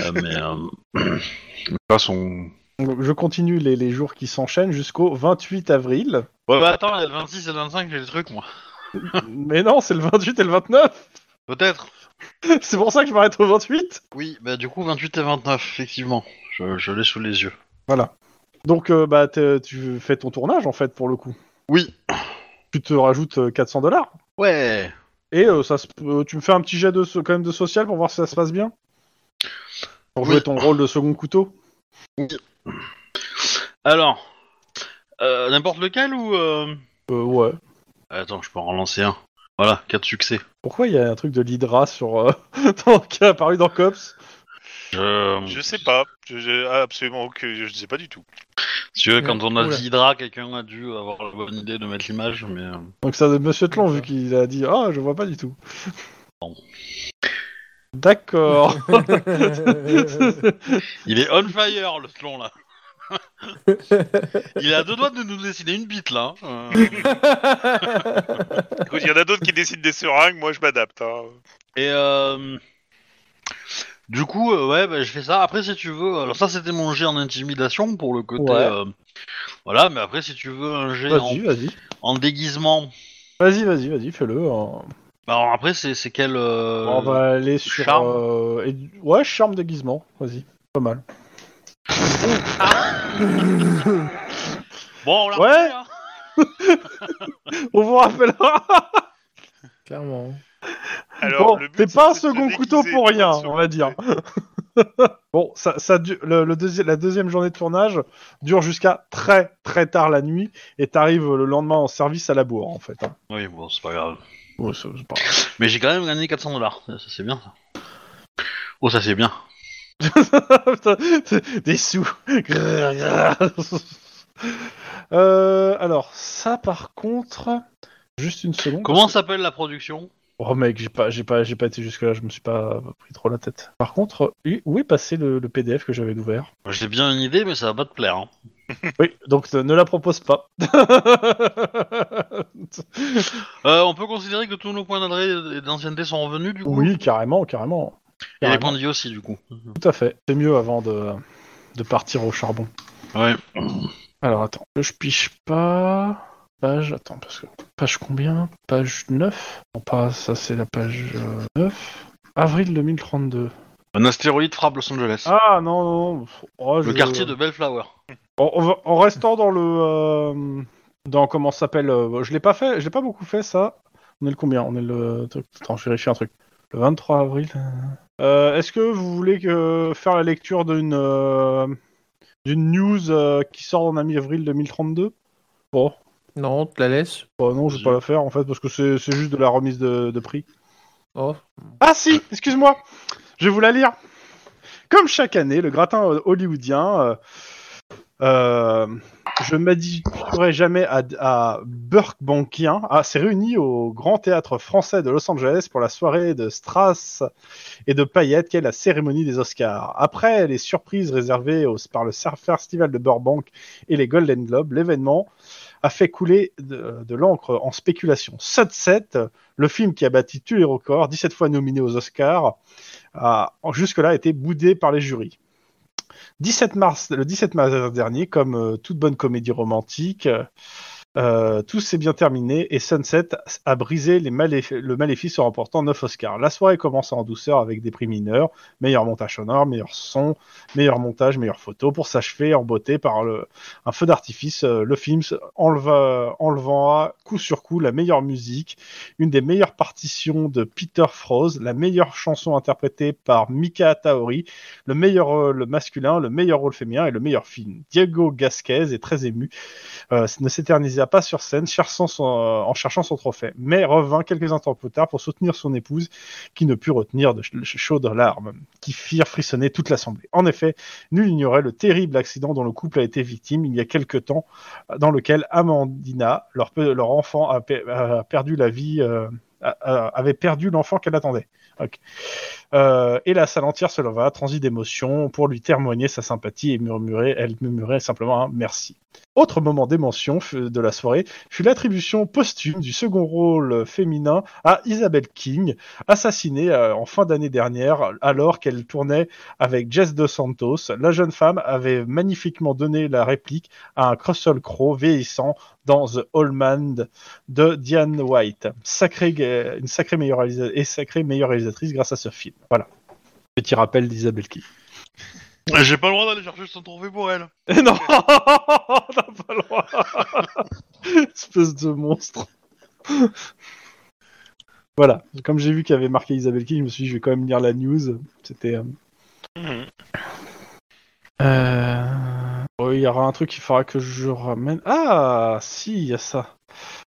[SPEAKER 3] euh, mais euh, pas son.
[SPEAKER 1] Donc, Je continue les, les jours qui s'enchaînent jusqu'au 28 avril.
[SPEAKER 2] *laughs*
[SPEAKER 3] Ouais, bah attends, il y a le 26 et le 25, j'ai des trucs moi.
[SPEAKER 1] Mais non, c'est le 28 et le 29
[SPEAKER 3] Peut-être.
[SPEAKER 1] *laughs* C'est pour ça que je m'arrête au 28
[SPEAKER 3] Oui, bah du coup 28 et 29, effectivement. Je, je l'ai sous les yeux.
[SPEAKER 1] Donc, euh, bah, t'es- tu fais ton tournage, en fait, pour le coup.
[SPEAKER 3] Oui.
[SPEAKER 1] Tu te rajoutes euh, 400 dollars.
[SPEAKER 3] Ouais.
[SPEAKER 1] Et euh, ça se- euh, tu me fais un petit jet de, so- quand même de social pour voir si ça se passe bien Pour jouer
[SPEAKER 3] Oui.
[SPEAKER 1] ton rôle de second couteau
[SPEAKER 3] Alors, euh, n'importe lequel ou. euh,
[SPEAKER 1] Euh, ouais.
[SPEAKER 3] Attends, je peux en relancer un. Voilà, 4 succès.
[SPEAKER 1] Pourquoi il y a un truc de l'Hydra sur, euh, *laughs* dans- qui est apparu dans Cops
[SPEAKER 3] Je...
[SPEAKER 2] Je sais pas. Je, je- ah, absolument aucun. Je, je sais pas du tout.
[SPEAKER 3] Si tu veux, quand on a
[SPEAKER 4] Oula.
[SPEAKER 3] dit Hydra, quelqu'un a dû avoir la bonne idée de mettre l'image, mais. euh,
[SPEAKER 1] Donc, ça, Monsieur Tlon, vu qu'il a dit Ah, je vois pas du tout.
[SPEAKER 3] Bon.
[SPEAKER 1] *laughs* D'accord.
[SPEAKER 3] Il est on fire, le slon,
[SPEAKER 1] *laughs*
[SPEAKER 3] là. Il a deux doigts de nous dessiner une bite, là. hein. Euh,
[SPEAKER 2] Écoute, il y en a d'autres qui décident des seringues. Moi, je m'adapte. hein.
[SPEAKER 3] Et. euh, Du coup, euh, ouais, bah, je fais ça. Après, si tu veux. Alors, ça, c'était mon jet en intimidation pour le côté.
[SPEAKER 1] Ouais.
[SPEAKER 3] euh, Voilà, mais après, si tu veux un jet en...
[SPEAKER 1] vas-y, vas-y.
[SPEAKER 3] en déguisement.
[SPEAKER 1] Vas-y, vas-y, vas-y, fais-le. hein.
[SPEAKER 3] Bah, Alors, après, c'est c'est quel. euh,
[SPEAKER 1] On va aller sur.
[SPEAKER 3] charme.
[SPEAKER 1] euh, édu- Ouais, charme déguisement, vas-y. Pas mal.
[SPEAKER 3] Bon, on l'a
[SPEAKER 1] Ouais.
[SPEAKER 3] fait, hein.
[SPEAKER 1] On vous rappellera
[SPEAKER 4] Clairement.
[SPEAKER 1] Bon,
[SPEAKER 2] le but,
[SPEAKER 1] t'es
[SPEAKER 2] c'est
[SPEAKER 1] pas un
[SPEAKER 2] de se
[SPEAKER 1] second
[SPEAKER 2] déguiser
[SPEAKER 1] couteau pour
[SPEAKER 2] pour
[SPEAKER 1] rien,
[SPEAKER 2] être second
[SPEAKER 1] on va dire. *laughs* bon, ça, ça du- le, le deuxi- la deuxième journée de tournage dure jusqu'à très très tard la nuit et t'arrives le lendemain en service à la bourre en fait. hein.
[SPEAKER 3] Oui, bon, c'est pas grave.
[SPEAKER 1] Ouais, c'est- c'est pas- *laughs*
[SPEAKER 3] Mais j'ai quand même gagné 400 dollars. Ça, ça, c'est bien, ça. Oh, ça, c'est bien.
[SPEAKER 1] Putain, c'est- Des sous. *laughs* Grrr, grrr. Euh, alors ça par contre, juste une seconde.
[SPEAKER 3] Comment s'appelle la production
[SPEAKER 1] Oh mec, j'ai pas, j'ai pas, j'ai pas été jusque là, je me suis pas pris trop la tête. Par contre, où- où est passé le, le PDF que j'avais ouvert
[SPEAKER 3] J'ai bien une idée, mais ça va pas te plaire. hein.
[SPEAKER 1] Oui, donc ne ne la propose pas. *laughs*
[SPEAKER 3] Euh, on peut considérer que tous nos points d'adresse et d'ancienneté sont revenus, du coup
[SPEAKER 1] oui, carrément, carrément,
[SPEAKER 3] Et les
[SPEAKER 1] carrément.
[SPEAKER 3] points de vie aussi, du coup.
[SPEAKER 1] tout à fait. C'est mieux avant de, de partir au charbon.
[SPEAKER 3] Ouais.
[SPEAKER 1] Alors attends, je piche pas. Page, attends, parce que. Page combien Page 9 Non, pas, ça c'est la page euh, 9. Avril 2032.
[SPEAKER 3] Un astéroïde frappe Los Angeles.
[SPEAKER 1] Ah non, non, non. Oh,
[SPEAKER 3] le
[SPEAKER 1] je-
[SPEAKER 3] quartier de Bellflower.
[SPEAKER 1] En, en va- en restant dans le euh, dans comment ça s'appelle euh, je l'ai pas fait je l'ai pas beaucoup fait ça on est le combien on est le truc attends je vérifie un truc le 23 avril euh. Euh, est-ce que vous voulez que faire la lecture d'une euh, d'une news euh, qui sort en avril 2032 bon
[SPEAKER 4] Non, on te la laisse.
[SPEAKER 1] Oh, bah non je vais pas la faire en fait parce que c'est c'est juste de la remise de, de prix
[SPEAKER 4] Oh.
[SPEAKER 1] ah si, excuse-moi, je vais vous la lire. Comme chaque année, le gratin euh, hollywoodien, euh, euh, je m'additionnerai jamais à, à Burkbankien, ah, s'est réuni au Grand Théâtre français de Los Angeles pour la soirée de Strass et de paillettes qu'est la cérémonie des Oscars. Après les surprises réservées au, par le Surf Festival de Burbank et les Golden Globes, l'événement a fait couler de, de l'encre en spéculation. Sunset, le film qui a battu tous les records, 17 fois nominé aux Oscars, a jusque-là été boudé par les jurys. 17 mars, le 17 mars dernier, comme euh, toute bonne comédie romantique, euh, tout s'est bien terminé et Sunset a brisé les maléf- le maléfice en remportant 9 Oscars. La soirée commence en douceur avec des prix mineurs, meilleur montage sonore, meilleur son, meilleur montage, meilleure photo, pour s'achever en beauté par le- un feu d'artifice. euh, le film se- enleva- enlevant coup sur coup la meilleure musique, une des meilleures partitions de Peter Froese, la meilleure chanson interprétée par Mika Taori, le meilleur rôle masculin, le meilleur rôle féminin et le meilleur film. Diego Gasquez est très ému, euh, ne s'éternisa la passe sur scène cherchant son- euh, en cherchant son trophée, mais revint quelques instants plus tard pour soutenir son épouse qui ne put retenir de ch- chaudes larmes qui firent frissonner toute l'assemblée. En effet, nul n'ignorait le terrible accident dont le couple a été victime il y a quelque temps, dans lequel Amandina, leur, pe- leur enfant, a, pe- a perdu la vie, euh, a- a- avait perdu l'enfant qu'elle attendait. Ok. Euh, et la salle entière se leva, transie d'émotion, pour lui témoigner sa sympathie et murmurer, elle murmurait simplement un merci. Autre moment d'émotion fu- de la soirée fut l'attribution posthume du second rôle féminin à Isabelle King, assassinée euh, en fin d'année dernière alors qu'elle tournait avec Jess Dos Santos. La jeune femme avait magnifiquement donné la réplique à un Russell Crowe vieillissant dans The Allman de Diane White. Sacré, ga- une sacrée meilleure, réalisa- et sacrée meilleure réalisatrice grâce à ce film. Voilà. Petit rappel d'Isabelle Key.
[SPEAKER 3] Et J'ai pas le droit d'aller chercher son trophée pour elle.
[SPEAKER 1] *laughs* non *laughs* T'as pas le droit *laughs* Espèce de monstre Voilà. Comme j'ai vu qu'il y avait marqué Isabelle Key, je me suis dit, je vais quand même lire la news. C'était... euh,
[SPEAKER 2] Mhm.
[SPEAKER 1] Oh, Il y aura un truc qu'il faudra que je ramène. Ah, si, il y a ça.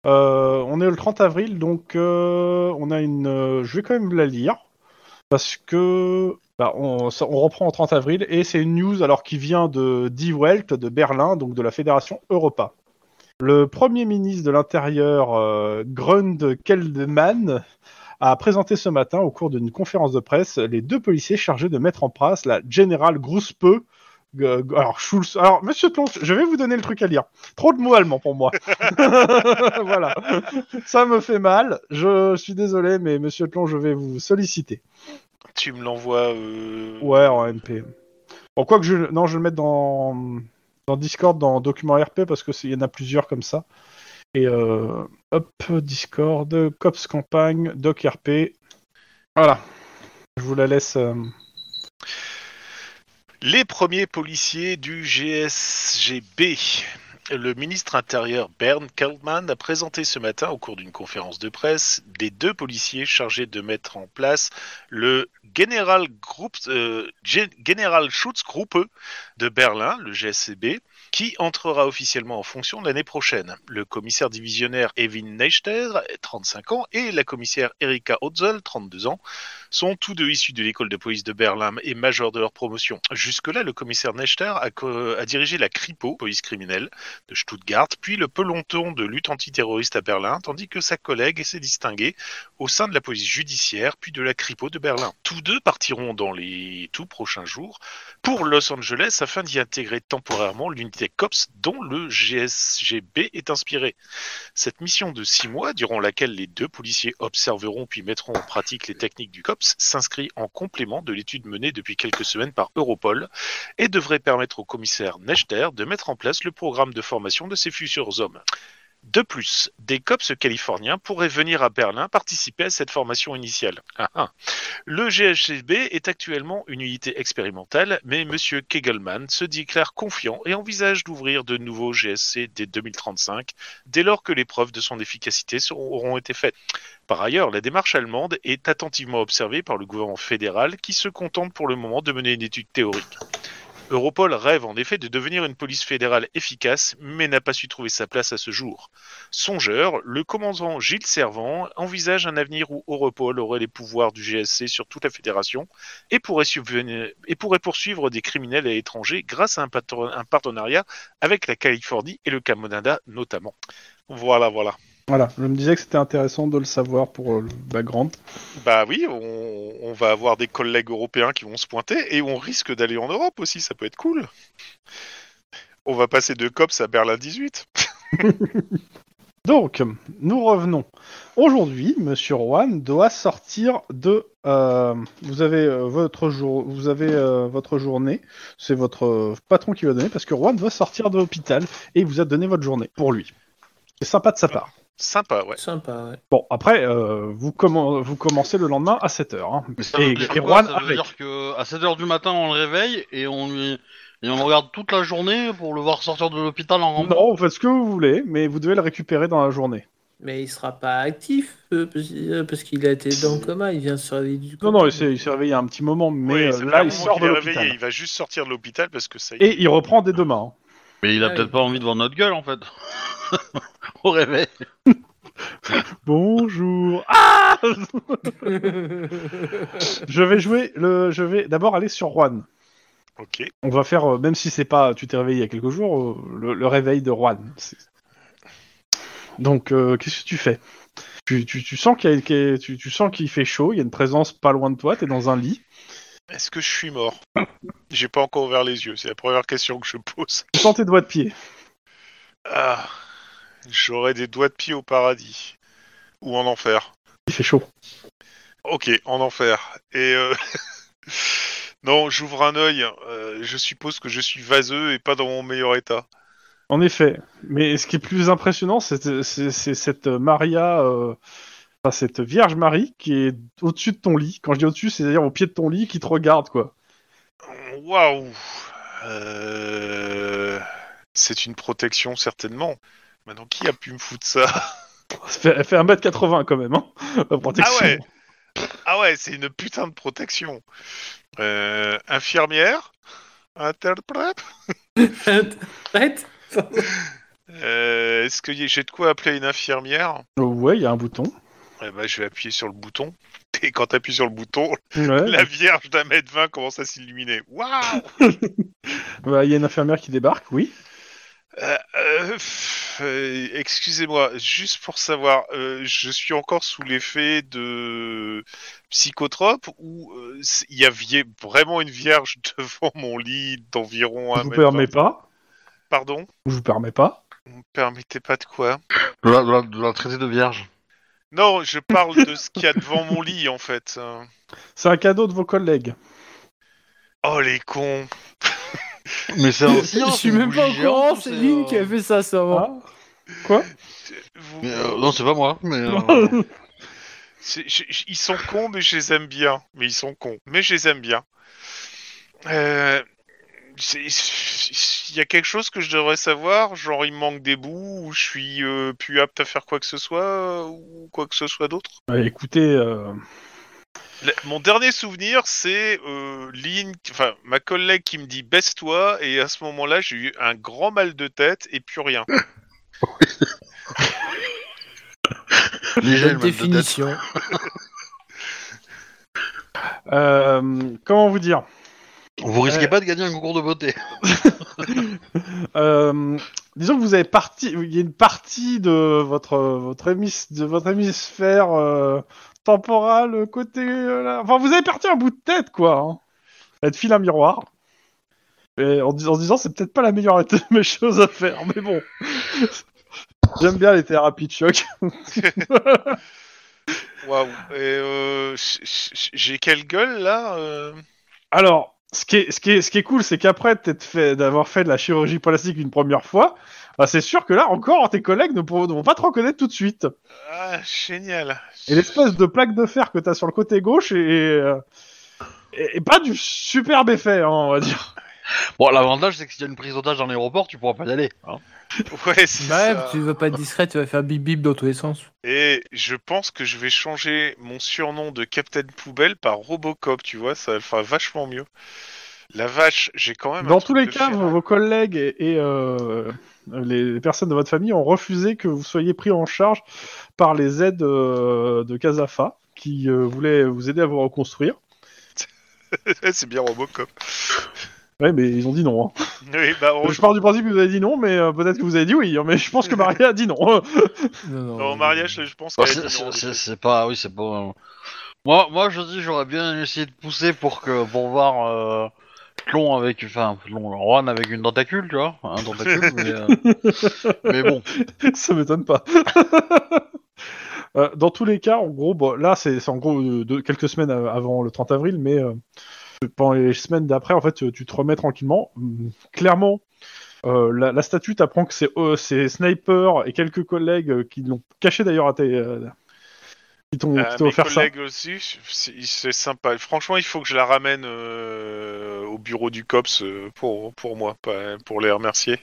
[SPEAKER 1] Euh, on est le 30 avril, donc euh, on a une. euh, je vais quand même la lire parce que bah, on, ça- on reprend en 30 avril et c'est une news alors qui vient de Die Welt de Berlin, donc de la fédération Europa. Le premier ministre de l'Intérieur, euh, Grund Keldemann, a présenté ce matin, au cours d'une conférence de presse, les deux policiers chargés de mettre en place la General Gruspe. euh, alors, Schulz. Alors, monsieur Plonge, je vais vous donner le truc à lire. Trop de mots allemands pour moi. *laughs* voilà. Ça me fait mal. Je suis désolé, mais monsieur Plonge, je vais vous solliciter.
[SPEAKER 2] Tu me l'envoies. euh,
[SPEAKER 1] Ouais, en MP. Bon, quoi que je. Non, je vais le mettre dans, dans Discord, dans Document RP, parce qu'il y en a plusieurs comme ça. Et euh, hop, Discord, Cops Campagne, Doc RP. Voilà. Je vous la laisse. euh,
[SPEAKER 2] Les premiers policiers du GSGB. Le ministre intérieur Bernd Kaltmann a présenté ce matin, au cours d'une conférence de presse, les deux policiers chargés de mettre en place le General, Group, euh, Gen- General Schutzgruppe de Berlin, le GSCB, qui entrera officiellement en fonction l'année prochaine. Le commissaire divisionnaire Evin Neichter, 35 ans, et la commissaire Erika Hotzel, 32 ans, sont tous deux issus de l'école de police de Berlin et majors de leur promotion. Jusque-là, le commissaire Nechter a, co- a dirigé la CRIPO, police criminelle, de Stuttgart, puis le peloton de lutte antiterroriste à Berlin, tandis que sa collègue s'est distinguée au sein de la police judiciaire, puis de la CRIPO de Berlin. Tous deux partiront dans les tout prochains jours pour Los Angeles afin d'y intégrer temporairement l'unité COPS dont le GSGB est inspiré. Cette mission de six mois, durant laquelle les deux policiers observeront puis mettront en pratique les techniques du COPS, s'inscrit en complément de l'étude menée depuis quelques semaines par Europol et devrait permettre au commissaire Nechter de mettre en place le programme de formation de ses futurs hommes. De plus, des COPS californiens pourraient venir à Berlin participer à cette formation initiale. Ah ah. Le GHCB est actuellement une unité expérimentale, mais M. Kegelman se déclare confiant et envisage d'ouvrir de nouveaux GSC dès 2035 dès lors que les preuves de son efficacité seront- auront été faites. Par ailleurs, la démarche allemande est attentivement observée par le gouvernement fédéral qui se contente pour le moment de mener une étude théorique. Europol rêve en effet de devenir une police fédérale efficace, mais n'a pas su trouver sa place à ce jour. Songeur, le commandant Gilles Servant envisage un avenir où Europol aurait les pouvoirs du GSC sur toute la fédération et pourrait, subvenir- et pourrait poursuivre des criminels à l'étranger grâce à un patron- un partenariat avec la Californie et le Canada notamment. Voilà, voilà.
[SPEAKER 1] Voilà. Je me disais que c'était intéressant de le savoir pour euh, le background.
[SPEAKER 2] Bah oui, on, on va avoir des collègues européens qui vont se pointer et on risque d'aller en Europe aussi, ça peut être cool. On va passer de COPS à Berlin 18.
[SPEAKER 1] Donc, nous revenons. Aujourd'hui, Monsieur Rouen doit sortir de. euh, vous avez euh, votre jour, vous avez euh, votre journée. C'est votre euh, patron qui va donner parce que Rouen doit sortir de l'hôpital et il vous a donné votre journée pour lui. C'est sympa de sa part.
[SPEAKER 2] Sympa, ouais.
[SPEAKER 4] Sympa, ouais.
[SPEAKER 1] Bon, après, euh, vous, commen- vous commencez le lendemain à 7h.
[SPEAKER 3] Mais ça
[SPEAKER 1] Et-
[SPEAKER 3] veut dire
[SPEAKER 1] et
[SPEAKER 3] quoi
[SPEAKER 1] Juan
[SPEAKER 3] Ça veut
[SPEAKER 1] avec.
[SPEAKER 3] dire que à 7h du matin, on le réveille et on lui et on le regarde toute la journée pour le voir sortir de l'hôpital en rampant.
[SPEAKER 1] Non, vous faites ce que vous voulez, mais vous devez le récupérer dans la journée.
[SPEAKER 4] Mais il sera pas actif euh, parce- euh, parce qu'il a été dans le coma, il vient de se réveiller du
[SPEAKER 1] Non,
[SPEAKER 4] coma.
[SPEAKER 1] non, il
[SPEAKER 4] *laughs*
[SPEAKER 1] s'est il s'est réveillé un petit moment, mais
[SPEAKER 2] Oui,
[SPEAKER 1] euh,
[SPEAKER 2] ça fait un
[SPEAKER 1] là, il
[SPEAKER 2] moment
[SPEAKER 1] sort
[SPEAKER 2] qu'il
[SPEAKER 1] de
[SPEAKER 2] est
[SPEAKER 1] l'hôpital.
[SPEAKER 2] réveillé, Il va juste sortir de l'hôpital parce que ça y est.
[SPEAKER 1] Et il reprend dès demain. hein.
[SPEAKER 3] Mais il a
[SPEAKER 4] Ah
[SPEAKER 3] peut-être
[SPEAKER 4] oui.
[SPEAKER 3] pas envie de voir notre gueule en fait. *laughs* Au réveil.
[SPEAKER 1] Bonjour. Ah je vais jouer le. Je vais d'abord aller sur Juan.
[SPEAKER 2] Ok.
[SPEAKER 1] On va faire, euh, même si c'est pas, tu t'es réveillé il y a quelques jours, euh, le, le réveil de Juan. C'est- Donc, euh, qu'est-ce que tu fais tu, tu, tu sens qu'il y a- qu'il y a- tu, tu sens qu'il fait chaud. Il y a une présence pas loin de toi. T'es dans un lit.
[SPEAKER 2] Est-ce que je suis mort J'ai pas encore ouvert les yeux, c'est la première question que je pose.
[SPEAKER 1] Tu sens tes doigts de pied.
[SPEAKER 2] Ah, j'aurais des doigts de pied au paradis. Ou en enfer.
[SPEAKER 1] Il fait chaud.
[SPEAKER 2] Ok, en enfer. Et euh, *laughs* non, j'ouvre un œil. euh, je suppose que je suis vaseux et pas dans mon meilleur état.
[SPEAKER 1] En effet. Mais ce qui est plus impressionnant, c'est c'est- c'est cette Maria, euh, enfin, cette Vierge Marie qui est au-dessus de ton lit. Quand je dis au-dessus, c'est-à-dire au pied de ton lit, qui te regarde, quoi.
[SPEAKER 2] Waouh Euh, C'est une protection certainement. Maintenant, qui a pu me foutre ça *laughs*
[SPEAKER 1] Ça fait- Elle fait 1m80 quand même, hein, *laughs* la protection.
[SPEAKER 2] Ah ouais Ah ouais, c'est une putain de protection. Euh, infirmière Interprète
[SPEAKER 4] Prête
[SPEAKER 2] Euh, Est-ce que y- j'ai de quoi appeler une infirmière
[SPEAKER 1] Euh, ouais, il y a un bouton.
[SPEAKER 2] Eh ben, je vais appuyer sur le bouton. *laughs* Et quand t'appuies sur le bouton,
[SPEAKER 1] Ouais.
[SPEAKER 2] La vierge d'un mètre vingt commence à s'illuminer. Waouh
[SPEAKER 1] Bah, Il y a une infirmière qui débarque, oui.
[SPEAKER 2] Euh, euh, pff, euh, Excusez-moi, juste pour savoir, euh, je suis encore sous l'effet de psychotrope ou euh, c'est- il y avait vraiment une vierge *laughs* devant mon lit d'environ
[SPEAKER 1] Je
[SPEAKER 2] un
[SPEAKER 1] vous
[SPEAKER 2] mètre
[SPEAKER 1] permets
[SPEAKER 2] vingt
[SPEAKER 1] pas.
[SPEAKER 2] Pardon
[SPEAKER 1] Je vous permets pas.
[SPEAKER 2] Vous me permettez pas de quoi
[SPEAKER 3] De la, de la- de la traiter de vierge.
[SPEAKER 2] Non, je parle de ce qu'il y a devant mon lit en fait. Euh,
[SPEAKER 1] C'est un cadeau de vos collègues.
[SPEAKER 2] Oh les cons
[SPEAKER 3] Mais c'est
[SPEAKER 4] *laughs*
[SPEAKER 3] hein,
[SPEAKER 4] Je
[SPEAKER 3] un
[SPEAKER 4] je suis même pas au courant, c'est
[SPEAKER 3] euh,
[SPEAKER 4] Lynn qui a fait ça, hein. ça va.
[SPEAKER 1] Ah.
[SPEAKER 2] Vous-
[SPEAKER 3] non, c'est pas moi, mais.
[SPEAKER 4] *laughs*
[SPEAKER 3] euh,
[SPEAKER 2] C'est- je- je- ils sont cons, mais je les aime bien. Mais ils sont cons, mais je les aime bien. Euh, c'est- Il y a quelque chose que je devrais savoir, genre il me manque des bouts, ou je suis euh, plus apte à faire quoi que ce soit, euh, ou quoi que ce soit d'autre.
[SPEAKER 1] Bah, écoutez, euh,
[SPEAKER 2] La- Mon dernier souvenir, c'est euh, Lynn, enfin ma collègue qui me dit baisse-toi, et à ce moment-là, j'ai eu un grand mal de tête et plus rien.
[SPEAKER 3] Léger, le
[SPEAKER 4] Bonne
[SPEAKER 3] mal de tête.
[SPEAKER 4] définition.
[SPEAKER 1] euh, comment vous dire
[SPEAKER 3] Vous risquez
[SPEAKER 1] Euh.
[SPEAKER 3] pas de gagner un concours de beauté. *laughs*
[SPEAKER 1] Euh, disons que vous avez parti, il y a une partie de votre votre hémis, de votre hémisphère euh, temporal côté, euh, là. enfin vous avez parti un bout de tête quoi. Hein. Elle te file un miroir. Et en, dis- en se disant c'est peut-être pas la meilleure *laughs* de mes choses à faire, mais bon. J'aime bien les thérapies de choc.
[SPEAKER 2] Waouh. Et euh, j- j- j'ai quelle gueule là euh
[SPEAKER 1] Alors, ce qui est, ce qui est, ce qui est cool, c'est qu'après t'être fait- d'avoir fait de la chirurgie plastique une première fois, bah, c'est sûr que là encore tes collègues ne, pourront- ne vont pas te reconnaître tout de suite.
[SPEAKER 2] Ah, génial.
[SPEAKER 1] Et l'espèce de plaque de fer que t'as sur le côté gauche est, euh, est- est pas du superbe effet, hein, on va dire.
[SPEAKER 3] Bon, l'avantage, c'est que s'il y a une prise d'otage dans l'aéroport, tu pourras pas y aller. hein.
[SPEAKER 2] Ouais, c'est
[SPEAKER 1] Bah
[SPEAKER 2] ça.
[SPEAKER 4] Bref, Bah,
[SPEAKER 3] euh,
[SPEAKER 4] tu veux pas être discret, tu vas faire bip bip dans tous les sens.
[SPEAKER 2] Et je pense que je vais changer mon surnom de Captain Poubelle par Robocop, tu vois, ça va le faire vachement mieux. La vache, j'ai quand même. un
[SPEAKER 1] Dans
[SPEAKER 2] truc
[SPEAKER 1] tous les
[SPEAKER 2] de
[SPEAKER 1] cas,
[SPEAKER 2] fier.
[SPEAKER 1] vos, vos collègues et, et, euh, les personnes de votre famille ont refusé que vous soyez pris en charge par les aides euh, de Casafa, qui euh, voulaient vous aider à vous reconstruire.
[SPEAKER 2] *laughs* c'est bien Robocop.
[SPEAKER 1] Ouais, mais ils ont dit non. hein.
[SPEAKER 2] Oui, bah,
[SPEAKER 1] Je pars du principe que vous avez dit non, mais euh, peut-être que vous avez dit oui. hein, Mais je pense que Maria a dit non.
[SPEAKER 4] Non, non,
[SPEAKER 2] au mariage, là, je pense
[SPEAKER 3] Bon,
[SPEAKER 2] qu'elle
[SPEAKER 3] c'est-
[SPEAKER 2] est
[SPEAKER 3] c'est-
[SPEAKER 2] numéro
[SPEAKER 3] c'est
[SPEAKER 2] deux.
[SPEAKER 3] c'est pas. Oui, c'est pas. euh, Moi, moi, je dis, j'aurais bien essayé de pousser pour que pour voir euh, Clon avec, enfin, Clon, Juan avec une tentacule, tu vois, un
[SPEAKER 2] *laughs*
[SPEAKER 3] tentacule. mais, euh, mais bon,
[SPEAKER 1] *laughs* Ça m'étonne pas. Euh, dans tous les cas, en gros, bon, là, c'est c'est en gros euh, deux- quelques semaines euh, avant le 30 avril, mais euh, pendant les semaines d'après, en fait, euh, tu, tu te remets tranquillement. Hum, Clairement, euh, la, la statue t'apprend que c'est euh, c'est Sniper et quelques collègues euh, qui l'ont caché d'ailleurs à tes. euh, qui t'ont
[SPEAKER 2] Euh,
[SPEAKER 1] qui t'ont
[SPEAKER 2] mes
[SPEAKER 1] offert ça.
[SPEAKER 2] collègues aussi, c'est c'est sympa. Franchement, il faut que je la ramène euh, au bureau du COPS euh, pour, pour moi, pas- pour les remercier.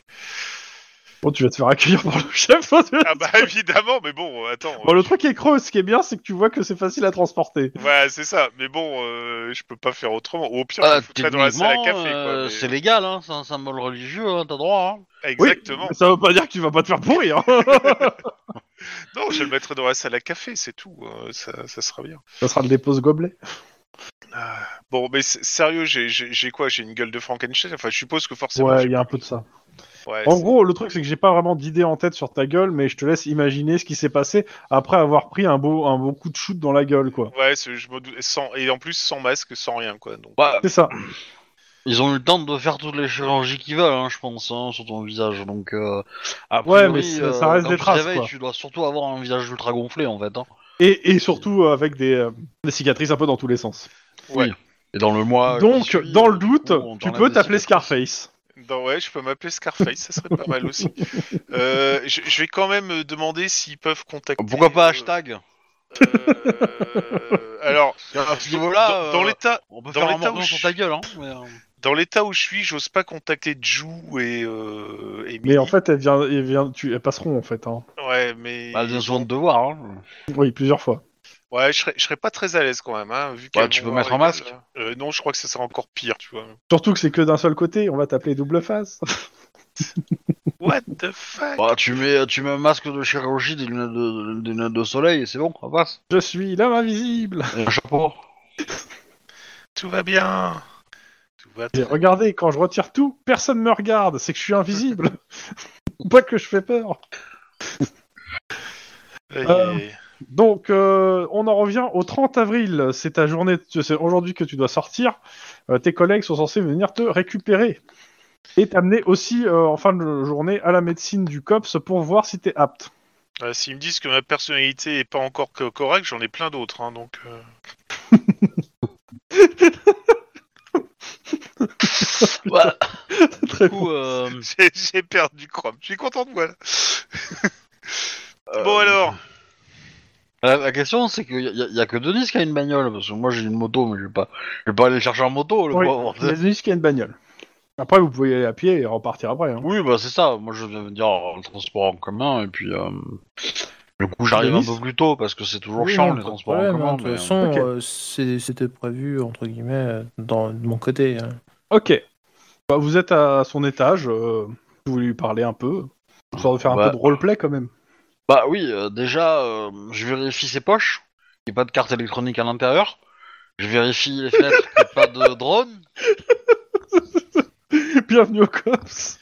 [SPEAKER 1] Bon, tu vas te faire accueillir par le chef. hein, tu vois.
[SPEAKER 2] Ah bah *laughs* évidemment, mais bon, attends.
[SPEAKER 1] Bon,
[SPEAKER 2] euh,
[SPEAKER 1] le truc est creux, ce qui est bien, c'est que tu vois que c'est facile à transporter.
[SPEAKER 2] Voilà, c'est ça. Mais bon, euh, je peux pas faire autrement. Ou au pire, je
[SPEAKER 3] Ah,
[SPEAKER 2] me foutrais dans la salle à
[SPEAKER 3] techniquement,
[SPEAKER 2] café. quoi,
[SPEAKER 3] euh,
[SPEAKER 2] mais-
[SPEAKER 3] C'est légal, hein, c'est un symbole religieux, hein, t'as droit. Hein.
[SPEAKER 2] Exactement.
[SPEAKER 1] Mais ça veut pas dire que tu vas pas te faire pourrir. hein.
[SPEAKER 2] Non, je vais le mettre dans la salle à café, c'est tout. euh, ça, ça sera bien.
[SPEAKER 1] *laughs* ça sera le dépose gobelet.
[SPEAKER 2] Ah, Bon, mais c'est- sérieux, j'ai- j'ai j'ai quoi J'ai une gueule de Frankenstein Enfin, je suppose que forcément.
[SPEAKER 1] Ouais,
[SPEAKER 2] j'ai-
[SPEAKER 1] il y a un peu de ça.
[SPEAKER 2] ouais,
[SPEAKER 1] En
[SPEAKER 2] c'est-
[SPEAKER 1] gros, le truc, c'est que j'ai pas vraiment d'idée en tête sur ta gueule, mais je te laisse imaginer ce qui s'est passé après avoir pris un beau, un beau coup de shoot dans la gueule, quoi.
[SPEAKER 2] Ouais, c'est- je me doute- sans... et en plus sans masque, sans rien, quoi. Donc,
[SPEAKER 3] Bah,
[SPEAKER 1] C'est ça.
[SPEAKER 3] ils ont eu le temps de faire toutes les chirurgies qu'ils veulent, hein, je pense, hein, sur ton visage. Donc, euh, a
[SPEAKER 1] Ouais, mais
[SPEAKER 3] priori, euh,
[SPEAKER 1] ça- ça reste
[SPEAKER 3] quand
[SPEAKER 1] des
[SPEAKER 3] tu te
[SPEAKER 1] traces,
[SPEAKER 3] réveilles,
[SPEAKER 1] quoi.
[SPEAKER 3] Tu dois surtout avoir un visage ultra gonflé, en fait. Hein.
[SPEAKER 1] Et, et surtout euh, avec des, euh, des cicatrices un peu dans tous les sens.
[SPEAKER 3] Et dans le mois.
[SPEAKER 1] Donc,
[SPEAKER 3] qui suit,
[SPEAKER 1] dans le
[SPEAKER 3] euh,
[SPEAKER 1] doute,
[SPEAKER 3] du coup, on
[SPEAKER 1] tu
[SPEAKER 3] t'enlève
[SPEAKER 1] peux
[SPEAKER 3] des
[SPEAKER 1] t'appeler
[SPEAKER 3] cicatrices.
[SPEAKER 1] Scarface.
[SPEAKER 2] Non, ouais, je peux m'appeler Scarface, ça serait pas
[SPEAKER 1] *laughs*
[SPEAKER 2] mal aussi. Euh, je, je vais quand même euh, demander s'ils peuvent contacter.
[SPEAKER 3] Pourquoi pas
[SPEAKER 2] euh,
[SPEAKER 3] hashtag
[SPEAKER 2] euh, Alors,
[SPEAKER 3] À ce niveau-là,
[SPEAKER 2] dans, dans
[SPEAKER 3] euh,
[SPEAKER 2] l'état,
[SPEAKER 3] On peut
[SPEAKER 2] dans
[SPEAKER 3] faire un
[SPEAKER 2] l'état où
[SPEAKER 3] mordant
[SPEAKER 2] je
[SPEAKER 3] sur ta gueule, hein. mais, euh,
[SPEAKER 2] dans l'état où je suis, j'ose pas contacter Ju et. euh,
[SPEAKER 1] Mais
[SPEAKER 2] et Millie.
[SPEAKER 1] en fait, elles, vient, elles, vient- tu, elles passeront, en fait. Hein.
[SPEAKER 2] ouais, mais
[SPEAKER 3] Bah, bien souvent de devoir. Hein.
[SPEAKER 1] Oui, plusieurs fois.
[SPEAKER 2] ouais, je serais, je serais pas très à l'aise quand même, hein, vu
[SPEAKER 3] Bah,
[SPEAKER 2] qu'elles
[SPEAKER 3] tu
[SPEAKER 2] vont
[SPEAKER 3] peux
[SPEAKER 2] voir
[SPEAKER 3] mettre un
[SPEAKER 2] les-
[SPEAKER 3] masque.
[SPEAKER 2] Euh, non, je crois que ça sera encore pire, tu vois.
[SPEAKER 1] Surtout que c'est que d'un seul côté, on va t'appeler double face.
[SPEAKER 2] What the fuck
[SPEAKER 3] Bah, tu mets, tu mets un masque de chirurgie, des lunettes de, des lunettes de soleil, et c'est bon, ça passe.
[SPEAKER 1] Je suis l'homme invisible.
[SPEAKER 3] Et un
[SPEAKER 1] *laughs*
[SPEAKER 3] chapeau.
[SPEAKER 2] Tout va bien. Tout va
[SPEAKER 1] Et
[SPEAKER 2] très
[SPEAKER 1] regardez, quand je retire tout, personne me regarde, c'est que je suis invisible. *laughs* Pas que je fais peur.
[SPEAKER 2] bien.
[SPEAKER 1] Donc, euh, on en revient au 30 avril. C'est ta journée, c'est aujourd'hui que tu dois sortir. Euh, tes collègues sont censés venir te récupérer. Et t'amener aussi euh, en fin de journée à la médecine du COPS pour voir si t'es apte.
[SPEAKER 2] Euh, S'ils me disent que ma personnalité est pas encore co- correcte, j'en ai plein d'autres, hein, donc. euh, *laughs*
[SPEAKER 3] Bah,
[SPEAKER 1] Très
[SPEAKER 3] du coup, euh,
[SPEAKER 2] J'ai j'ai perdu Chrome. Je suis content de moi. là.
[SPEAKER 3] euh,
[SPEAKER 2] Bon alors,
[SPEAKER 3] La, la question, c'est qu'il y, a- y a que Denis qui a une bagnole, parce que moi j'ai une moto, mais je vais pas, je vais pas aller le chercher en moto, le
[SPEAKER 1] Oui,
[SPEAKER 3] pauvre.
[SPEAKER 1] il y a Denis qui a une bagnole. Après, vous pouvez y aller à pied et repartir après. hein.
[SPEAKER 3] Oui, bah c'est ça. Moi, je viens de dire euh, le transport en commun, et puis euh, du coup, j'arrive un
[SPEAKER 1] Denis
[SPEAKER 3] peu plus tôt parce que c'est toujours
[SPEAKER 4] Oui,
[SPEAKER 3] chiant
[SPEAKER 4] non,
[SPEAKER 3] les
[SPEAKER 4] pas de
[SPEAKER 3] transports
[SPEAKER 4] problème,
[SPEAKER 3] en commun.
[SPEAKER 4] hein, De
[SPEAKER 3] mais,
[SPEAKER 4] toute
[SPEAKER 3] euh,
[SPEAKER 4] façon,
[SPEAKER 1] ok.
[SPEAKER 4] euh, c'est- c'était prévu, entre guillemets, euh, dans, de mon côté. hein.
[SPEAKER 1] Ok. Bah, vous êtes à son étage. euh, vous lui parlez un peu. Histoire de faire un
[SPEAKER 3] Bah.
[SPEAKER 1] peu de roleplay quand même. *laughs*
[SPEAKER 3] Bah oui, euh, déjà, euh, je vérifie ses poches, qu'il n'y a pas de carte électronique à l'intérieur. Je vérifie les fenêtres, qu'il n'y a pas
[SPEAKER 4] *laughs*
[SPEAKER 3] de drone.
[SPEAKER 1] Bienvenue au COPS.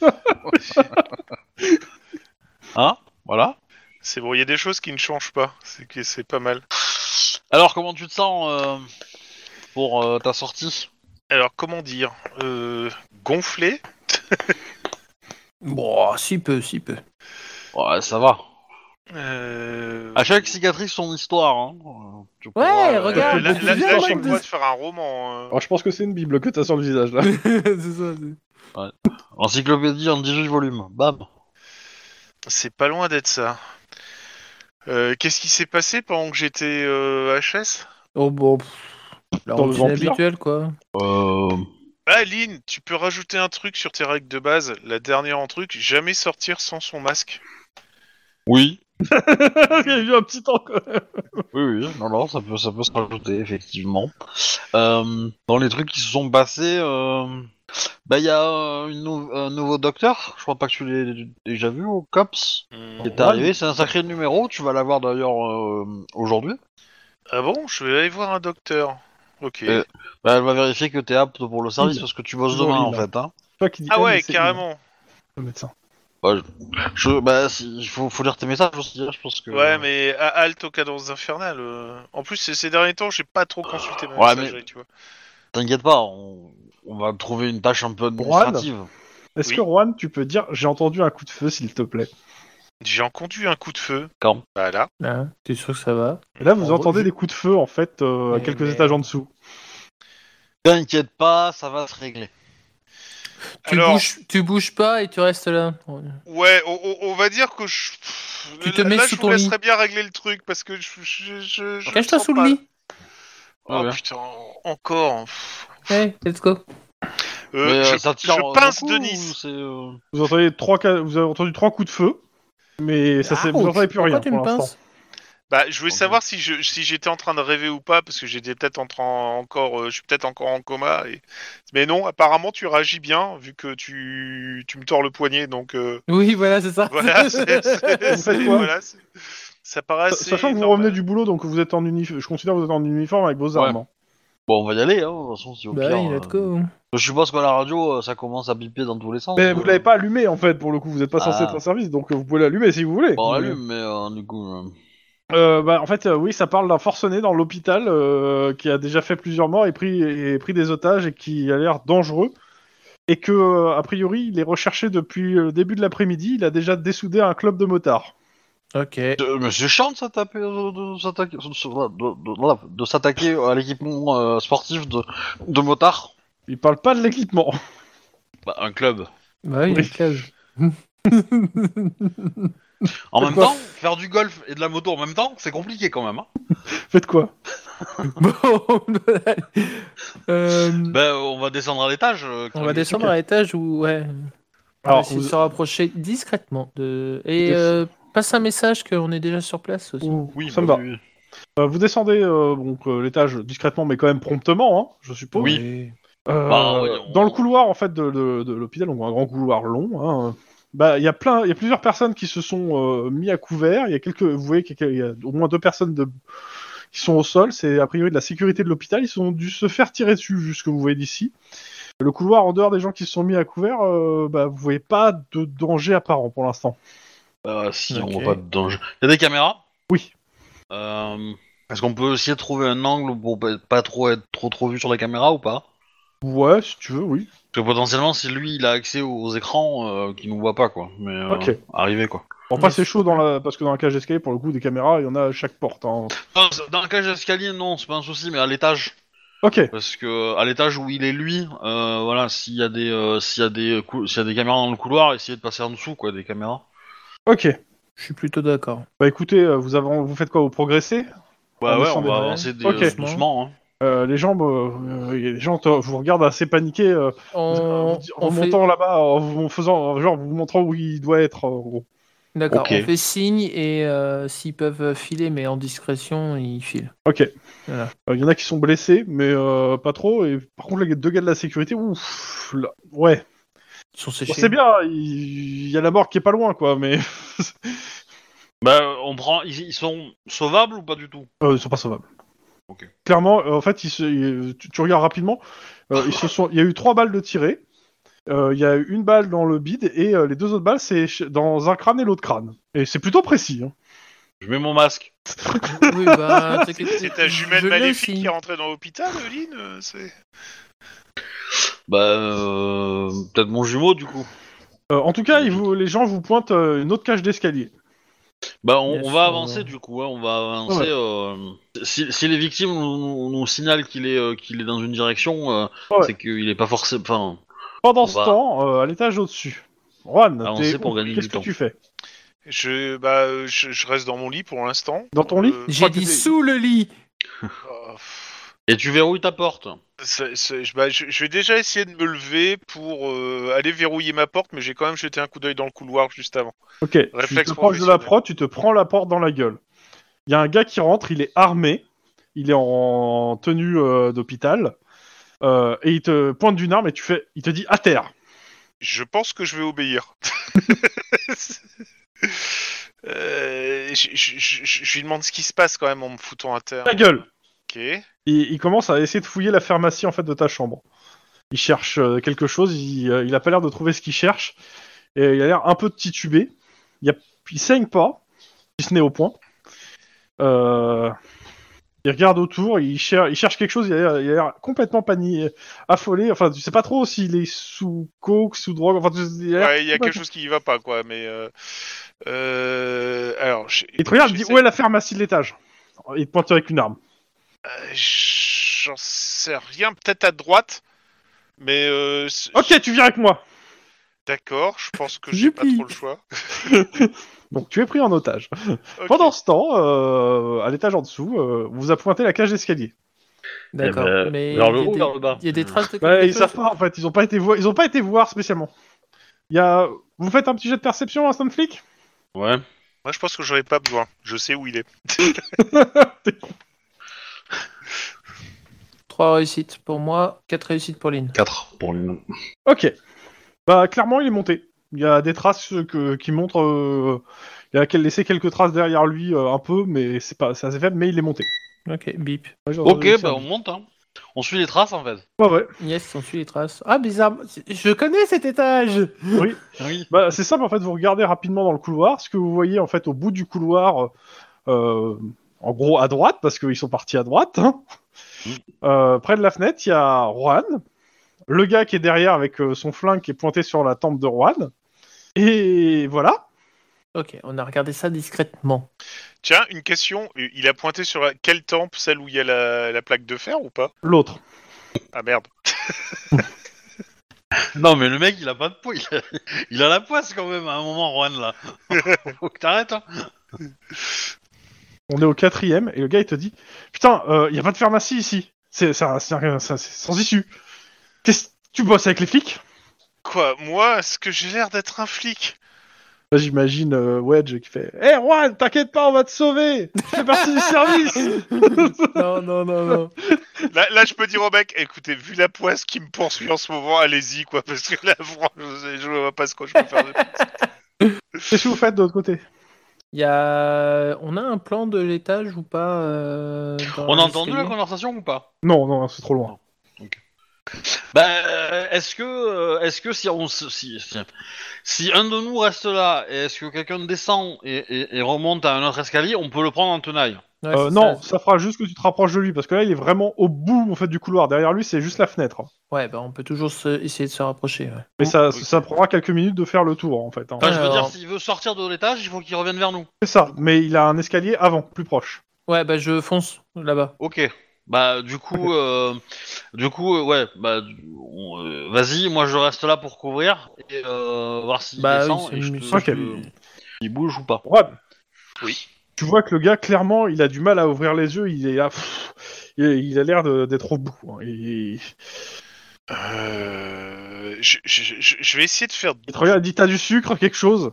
[SPEAKER 3] Hein Voilà.
[SPEAKER 2] c'est bon, il y a des choses qui ne changent pas. C'est que c'est pas mal.
[SPEAKER 3] Alors, comment tu te sens euh, pour euh, ta sortie
[SPEAKER 2] Alors comment dire euh, Gonflé
[SPEAKER 4] Bon, si peu, si peu. *laughs*
[SPEAKER 3] Ouais, ça va.
[SPEAKER 2] euh,
[SPEAKER 3] À chaque cicatrice, son histoire. Hein. Euh, tu
[SPEAKER 4] Ouais,
[SPEAKER 3] pourras, euh,
[SPEAKER 2] euh,
[SPEAKER 4] regarde,
[SPEAKER 2] là,
[SPEAKER 4] tu
[SPEAKER 2] là-
[SPEAKER 4] viens,
[SPEAKER 2] là,
[SPEAKER 4] moi,
[SPEAKER 2] j'ai
[SPEAKER 4] me
[SPEAKER 2] le droit
[SPEAKER 4] dis-
[SPEAKER 2] de faire un roman. hein.
[SPEAKER 1] Alors, je pense que c'est une Bible que t'as sur le visage là.
[SPEAKER 4] c'est ça.
[SPEAKER 3] Encyclopédie en 18 volumes. Bam.
[SPEAKER 2] C'est pas loin d'être ça. Euh, Qu'est-ce qui s'est passé pendant que j'étais euh, HS
[SPEAKER 4] Oh bon. pff, La
[SPEAKER 1] Dans le
[SPEAKER 4] routine
[SPEAKER 1] vampire
[SPEAKER 4] habituelle, quoi.
[SPEAKER 3] Euh...
[SPEAKER 2] Ah Lynn, tu peux rajouter un truc sur tes règles de base. La dernière en truc, jamais sortir sans son masque.
[SPEAKER 3] Oui.
[SPEAKER 1] Il y a eu un petit temps quoi.
[SPEAKER 3] Oui, oui, non, non, ça peut, ça peut se rajouter, effectivement. Euh, dans les trucs qui se sont passés, euh, bah, il y a euh, une nou- un nouveau docteur, je crois pas que tu l'aies déjà vu au COPS, qui est
[SPEAKER 1] Ouais.
[SPEAKER 3] arrivé, c'est un sacré numéro, tu vas l'avoir d'ailleurs euh, aujourd'hui.
[SPEAKER 2] Ah bon Je vais aller voir un docteur. Ok.
[SPEAKER 3] Euh, Bah, elle va vérifier que t'es apte pour le service,
[SPEAKER 1] Il.
[SPEAKER 3] parce que tu bosses
[SPEAKER 1] Toujours
[SPEAKER 3] demain, en
[SPEAKER 1] il.
[SPEAKER 3] fait, hein.
[SPEAKER 1] Toi qui dis,
[SPEAKER 2] ah
[SPEAKER 1] eh,
[SPEAKER 2] ouais,
[SPEAKER 1] mais c'est-
[SPEAKER 2] carrément.
[SPEAKER 1] Le médecin.
[SPEAKER 3] Je, bah, si- il faut, faut lire tes messages aussi, hein. je pense que... euh,
[SPEAKER 2] Ouais, mais à halte aux cadences infernales. euh. En plus, ces- ces derniers temps, j'ai pas trop consulté ma
[SPEAKER 3] Ouais,
[SPEAKER 2] messagerie, tu vois.
[SPEAKER 3] T'inquiète pas, on, on va trouver une tâche un peu administrative.
[SPEAKER 1] Est-ce
[SPEAKER 2] Oui.
[SPEAKER 1] que Juan, tu peux dire j'ai entendu un coup de feu s'il te plaît
[SPEAKER 2] J'ai entendu un coup de feu.
[SPEAKER 3] Quand
[SPEAKER 2] Bah là.
[SPEAKER 4] Hein, T'es sûr que ça va
[SPEAKER 1] Et Là, vous
[SPEAKER 4] En
[SPEAKER 1] entendez des
[SPEAKER 4] gros,
[SPEAKER 1] coups de feu en fait euh, à
[SPEAKER 4] Mais
[SPEAKER 1] quelques
[SPEAKER 4] merde.
[SPEAKER 1] étages en dessous.
[SPEAKER 3] T'inquiète pas, ça va se régler.
[SPEAKER 4] tu,
[SPEAKER 2] Alors,
[SPEAKER 4] bouges, tu bouges pas et tu restes là.
[SPEAKER 2] ouais, on, on- on va dire que je. pff,
[SPEAKER 4] Tu te
[SPEAKER 2] là,
[SPEAKER 4] mets
[SPEAKER 2] là,
[SPEAKER 4] sous
[SPEAKER 2] je
[SPEAKER 4] ton
[SPEAKER 2] vous
[SPEAKER 4] lit.
[SPEAKER 2] laisserais bien régler le truc parce que je. je, je, je
[SPEAKER 4] Cache-toi
[SPEAKER 2] sens
[SPEAKER 4] sous
[SPEAKER 2] pas.
[SPEAKER 4] le lit.
[SPEAKER 2] Oh
[SPEAKER 3] Ah, Ouais.
[SPEAKER 2] putain, encore.
[SPEAKER 4] Hey, let's go.
[SPEAKER 2] Euh,
[SPEAKER 3] Mais, euh,
[SPEAKER 2] je,
[SPEAKER 3] ça tire
[SPEAKER 2] je
[SPEAKER 3] en
[SPEAKER 2] pince
[SPEAKER 3] coup,
[SPEAKER 2] Denis.
[SPEAKER 3] ou c'est, euh,
[SPEAKER 1] Vous entendez trois, ca- vous avez entendu trois coups de feu, mais ça, c'est- vous
[SPEAKER 4] Ouch,
[SPEAKER 1] n'entendez plus
[SPEAKER 4] Ah, oh,
[SPEAKER 1] rien
[SPEAKER 4] pourquoi tu
[SPEAKER 1] pour
[SPEAKER 4] me
[SPEAKER 1] l'instant.
[SPEAKER 4] pinces
[SPEAKER 2] Bah, je voulais
[SPEAKER 3] Ok.
[SPEAKER 2] savoir si je si j'étais en train de rêver ou pas parce que j'étais peut-être en train encore, euh, je suis peut-être encore en coma. Et... Mais non, apparemment tu réagis bien vu que tu tu me tords le poignet donc euh, *laughs*
[SPEAKER 4] Oui, voilà, c'est ça.
[SPEAKER 2] voilà. c'est- c'est-
[SPEAKER 1] Vous faites
[SPEAKER 2] c'est-
[SPEAKER 1] quoi
[SPEAKER 2] voilà, c'est- ça paraît. assez
[SPEAKER 1] Sachant que vous
[SPEAKER 2] normal.
[SPEAKER 1] revenez du boulot, donc vous êtes en uniforme. Je considère que vous êtes en uniforme avec vos armes. hein.
[SPEAKER 3] Bon, on va y aller, hein, de toute façon, si au
[SPEAKER 4] Bah
[SPEAKER 3] pire,
[SPEAKER 4] oui, let's go.
[SPEAKER 3] euh, Je suppose qu'à la radio, euh, ça commence à biper dans tous les sens.
[SPEAKER 1] Mais
[SPEAKER 3] euh.
[SPEAKER 1] vous l'avez pas allumé en fait pour le coup. Vous n'êtes pas censé
[SPEAKER 3] Ah.
[SPEAKER 1] être en service, donc euh, vous pouvez l'allumer si vous voulez.
[SPEAKER 3] Bon, on l'allume, mais euh, du coup... euh,
[SPEAKER 1] Euh, bah, en fait, euh, oui, ça parle d'un forcené dans l'hôpital euh, qui a déjà fait plusieurs morts et pris, et pris des otages et qui a l'air dangereux. Et que, euh, a priori, il est recherché depuis le début de l'après-midi. Il a déjà dessoudé un club de motards.
[SPEAKER 4] Ok.
[SPEAKER 3] Euh, Mais c'est chiant de s'attaquer, de, de s'attaquer- de- de- de- de s'attaquer à l'équipement euh, sportif de, de motards.
[SPEAKER 1] Il parle pas de l'équipement. *laughs*
[SPEAKER 3] Bah, un club.
[SPEAKER 4] Bah oui,
[SPEAKER 1] Oui.
[SPEAKER 4] une cage.
[SPEAKER 3] En même
[SPEAKER 1] Pourquoi
[SPEAKER 3] temps, faire du golf et de la moto en même temps, c'est compliqué quand même. Hein.
[SPEAKER 1] Faites quoi
[SPEAKER 4] Bon, bah, euh,
[SPEAKER 3] Ben, on va descendre à l'étage. euh,
[SPEAKER 4] on va descendre à l'étage où, ouais. On va
[SPEAKER 1] Bah, Alors,
[SPEAKER 4] essayer
[SPEAKER 1] vous-
[SPEAKER 4] de se rapprocher discrètement. De... Et
[SPEAKER 1] Yes.
[SPEAKER 4] euh, passe un message qu'on est déjà sur place aussi.
[SPEAKER 3] Oui,
[SPEAKER 1] ça me
[SPEAKER 3] bah,
[SPEAKER 1] va.
[SPEAKER 3] oui.
[SPEAKER 1] Euh, vous descendez euh, donc euh, l'étage discrètement, mais quand même promptement, hein, je suppose.
[SPEAKER 3] Oui.
[SPEAKER 1] Euh,
[SPEAKER 3] Bah, ouais,
[SPEAKER 1] Dans
[SPEAKER 3] on-
[SPEAKER 1] le couloir en fait de, de- de l'hôpital, donc un grand couloir long. hein, euh, bah, il y a plein, il y a plusieurs personnes qui se sont euh, mis à couvert. Il y a quelques, vous voyez qu'il y a- il y a au moins deux personnes de, qui sont au sol. C'est a priori de la sécurité de l'hôpital. Ils sont dû se faire tirer dessus, jusque vous voyez d'ici. Le couloir en dehors des gens qui se sont mis à couvert, euh, bah, vous voyez pas de danger apparent pour l'instant.
[SPEAKER 3] Euh, si,
[SPEAKER 4] Ok.
[SPEAKER 3] on voit pas de danger. Il y a des caméras
[SPEAKER 1] Oui.
[SPEAKER 3] Euh, Est-ce qu'on peut essayer de trouver un angle pour pas- pas trop être trop trop vu sur la caméra ou pas
[SPEAKER 1] Ouais, si tu veux, oui.
[SPEAKER 3] Parce que potentiellement, si lui, il a accès aux, aux écrans, euh, qu'il nous voit pas, quoi. Mais euh,
[SPEAKER 1] Ok.
[SPEAKER 3] arrivé, quoi.
[SPEAKER 1] Bon, pas c'est chaud dans la, parce que dans la cage d'escalier, pour le coup, des caméras, il y en a à chaque porte. hein.
[SPEAKER 3] Non, c'est- Dans la cage d'escalier, non, c'est pas un souci, mais à l'étage.
[SPEAKER 1] Ok.
[SPEAKER 3] Parce que à l'étage où il est lui, euh, voilà, s'il y a des euh, s'il y a des cou- s'il y a des caméras dans le couloir, essayez de passer en dessous quoi, des caméras.
[SPEAKER 1] Ok.
[SPEAKER 4] Je suis plutôt d'accord.
[SPEAKER 1] Bah écoutez, euh, vous, avant, vous faites quoi Vous progressez
[SPEAKER 3] Bah
[SPEAKER 1] On
[SPEAKER 3] ouais, on
[SPEAKER 1] descend
[SPEAKER 3] va
[SPEAKER 1] des-
[SPEAKER 3] avancer des,
[SPEAKER 1] Ok.
[SPEAKER 3] euh, doucement. hein.
[SPEAKER 1] Euh, les gens, euh, euh, les gens te- vous regardent assez paniqués euh, en,
[SPEAKER 4] On,
[SPEAKER 1] en
[SPEAKER 4] on fait...
[SPEAKER 1] montant là-bas, en vous en faisant, en genre vous montrant où il doit être. euh, en gros.
[SPEAKER 4] D'accord,
[SPEAKER 3] Ok.
[SPEAKER 4] on fait signe et euh, s'ils peuvent filer, mais en discrétion, ils filent.
[SPEAKER 1] Ok. Il
[SPEAKER 4] Voilà.
[SPEAKER 1] Euh, y en a qui sont blessés, mais euh, pas trop. Et par contre, les deux gars de la sécurité, ouf, là, ouais.
[SPEAKER 4] Ils sont
[SPEAKER 1] Bon,
[SPEAKER 4] séchés.
[SPEAKER 1] c'est bien. Il il y a la mort qui est pas loin, quoi. Mais *laughs*
[SPEAKER 3] Bah euh, on prend, ils, ils sont sauvables ou pas du tout
[SPEAKER 1] Euh, ils sont pas sauvables.
[SPEAKER 3] Ok.
[SPEAKER 1] Clairement, euh, en fait, ils se- ils- tu, tu regardes rapidement, euh, ils se sont, il y a eu trois balles de tirées. Euh, Il y a eu une balle dans le bide et euh, les deux autres balles, c'est ch- dans un crâne et l'autre crâne. Et c'est plutôt précis. hein.
[SPEAKER 3] Je mets mon masque.
[SPEAKER 4] Oui, bah, t'inquiète,
[SPEAKER 2] C'est ta jumelle
[SPEAKER 4] je l'ai
[SPEAKER 2] maléfique
[SPEAKER 4] aussi.
[SPEAKER 2] qui est rentrée dans l'hôpital, Lynn euh, c'est-
[SPEAKER 3] Bah euh, peut-être mon jumeau du coup.
[SPEAKER 1] Euh, en tout
[SPEAKER 2] Mmh.
[SPEAKER 1] cas, ils vous- les gens vous pointent euh, une autre cage d'escalier.
[SPEAKER 3] Bah on,
[SPEAKER 4] Yes,
[SPEAKER 3] on va
[SPEAKER 4] on
[SPEAKER 3] avancer
[SPEAKER 4] va.
[SPEAKER 3] du coup, hein, on va avancer.
[SPEAKER 1] Ouais.
[SPEAKER 3] euh, si, si les victimes nous, nous- nous signalent qu'il est euh, qu'il est dans une direction, euh,
[SPEAKER 1] Ouais.
[SPEAKER 3] c'est qu'il est pas forcément. Enfin,
[SPEAKER 1] Pendant
[SPEAKER 3] On
[SPEAKER 1] ce
[SPEAKER 3] va-
[SPEAKER 1] temps, euh, à l'étage au-dessus, Juan,
[SPEAKER 3] Avancer
[SPEAKER 1] t'es
[SPEAKER 3] Bah, pour
[SPEAKER 1] où
[SPEAKER 3] gagner du
[SPEAKER 1] qu'est-ce que
[SPEAKER 3] temps.
[SPEAKER 1] tu fais
[SPEAKER 2] Je bah euh, je, je reste dans mon lit pour l'instant.
[SPEAKER 1] Dans ton lit
[SPEAKER 2] Euh,
[SPEAKER 1] Je crois
[SPEAKER 4] J'ai
[SPEAKER 1] que
[SPEAKER 4] dit
[SPEAKER 1] t'es-
[SPEAKER 4] sous le lit.
[SPEAKER 2] oh, pff.
[SPEAKER 3] et tu verrouilles ta porte.
[SPEAKER 2] C'est- c'est- je, bah, je- je vais déjà essayer de me lever pour euh, aller verrouiller ma porte, mais j'ai quand même jeté un coup d'œil dans le couloir juste avant.
[SPEAKER 1] Ok, tu
[SPEAKER 2] Réflexe
[SPEAKER 1] te proches de la
[SPEAKER 2] professionnel.
[SPEAKER 1] prod, tu te prends la porte dans la gueule. Il y a un gars qui rentre, il est armé, il est en tenue euh, d'hôpital, euh, et il te pointe d'une arme et tu fais, il te dit à terre.
[SPEAKER 2] Je pense que je vais obéir. *laughs* Euh, je, je- je- je- je lui demande ce qui se passe quand même en me foutant à terre.
[SPEAKER 1] Ta gueule.
[SPEAKER 2] Ok.
[SPEAKER 1] Et il commence à essayer de fouiller la pharmacie en fait de ta chambre. Il cherche euh, quelque chose, il, euh, il a pas l'air de trouver ce qu'il cherche, et il a l'air un peu titubé. Il, y a- il saigne pas, si ce n'est au point. Euh, il regarde autour, il, cher- il cherche quelque chose, il a l'air- il a l'air complètement paniqué, affolé. Enfin, tu sais pas trop s'il est sous coke, sous drogue. Enfin, tu- il, a l'air-
[SPEAKER 2] Ouais, il y a
[SPEAKER 1] complètement-
[SPEAKER 2] quelque chose qui y va pas, quoi. Mais euh, euh, alors, je-
[SPEAKER 1] il te regarde, il dit
[SPEAKER 2] j'essaie-
[SPEAKER 1] où est la pharmacie de l'étage Il te pointe avec une arme.
[SPEAKER 2] Euh, J'en sais rien. Peut-être à droite, mais euh, c-
[SPEAKER 1] Ok, tu viens avec moi.
[SPEAKER 2] d'accord. Je pense que j'ai pas
[SPEAKER 4] Youpi.
[SPEAKER 2] trop le choix.
[SPEAKER 1] Donc tu es pris en otage.
[SPEAKER 2] Ok.
[SPEAKER 1] Pendant ce temps, euh, à l'étage en dessous, euh, on vous a pointé la cage d'escalier.
[SPEAKER 4] D'accord.
[SPEAKER 3] Eh ben,
[SPEAKER 4] mais il y,
[SPEAKER 3] vers le
[SPEAKER 4] a
[SPEAKER 3] haut,
[SPEAKER 4] des-
[SPEAKER 3] vers le bas.
[SPEAKER 4] il y a des traces de quelque
[SPEAKER 1] Bah, ils
[SPEAKER 4] chose.
[SPEAKER 1] savent pas en fait, ils ont pas été voir, ils ont pas été voir spécialement. Il y a... Vous faites un petit jet de perception, instant de flic
[SPEAKER 3] Ouais.
[SPEAKER 2] Moi, je pense que j'aurais pas besoin. Je sais où il est.
[SPEAKER 4] Trois réussites pour moi, quatre réussites pour Lynn.
[SPEAKER 3] 4 pour le nom.
[SPEAKER 1] Ok. Bah clairement il est monté. Il y a des traces que, qui montrent, euh, il a quel- laissé quelques traces derrière lui euh, un peu, mais c'est pas, c'est assez faible, mais il est monté.
[SPEAKER 4] Ok, bip.
[SPEAKER 1] Ouais, j'aurais
[SPEAKER 3] Ok,
[SPEAKER 1] réussi à-
[SPEAKER 3] bah on monte, hein. On suit les traces en fait. *laughs*
[SPEAKER 1] Ouais, ouais.
[SPEAKER 4] Yes, on suit les traces. Ah, bizarre. Je connais cet étage
[SPEAKER 3] Ah Oui.
[SPEAKER 1] Bah, c'est simple en fait, vous regardez rapidement dans le couloir, ce que vous voyez en fait au bout du couloir, euh, en gros à droite, parce qu'ils sont partis à droite, hein.
[SPEAKER 3] Mm.
[SPEAKER 1] Euh, près de la fenêtre, il y a Juan, le gars qui est derrière avec euh, son flingue qui est pointé sur la tempe de Juan, et voilà.
[SPEAKER 4] Ok, on a regardé ça discrètement.
[SPEAKER 2] Tiens, une question. Il a pointé sur la- quelle tempe Celle où il y a la, la plaque de fer ou pas
[SPEAKER 1] L'autre.
[SPEAKER 2] Ah merde.
[SPEAKER 3] Non, mais le mec il a pas de poids. Il a, *laughs* il a la poisse quand même à un moment, Juan là. *laughs* Faut que t'arrêtes, hein.
[SPEAKER 1] On est au quatrième, et le gars il te dit Putain, euh, il y a pas de pharmacie ici, c'est c'est un- c'est un- c'est un- c'est sans issue. Qu'est-ce tu bosses avec les flics
[SPEAKER 2] Quoi Moi, est-ce que j'ai l'air d'être un flic
[SPEAKER 1] Là, J'imagine euh, Wedge qui fait Hé Juan, t'inquiète pas, on va te sauver Je fais partie du *laughs* service
[SPEAKER 4] non, non, non, non.
[SPEAKER 2] là, là, je peux dire au mec, écoutez, vu la poisse qui me poursuit en ce moment, allez-y, quoi, parce que là, franchement, je, je vois pas ce que je peux faire. de-
[SPEAKER 1] Qu'est-ce que vous faites de l'autre côté
[SPEAKER 4] Il y a... On a un plan de l'étage ou pas euh, dans
[SPEAKER 3] On a entendu la
[SPEAKER 4] l'escalier
[SPEAKER 3] conversation ou pas
[SPEAKER 1] Non, non, c'est trop loin.
[SPEAKER 3] Bah, euh, est-ce que, euh, est-ce que si on, se- si, si, si un de nous reste là, et est-ce que quelqu'un descend et, et- et remonte à un autre escalier, on peut le prendre en tenaille.
[SPEAKER 4] Ouais,
[SPEAKER 1] Euh,
[SPEAKER 4] c'est
[SPEAKER 1] non,
[SPEAKER 4] ça.
[SPEAKER 1] ça. fera juste que tu te rapproches de lui, parce que là, il est vraiment au bout en fait, du couloir. Derrière lui, c'est juste la fenêtre. hein.
[SPEAKER 4] Ouais, bah, on peut toujours se- essayer de se rapprocher. ouais.
[SPEAKER 1] Mais ça,
[SPEAKER 3] Ok.
[SPEAKER 1] ça prendra quelques minutes de faire le tour, en fait. hein.
[SPEAKER 3] Enfin, je veux
[SPEAKER 4] Alors.
[SPEAKER 3] dire, s'il veut sortir de l'étage, il faut qu'il revienne vers nous.
[SPEAKER 1] C'est ça, mais il a un escalier avant, plus proche.
[SPEAKER 4] Ouais, bah je fonce là-bas.
[SPEAKER 3] Ok. Bah, du coup, euh, du coup, euh, ouais, bah, du- on, euh, vas-y, moi je reste là pour couvrir et euh, voir s'il
[SPEAKER 4] Bah oui,
[SPEAKER 3] descend
[SPEAKER 4] c'est
[SPEAKER 3] et je
[SPEAKER 4] mieux,
[SPEAKER 3] te-
[SPEAKER 4] c'est
[SPEAKER 3] je te-
[SPEAKER 4] mieux.
[SPEAKER 3] il bouge ou pas.
[SPEAKER 1] Juan,
[SPEAKER 2] Oui.
[SPEAKER 1] tu vois que le gars, clairement, il a du mal à ouvrir les yeux. Il est là, pff, il, il a l'air de- d'être au bout. hein. Il,
[SPEAKER 2] Euh, je, je- je- je vais essayer de faire.
[SPEAKER 1] il te regarde, il dit T'as du sucre, quelque chose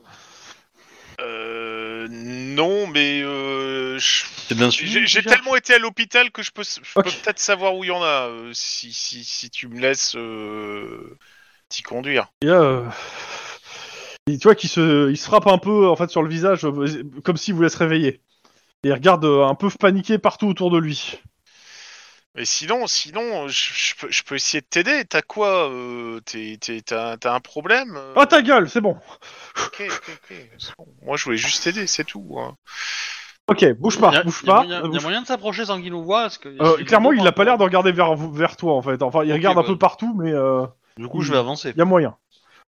[SPEAKER 2] Euh, non, mais euh, je-
[SPEAKER 3] C'est bien
[SPEAKER 2] j'ai j'ai tellement été à l'hôpital que je peux, je peux
[SPEAKER 1] Ok.
[SPEAKER 2] peut-être savoir où il y en a euh, si, si, si tu me laisses euh, t'y conduire.
[SPEAKER 1] Et là, euh, il- tu vois qu'il se, il se frappe un peu en fait sur le visage, euh, comme s'il voulait se réveiller. Et il regarde euh, un peu paniqué partout autour de lui.
[SPEAKER 2] Mais sinon, sinon, euh, je, je peux, je peux essayer de t'aider. T'as quoi euh, t'es- t'es- T'as t'as un problème euh,
[SPEAKER 1] Ah ta gueule, c'est bon.
[SPEAKER 2] ok, ok, ok, c'est bon. Moi, je voulais juste t'aider, c'est tout. hein.
[SPEAKER 1] Ok, bouge pas, bouge pas.
[SPEAKER 3] Il y a,
[SPEAKER 1] euh, bouge-
[SPEAKER 3] moyen de s'approcher sans qu'il nous voit. parce que-
[SPEAKER 1] Euh,
[SPEAKER 3] est-ce qu'il
[SPEAKER 1] clairement,
[SPEAKER 3] nous voit
[SPEAKER 1] il a
[SPEAKER 3] ou
[SPEAKER 1] pas l'air de regarder vers, vers toi en fait. Enfin, il
[SPEAKER 3] Ok,
[SPEAKER 1] regarde un
[SPEAKER 3] bah.
[SPEAKER 1] peu partout, mais euh,
[SPEAKER 3] Du coup, je vais avancer.
[SPEAKER 1] il y a moyen.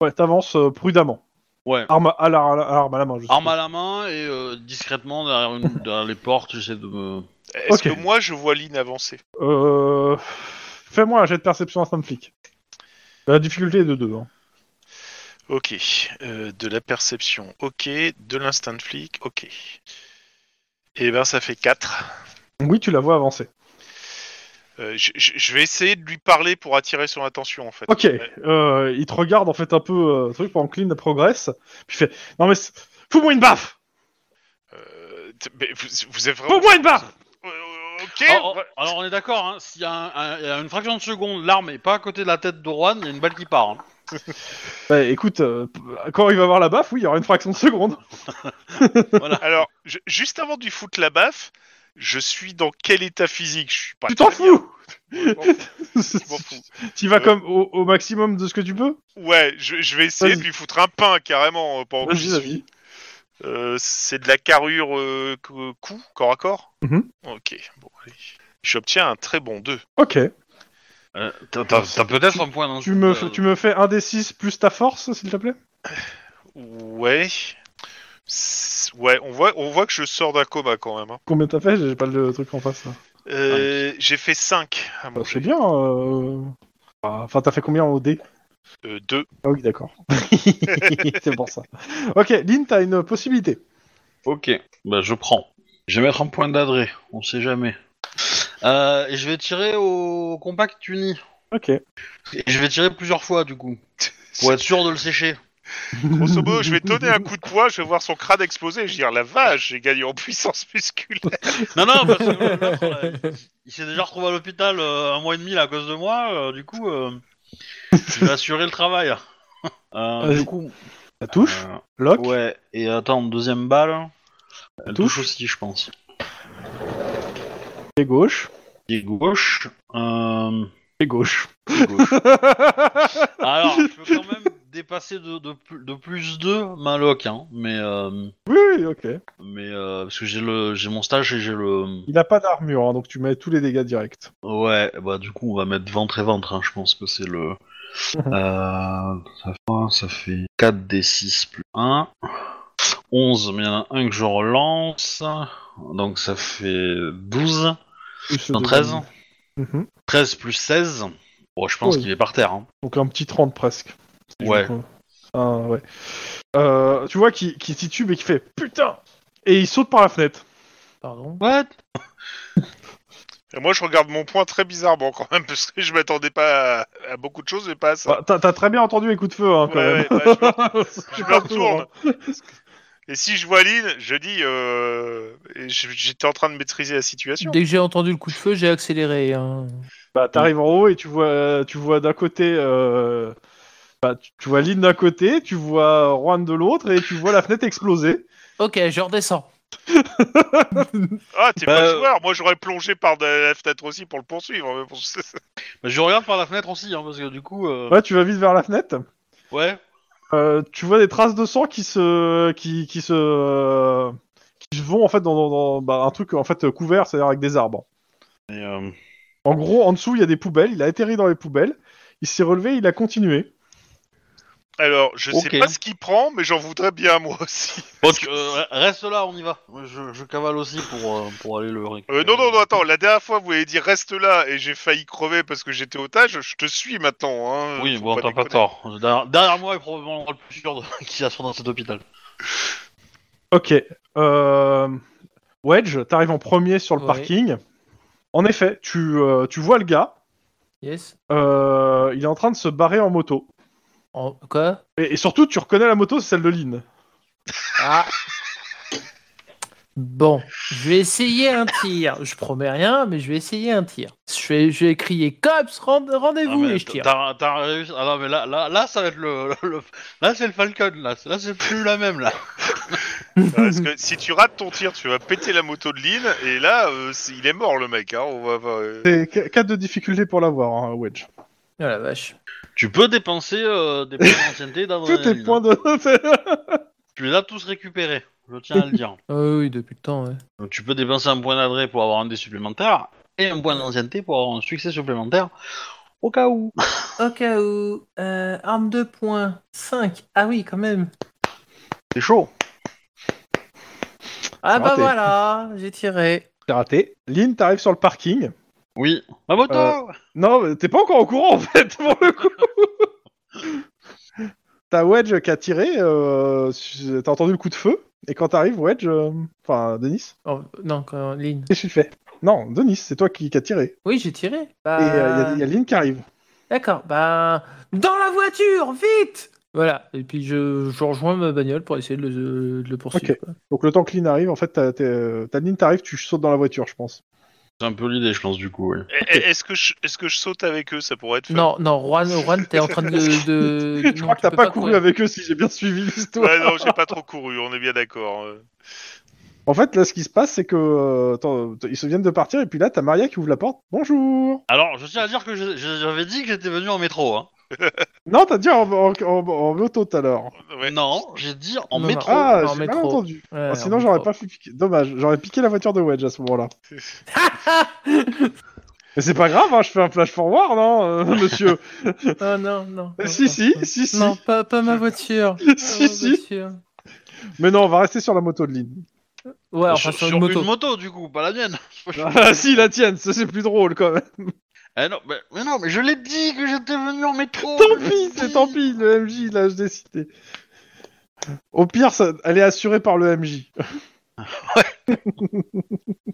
[SPEAKER 1] Ouais, t'avances euh, prudemment.
[SPEAKER 3] Ouais.
[SPEAKER 1] Arme à la, à la- arme à la main. Je
[SPEAKER 3] Arme à la main et euh, discrètement derrière, une- *laughs* derrière les portes, j'essaie de me.
[SPEAKER 2] Est-ce
[SPEAKER 1] Ok.
[SPEAKER 2] que moi, je vois Lynn avancer
[SPEAKER 1] Euh... Fais-moi un jet de perception instant flic. La difficulté est de hein. 2.
[SPEAKER 2] Ok, euh, de la perception, ok, de l'instinct de flic, ok. Et ben ça fait 4.
[SPEAKER 1] Oui, tu la vois avancer.
[SPEAKER 2] Euh, je, je- je vais essayer de lui parler pour attirer son attention en fait.
[SPEAKER 1] Ok, euh, il te regarde en fait un peu euh, truc pendant que Lynn progresse, puis il fait Non mais c'est- fous-moi une baffe
[SPEAKER 2] Euh, t- mais vous, vous êtes vraiment...
[SPEAKER 1] Fous-moi une baffe
[SPEAKER 2] Euh, ok
[SPEAKER 3] Oh, oh, alors, on est d'accord, hein, s'il y a un- un- il y a une fraction de seconde, l'arme est pas à côté de la tête de Juan, il y a une balle qui part. hein.
[SPEAKER 1] Bah écoute, euh, quand il va voir la baffe, oui, il y aura une fraction de seconde.
[SPEAKER 2] Alors, je- juste avant de lui foutre la baffe, je suis dans quel état physique Je suis pas
[SPEAKER 1] tu t'en
[SPEAKER 2] très bien.
[SPEAKER 1] fous
[SPEAKER 2] Je m'en fous, Bah, je m'en fous.
[SPEAKER 1] *laughs* Tu vas
[SPEAKER 2] Euh.
[SPEAKER 1] comme au, au maximum de ce que tu peux
[SPEAKER 2] Ouais, je, je vais essayer
[SPEAKER 1] Vas-y.
[SPEAKER 2] de lui foutre un pain carrément euh, pendant que j'y suis. Euh, c'est de la carrure euh, cou- coup, corps à corps
[SPEAKER 1] Mhm.
[SPEAKER 2] Ok, bon, allez. J'obtiens un très bon 2.
[SPEAKER 1] Ok,
[SPEAKER 3] Euh, T'as t'as- t'as peut-être un point dans
[SPEAKER 1] tu me,
[SPEAKER 2] euh,
[SPEAKER 1] f- tu me fais un des 6 plus ta force, s'il te plaît
[SPEAKER 2] Ouais. C'est- Ouais, on voit, on voit que je sors d'un coma quand même. hein.
[SPEAKER 1] Combien t'as fait J'ai pas le truc en face. Là.
[SPEAKER 2] Euh, J'ai fait 5 à
[SPEAKER 1] Ah Bah,
[SPEAKER 2] mon
[SPEAKER 1] c'est
[SPEAKER 2] jet.
[SPEAKER 1] bien. euh, Enfin, t'as fait combien en dé
[SPEAKER 2] Euh, deux.
[SPEAKER 1] Ah oui, d'accord. *laughs* c'est pour ça. Ok, Lynn, t'as une possibilité.
[SPEAKER 3] Ok, bah je prends. Je vais mettre un point d'adré, on sait jamais. Euh, et je vais tirer au compact uni.
[SPEAKER 1] Ok.
[SPEAKER 3] Et je vais tirer plusieurs fois du *laughs* coup. Pour être sûr de le sécher.
[SPEAKER 2] Grosso modo, je vais donner un coup de poing, je vais voir son crâne exploser et je vais dire la vache, j'ai gagné en puissance musculaire.
[SPEAKER 3] Non, non, parce que le maître, là, il s'est déjà retrouvé à l'hôpital euh, un mois et demi là, à cause de moi. euh, du coup, euh, je vais assurer le travail. *laughs* Euh,
[SPEAKER 1] Vas-y.
[SPEAKER 3] du coup,
[SPEAKER 1] Ça touche
[SPEAKER 3] euh,
[SPEAKER 1] Lock
[SPEAKER 3] ouais. Et attends, deuxième balle. Elle touche,
[SPEAKER 1] Touche.
[SPEAKER 3] aussi, je pense.
[SPEAKER 1] Et gauche
[SPEAKER 3] Pied gauche. euh,
[SPEAKER 1] Et gauche.
[SPEAKER 3] *laughs* pied gauche. Alors, je peux quand même dépasser de, de, plus- de plus 2 ma lock, hein, mais, euh,
[SPEAKER 1] Oui, oui, ok.
[SPEAKER 3] mais euh, parce que j'ai le j'ai mon stage et j'ai le.
[SPEAKER 1] Il a pas d'armure, hein, donc tu mets tous les dégâts directs.
[SPEAKER 3] Ouais, bah du coup, on va mettre ventre et ventre, hein, je pense que c'est le. Euh, ça, fait, ça fait 4 des 6 plus 1. 11, mais il y en a un que je relance. Donc ça fait 12.
[SPEAKER 1] Plus
[SPEAKER 3] Enfin,
[SPEAKER 1] de-
[SPEAKER 3] 13.
[SPEAKER 1] Mhm.
[SPEAKER 3] 13 plus 16. Bon, je pense
[SPEAKER 1] Ouais.
[SPEAKER 3] qu'il est par terre. Hein.
[SPEAKER 1] Donc un petit 30 presque. Si je
[SPEAKER 3] Ouais.
[SPEAKER 1] me trompe. Ah, ouais. Euh, tu vois qui, qui titube et qui fait putain et il saute par la fenêtre.
[SPEAKER 4] Pardon.
[SPEAKER 3] What
[SPEAKER 2] Et moi, je regarde mon point très bizarrement quand même, parce que je m'attendais pas à, à beaucoup de choses, mais pas à ça.
[SPEAKER 1] Bah, T'as t'as très bien entendu les coups de feu hein, quand
[SPEAKER 2] Ouais,
[SPEAKER 1] même. hein.
[SPEAKER 2] ouais, bah, je me- je
[SPEAKER 1] je
[SPEAKER 2] me retourne. Et si je vois Lynn, je dis, euh, et je- j'étais en train de maîtriser la situation.
[SPEAKER 4] Dès que j'ai entendu le coup de feu, j'ai accéléré. hein.
[SPEAKER 1] *laughs* Bah t'arrives en haut et tu vois tu vois d'un côté euh, bah, tu, tu vois Lynn d'un côté, tu vois Juan de l'autre et tu vois la fenêtre exploser.
[SPEAKER 4] Ok, je redescends.
[SPEAKER 2] Ah, t'es
[SPEAKER 3] Bah,
[SPEAKER 2] pas
[SPEAKER 3] euh,
[SPEAKER 2] joueur, moi j'aurais plongé par de la fenêtre aussi pour le poursuivre. hein, mais bon, *laughs* c'est-
[SPEAKER 3] bah, Je regarde par la fenêtre aussi, hein, parce que du coup. euh,
[SPEAKER 1] Ouais tu vas vite vers la fenêtre.
[SPEAKER 3] Ouais.
[SPEAKER 1] Euh, tu vois des traces de sang qui se qui, qui se qui se vont en fait dans, dans- dans- bah, un truc en fait couvert c'est-à-dire avec des arbres.
[SPEAKER 3] Et, euh,
[SPEAKER 1] En gros, en dessous, il y a des poubelles. Il a atterri dans les poubelles. Il s'est relevé, il a continué.
[SPEAKER 2] Alors, je
[SPEAKER 3] Ok.
[SPEAKER 2] sais pas ce qu'il prend, mais j'en voudrais bien moi aussi.
[SPEAKER 3] bon, tu- euh, reste là, on y va. Moi, Je, je cavale aussi pour, euh, pour aller le récupérer.
[SPEAKER 2] Euh, non, non, non, attends, la dernière fois vous avez dit reste là et j'ai failli crever parce que j'étais otage, je te suis maintenant. Hein,
[SPEAKER 3] Oui,
[SPEAKER 2] Faut
[SPEAKER 3] bon, t'as pas
[SPEAKER 2] déconner.
[SPEAKER 3] tort. Derrière, derrière moi est probablement l'endroit le plus sûr de- *laughs* qui soit dans cet hôpital.
[SPEAKER 1] Ok. Euh... Wedge, t'arrives en premier sur le
[SPEAKER 4] Ouais.
[SPEAKER 1] parking. En effet, tu, euh, tu vois le gars.
[SPEAKER 4] Yes.
[SPEAKER 1] euh, il est en train de se barrer en moto.
[SPEAKER 4] En... Quoi
[SPEAKER 1] Et, et surtout, tu reconnais la moto, c'est celle de Lynn.
[SPEAKER 4] Ah. Bon, je vais essayer un tir. Je promets rien, mais je vais essayer un tir. Je vais, je vais crier cops, rend-
[SPEAKER 3] Ah,
[SPEAKER 4] rendez-vous
[SPEAKER 3] mais
[SPEAKER 4] et je tire.
[SPEAKER 3] T'as t'as réussi. Ah non, mais là, là, là, ça va être le. *laughs* le- le- Là, c'est le Falcon, là. Là, c'est plus la même, là.
[SPEAKER 2] Bah, Parce que si tu rates ton tir, tu vas péter la moto de Lynn et là, euh, c'est- il est mort le mec. Hein, on va, va, euh,
[SPEAKER 1] C'est 4 de difficulté pour l'avoir, hein, Wedge.
[SPEAKER 4] Oh la vache.
[SPEAKER 3] Tu peux dépenser euh, des points d'ancienneté
[SPEAKER 1] Tous tes
[SPEAKER 3] d'adrénaline.
[SPEAKER 1] points de. *laughs*
[SPEAKER 3] Tu les as tous récupérés, je tiens à le
[SPEAKER 4] *laughs*
[SPEAKER 3] dire.
[SPEAKER 4] Ah oui, depuis le temps. ouais.
[SPEAKER 3] Donc, tu peux dépenser un point d'adré pour avoir un dé supplémentaire et un point d'ancienneté pour avoir un succès supplémentaire au cas où. *laughs*
[SPEAKER 4] Au cas où, euh, arme 2.5. Ah oui, quand même.
[SPEAKER 3] C'est chaud.
[SPEAKER 4] Ah bah
[SPEAKER 1] Raté.
[SPEAKER 4] voilà, j'ai tiré.
[SPEAKER 1] T'es raté. Lynn, t'arrives sur le parking.
[SPEAKER 3] Oui. Ma moto
[SPEAKER 1] Euh, Non, mais t'es pas encore au courant en fait, *laughs* pour le coup. T'as Wedge qui a tiré, euh, su- t'as entendu le coup de feu, et quand t'arrives, Wedge, euh, enfin Denis,
[SPEAKER 4] Oh, non, quand Lynn.
[SPEAKER 1] qu'est-ce que tu fais Non, Denis, c'est toi qui, qui a tiré.
[SPEAKER 4] Oui, j'ai tiré.
[SPEAKER 1] Et euh, il
[SPEAKER 4] Bah,
[SPEAKER 1] y, a Lynn qui arrive.
[SPEAKER 4] D'accord, bah. Dans la voiture, vite Voilà, et puis je, je rejoins ma bagnole pour essayer de le, de le poursuivre.
[SPEAKER 1] Ok. Donc le temps que Lynn arrive, en fait, t'as t'es, euh, t'as Lynn t'arrive, tu sautes dans la voiture, je pense.
[SPEAKER 3] C'est un peu l'idée, je pense, du coup. oui. *laughs*
[SPEAKER 2] eh, eh, Est-ce que, je- est-ce que je saute avec eux Ça pourrait être fun.
[SPEAKER 4] Non, non, Juan, Juan t'es en train de. de-
[SPEAKER 1] *laughs* je
[SPEAKER 4] Euh, non,
[SPEAKER 1] crois que
[SPEAKER 4] tu
[SPEAKER 1] t'as
[SPEAKER 4] peux
[SPEAKER 1] pas couru
[SPEAKER 4] courir.
[SPEAKER 1] avec eux si j'ai bien suivi l'histoire.
[SPEAKER 2] Ouais, non, j'ai pas trop couru, on est bien d'accord. euh.
[SPEAKER 1] En fait, là, ce qui se passe, c'est que euh, attends, ils se viennent de partir, et puis là, t'as Maria qui ouvre la porte. Bonjour.
[SPEAKER 3] Alors, je tiens à dire que je- je- j'avais dit que j'étais venu en métro. Hein.
[SPEAKER 1] Non, t'as dit en, en, en- en moto tout à l'heure.
[SPEAKER 2] Ouais.
[SPEAKER 3] Non, j'ai dit en
[SPEAKER 4] Non, non.
[SPEAKER 3] métro.
[SPEAKER 1] Ah,
[SPEAKER 4] en
[SPEAKER 1] j'ai mal
[SPEAKER 4] métro.
[SPEAKER 1] entendu.
[SPEAKER 4] Ouais,
[SPEAKER 1] Ah,
[SPEAKER 4] en
[SPEAKER 1] sinon, j'aurais
[SPEAKER 4] métro.
[SPEAKER 1] pas fait piquer. Dommage, j'aurais piqué la voiture de Wedge à ce
[SPEAKER 4] *laughs*
[SPEAKER 1] moment-là. Mais c'est pas grave, hein, je fais un flash forward, non, euh, *laughs* monsieur
[SPEAKER 4] Oh non, non. non,
[SPEAKER 1] Euh, Si,
[SPEAKER 4] non,
[SPEAKER 1] si,
[SPEAKER 4] non.
[SPEAKER 1] si, si.
[SPEAKER 4] Non, pas, pas ma voiture. Pas
[SPEAKER 1] *laughs* Si,
[SPEAKER 4] ma
[SPEAKER 1] si.
[SPEAKER 4] voiture.
[SPEAKER 1] Mais non, on va rester sur la moto de Lynn.
[SPEAKER 4] Ouais, enfin,
[SPEAKER 3] sur,
[SPEAKER 4] sur,
[SPEAKER 3] sur
[SPEAKER 4] une moto.
[SPEAKER 3] du coup, pas la mienne.
[SPEAKER 1] Ah, si, la tienne, ça c'est plus drôle quand même.
[SPEAKER 3] Eh non, mais, mais non, mais je l'ai dit que j'étais venu en métro.
[SPEAKER 1] Tant pis, c'est tant pis, le MJ, là, je décidé. Au pire, ça- elle est assurée par le MJ.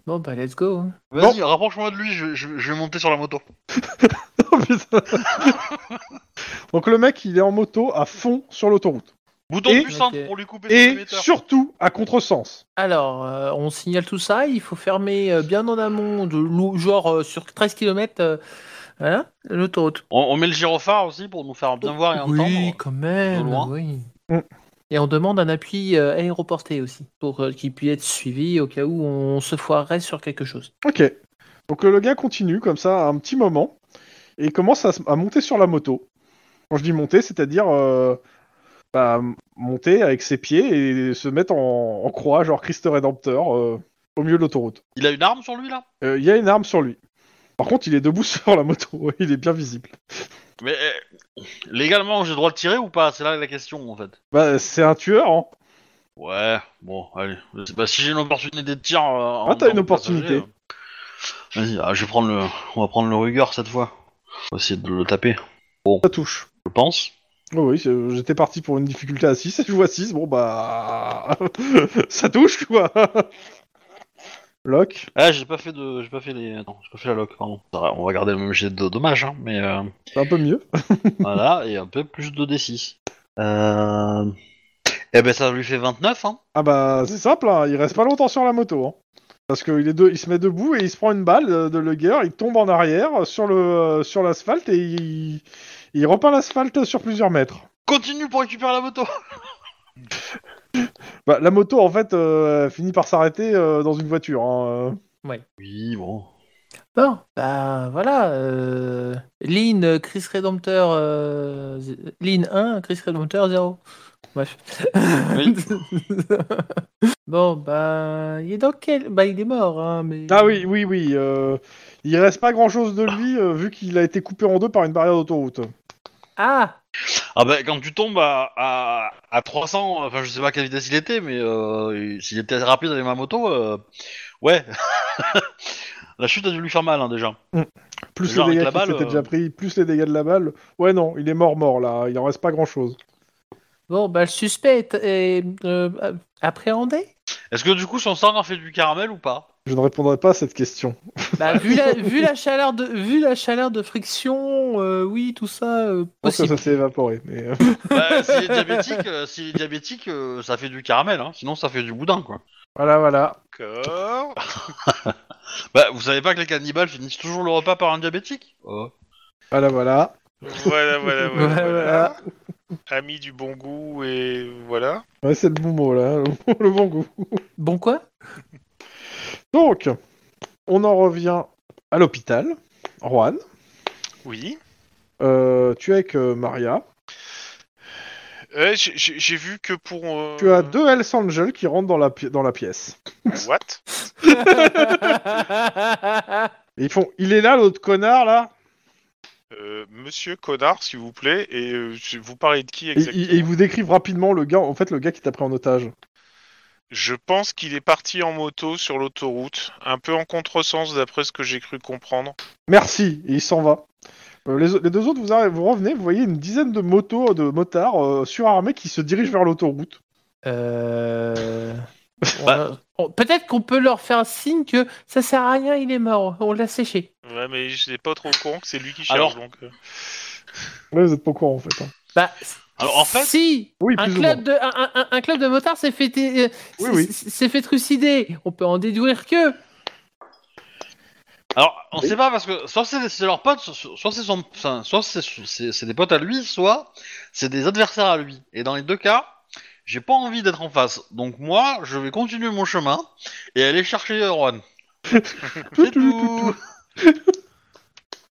[SPEAKER 4] Bon, bah, let's go. hein.
[SPEAKER 3] Vas-y, rapproche-moi de lui, je, je- je vais monter sur la moto.
[SPEAKER 1] *laughs* Oh,
[SPEAKER 4] *laughs*
[SPEAKER 1] putain. Donc le mec, il est en moto à fond sur l'autoroute.
[SPEAKER 3] Bouton
[SPEAKER 1] Et-
[SPEAKER 3] de puissance
[SPEAKER 4] Ok.
[SPEAKER 3] pour lui couper son
[SPEAKER 1] Et
[SPEAKER 3] émetteur.
[SPEAKER 1] surtout à contresens.
[SPEAKER 4] Alors, euh, on signale tout ça. Il faut fermer euh, bien en amont, de, l'ou- genre euh, sur 13 km, voilà, l'autoroute.
[SPEAKER 3] On, on met le gyrophare aussi pour nous faire bien voir et
[SPEAKER 4] Oui,
[SPEAKER 3] entendre.
[SPEAKER 4] quand même.
[SPEAKER 3] de loin.
[SPEAKER 4] oui.
[SPEAKER 1] Mm.
[SPEAKER 4] Et on demande un appui euh, aéroporté aussi, pour euh, qu'il puisse être suivi au cas où on se foirerait sur quelque chose.
[SPEAKER 1] Ok. Donc euh, le gars continue comme ça un petit moment et il commence à, se- à monter sur la moto. Quand je dis monter, c'est-à-dire euh, bah, m- monter avec ses pieds et se mettre en, en croix, genre Christ Rédempteur, euh, au milieu de l'autoroute.
[SPEAKER 3] Il a une arme sur lui là
[SPEAKER 1] Euh, Il y a une arme sur lui. Par contre, il est debout *laughs* sur la moto, il est bien visible.
[SPEAKER 3] Mais euh, légalement, j'ai le droit de tirer ou pas C'est là la question en fait.
[SPEAKER 1] Bah, c'est un tueur, hein.
[SPEAKER 3] Ouais, bon, allez. Bah, si j'ai une opportunité de tir. euh, en
[SPEAKER 1] Ah,
[SPEAKER 3] tant
[SPEAKER 1] t'as une
[SPEAKER 3] que
[SPEAKER 1] opportunité.
[SPEAKER 3] passager, euh, Vas-y, ah, je vais prendre le. On va prendre le rigueur cette fois. On va essayer de le taper,
[SPEAKER 1] Ça touche.
[SPEAKER 3] je pense.
[SPEAKER 1] Oh oui, c'est- j'étais parti pour une difficulté à *laughs* 6 et je vois 6, bon bah. *laughs* ça touche quoi *laughs* Lock,
[SPEAKER 3] Ah, j'ai pas fait de. J'ai pas fait les. Attends, j'ai pas fait la lock, pardon. Ça va, On va garder le même jet de dommage, hein, mais. euh, *laughs*
[SPEAKER 1] c'est un peu mieux.
[SPEAKER 3] voilà, et un peu plus de D6. Euh. Eh ben, ça lui fait 29, hein.
[SPEAKER 1] Ah bah c'est simple, hein, il reste pas longtemps sur la moto. Hein. Parce qu'il est deux, il se met debout et il se prend une balle euh, de Luger, il tombe en arrière euh, sur le euh, sur l'asphalte et il, il repeint l'asphalte sur plusieurs mètres.
[SPEAKER 3] Continue pour récupérer la moto *laughs*
[SPEAKER 1] Bah, la moto en fait euh, finit par s'arrêter euh, dans une voiture. hein, euh.
[SPEAKER 3] Oui, bon.
[SPEAKER 4] Bon, bah voilà. Euh, ligne euh, Chris Rédempteur. euh, z- ligne 1, Chris Rédempteur 0. Bref.
[SPEAKER 3] Oui.
[SPEAKER 4] *laughs* bon, bah. Il est dans quel. Bah, il est mort, hein, mais.
[SPEAKER 1] Ah oui oui oui, euh, il reste pas grand chose de lui euh, vu qu'il a été coupé en deux par une barrière d'autoroute.
[SPEAKER 4] Ah
[SPEAKER 3] Ah bah quand tu tombes à, à, à 300, enfin je sais pas à quelle vitesse il était, mais euh, s'il était rapide avec ma moto, euh, ouais. *laughs* la chute a dû lui faire mal hein, déjà.
[SPEAKER 1] Plus
[SPEAKER 3] Genre avec
[SPEAKER 1] les dégâts
[SPEAKER 3] la
[SPEAKER 1] qu'il
[SPEAKER 3] balle,
[SPEAKER 1] s'était
[SPEAKER 3] euh.
[SPEAKER 1] déjà pris, plus les dégâts de la balle. Ouais non, il est mort mort là, il en reste pas grand chose.
[SPEAKER 4] Bon, bah, le suspect est, est, euh, appréhendé
[SPEAKER 3] Est-ce que du coup son sang a fait du caramel ou
[SPEAKER 1] *laughs*
[SPEAKER 3] pas
[SPEAKER 1] Je ne répondrai pas à cette question.
[SPEAKER 4] bah, vu, la, vu, la chaleur de, vu la chaleur de friction, euh, oui, tout ça,
[SPEAKER 1] Je
[SPEAKER 4] euh,
[SPEAKER 1] pense que
[SPEAKER 4] possible.
[SPEAKER 1] ça s'est évaporé. Mais... euh,
[SPEAKER 3] bah, S'il est diabétique, euh, s'il est diabétique euh, ça fait du caramel, hein, sinon ça fait du boudin quoi.
[SPEAKER 1] voilà voilà.
[SPEAKER 2] D'accord.
[SPEAKER 3] Bah vous savez pas que les cannibales finissent toujours le repas par un diabétique Oh.
[SPEAKER 1] Voilà, Ah voilà.
[SPEAKER 2] Voilà,
[SPEAKER 1] *laughs*
[SPEAKER 2] voilà, voilà,
[SPEAKER 4] Voilà,
[SPEAKER 2] voilà. Ami du bon goût et voilà.
[SPEAKER 1] Ouais, c'est le bon mot, là, *laughs* le bon- le bon goût. *laughs*
[SPEAKER 4] Bon, quoi
[SPEAKER 1] Donc, on en revient à l'hôpital. Juan,
[SPEAKER 2] Oui.
[SPEAKER 1] euh, tu es avec euh, Maria.
[SPEAKER 2] Euh, j'ai- J'ai j'ai vu que pour. euh,
[SPEAKER 1] Tu as deux Hells Angels qui rentrent dans la, pi- dans la pièce.
[SPEAKER 2] What
[SPEAKER 1] Et ils font « Il est là, l'autre connard, là
[SPEAKER 2] Euh, Monsieur Connard, s'il vous plaît, et euh, je- vous parlez de qui ?»
[SPEAKER 1] et, ils-
[SPEAKER 2] exactement
[SPEAKER 1] et ils vous décrivent rapidement le gars, en fait, le gars qui t'a pris en otage.
[SPEAKER 2] Je pense qu'il est parti en moto sur l'autoroute, un peu en contresens d'après ce que j'ai cru comprendre.
[SPEAKER 1] Merci Et il s'en va. Euh, les, o- les deux autres, vous, arri- vous revenez, vous voyez une dizaine de motos, de motards euh, surarmés qui se dirigent vers l'autoroute.
[SPEAKER 4] Euh, on
[SPEAKER 3] Bah.
[SPEAKER 4] a- on- Peut-être qu'on peut leur faire signe que ça sert à rien, il est mort, on l'a séché.
[SPEAKER 2] Ouais, mais je n'ai pas trop con que c'est lui qui cherche,
[SPEAKER 3] Alors-
[SPEAKER 2] donc... euh.
[SPEAKER 1] Là, vous êtes pas au courant, en fait. hein.
[SPEAKER 4] Bah,
[SPEAKER 3] Alors en fait,
[SPEAKER 4] si
[SPEAKER 1] Oui,
[SPEAKER 4] un
[SPEAKER 1] plus ou moins.
[SPEAKER 4] club, de, un, un- un club de motards s'est fait, euh,
[SPEAKER 1] Oui,
[SPEAKER 4] s'est-
[SPEAKER 1] oui.
[SPEAKER 4] s'est fait trucider, on peut en déduire que.
[SPEAKER 3] alors on sait pas parce que soit c'est c'est leur pote, soit soit c'est son, enfin, soit c'est c'est- c'est des potes à lui, soit c'est des adversaires à lui. Et dans les deux cas, j'ai pas envie d'être en face. Donc moi, je vais continuer mon chemin et aller chercher Erwan. C'est tout.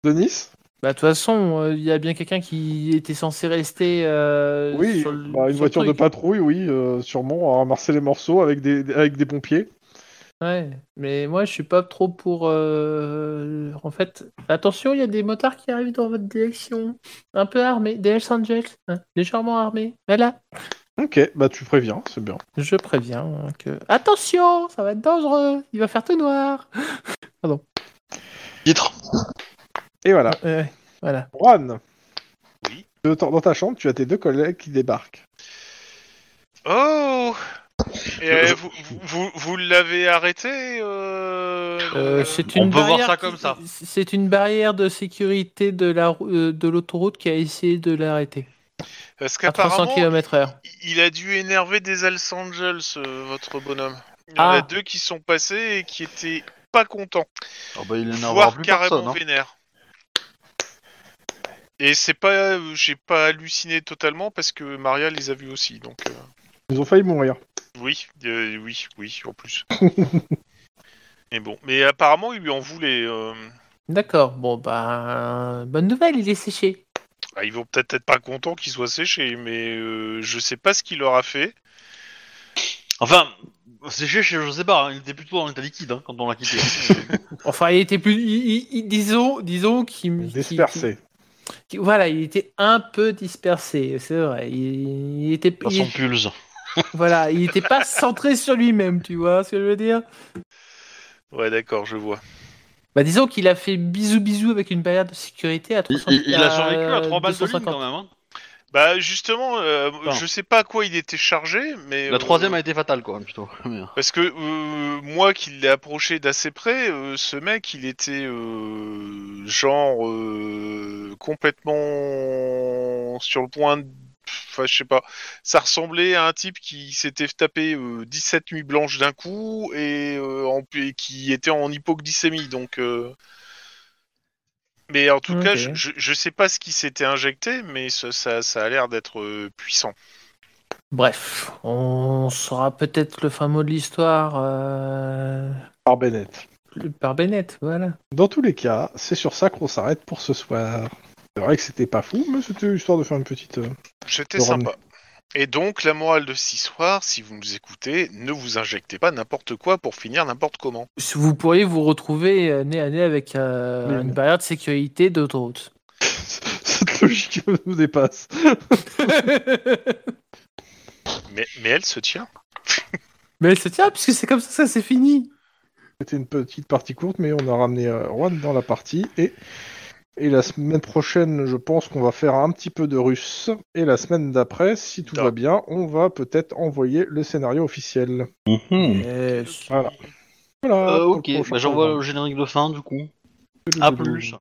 [SPEAKER 1] Denis
[SPEAKER 4] Bah, de toute façon, euh, il y a bien quelqu'un qui était censé rester. euh,
[SPEAKER 1] Oui,
[SPEAKER 4] sur le-
[SPEAKER 1] bah, une
[SPEAKER 4] sur le
[SPEAKER 1] voiture de
[SPEAKER 4] truc.
[SPEAKER 1] patrouille, oui, euh, sûrement, à ramasser les morceaux avec des, des- avec des pompiers.
[SPEAKER 4] Ouais, mais moi je suis pas trop pour. euh, En fait, attention, il y a des motards qui arrivent dans votre direction. Un peu armés, des Hells Angels, hein, légèrement armés. Voilà,
[SPEAKER 1] Ok, bah tu préviens, c'est bien.
[SPEAKER 4] je préviens hein, que. Attention, ça va être dangereux, il va faire tout noir.
[SPEAKER 3] Titre.
[SPEAKER 1] Et voilà.
[SPEAKER 4] Ah, Ouais, voilà.
[SPEAKER 1] Juan
[SPEAKER 2] Oui.
[SPEAKER 1] de- Dans ta chambre, tu as tes deux collègues qui débarquent.
[SPEAKER 2] Oh Et euh, vous, vous, vous- vous l'avez arrêté euh,
[SPEAKER 4] Euh,
[SPEAKER 2] euh,
[SPEAKER 4] c'est
[SPEAKER 3] On
[SPEAKER 4] une
[SPEAKER 3] peut voir
[SPEAKER 4] barrière
[SPEAKER 3] ça
[SPEAKER 4] qui-
[SPEAKER 3] comme ça.
[SPEAKER 4] C'est une barrière de sécurité de la rou- euh, de l'autoroute qui a essayé de l'arrêter
[SPEAKER 2] Parce
[SPEAKER 4] à 300
[SPEAKER 2] qu'apparemment,
[SPEAKER 4] km/h.
[SPEAKER 2] il- il a dû énerver des Los Angeles, euh, votre bonhomme. Il y en
[SPEAKER 4] Ah.
[SPEAKER 2] a deux qui sont passés et qui étaient pas contents,
[SPEAKER 3] Ah bah, il n'en aura
[SPEAKER 2] voire
[SPEAKER 3] plus
[SPEAKER 2] carrément
[SPEAKER 3] personne. hein.
[SPEAKER 2] vénères. Et c'est pas, euh, j'ai pas halluciné totalement parce que Maria les a vus aussi, donc euh,
[SPEAKER 1] Ils ont failli mourir.
[SPEAKER 2] oui, euh, oui, oui, en plus. Mais bon, mais apparemment ils lui en voulaient. euh,
[SPEAKER 4] D'accord. Bon ben bonne nouvelle, il est séché.
[SPEAKER 2] Bah, ils vont peut-être être pas contents qu'il soit séché, mais euh, je sais pas ce qu'il leur a fait.
[SPEAKER 3] Enfin, séché chez je sais pas, hein, il était plutôt dans l'état liquide hein, quand on l'a *laughs* quitté.
[SPEAKER 4] Enfin, il était plus il- il- il- disons disons qu'il qu'il-
[SPEAKER 1] Dispersés.
[SPEAKER 4] qu'il- voilà, il était un peu dispersé, c'est vrai. Il, il était
[SPEAKER 3] Pas
[SPEAKER 4] il- *laughs*
[SPEAKER 3] son pulse.
[SPEAKER 4] voilà, il était pas centré sur lui-même, tu vois ce que je veux dire
[SPEAKER 2] Ouais, d'accord, je vois.
[SPEAKER 4] Bah disons qu'il a fait bisou bisou avec une barrière de sécurité à
[SPEAKER 3] Il,
[SPEAKER 4] 300
[SPEAKER 3] il- il a survécu à 3 balles de ligne
[SPEAKER 4] 250.
[SPEAKER 3] quand même. Hein.
[SPEAKER 2] Bah justement, euh,
[SPEAKER 3] Enfin.
[SPEAKER 2] je sais pas à quoi il était chargé, mais
[SPEAKER 3] La
[SPEAKER 2] euh,
[SPEAKER 3] troisième a été fatale quoi, plutôt. Mais, euh,
[SPEAKER 2] parce que euh, moi qui l'ai approché d'assez près, euh, ce mec, il était euh, genre euh, complètement sur le point. de- Enfin, je sais pas. Ça ressemblait à un type qui s'était tapé euh, 17 nuits blanches d'un coup et, euh, en- et qui était en hypoglycémie. Donc, euh, mais en tout cas,
[SPEAKER 4] Ok.
[SPEAKER 2] je, je, je sais pas ce qui s'était injecté, mais ça, ça, ça a l'air d'être euh, puissant.
[SPEAKER 4] Bref, on saura peut-être le fin mot de l'histoire euh,
[SPEAKER 1] Par Bennett.
[SPEAKER 4] par Bennett, voilà.
[SPEAKER 1] Dans tous les cas, c'est sur ça qu'on s'arrête pour ce soir. C'est vrai que c'était pas fou, mais c'était histoire de faire une petite. euh, *laughs*
[SPEAKER 2] C'était
[SPEAKER 1] de
[SPEAKER 2] sympa. Et donc, la morale de ce soir, si vous nous écoutez, ne vous injectez pas n'importe quoi pour finir n'importe comment.
[SPEAKER 4] Si Vous pourriez vous retrouver euh, nez à nez avec euh,
[SPEAKER 1] Oui, oui.
[SPEAKER 4] une barrière de sécurité d'autoroute. *laughs*
[SPEAKER 1] Cette logique nous dépasse.
[SPEAKER 2] Mais, mais elle se tient.
[SPEAKER 4] Mais elle se tient, puisque c'est comme ça, ça c'est fini.
[SPEAKER 1] C'était une petite partie courte, mais on a ramené euh, Juan dans la partie. Et, et la semaine prochaine, je pense qu'on va faire un petit peu de russe. Et la semaine d'après, si tout
[SPEAKER 2] Da.
[SPEAKER 1] va bien, on va peut-être envoyer le scénario officiel.
[SPEAKER 4] Yes.
[SPEAKER 1] Voilà. Voilà.
[SPEAKER 3] Euh,
[SPEAKER 1] pour le
[SPEAKER 3] ok,
[SPEAKER 1] prochain
[SPEAKER 3] bah, j'envoie
[SPEAKER 1] programme.
[SPEAKER 3] le générique de fin du coup. À plus.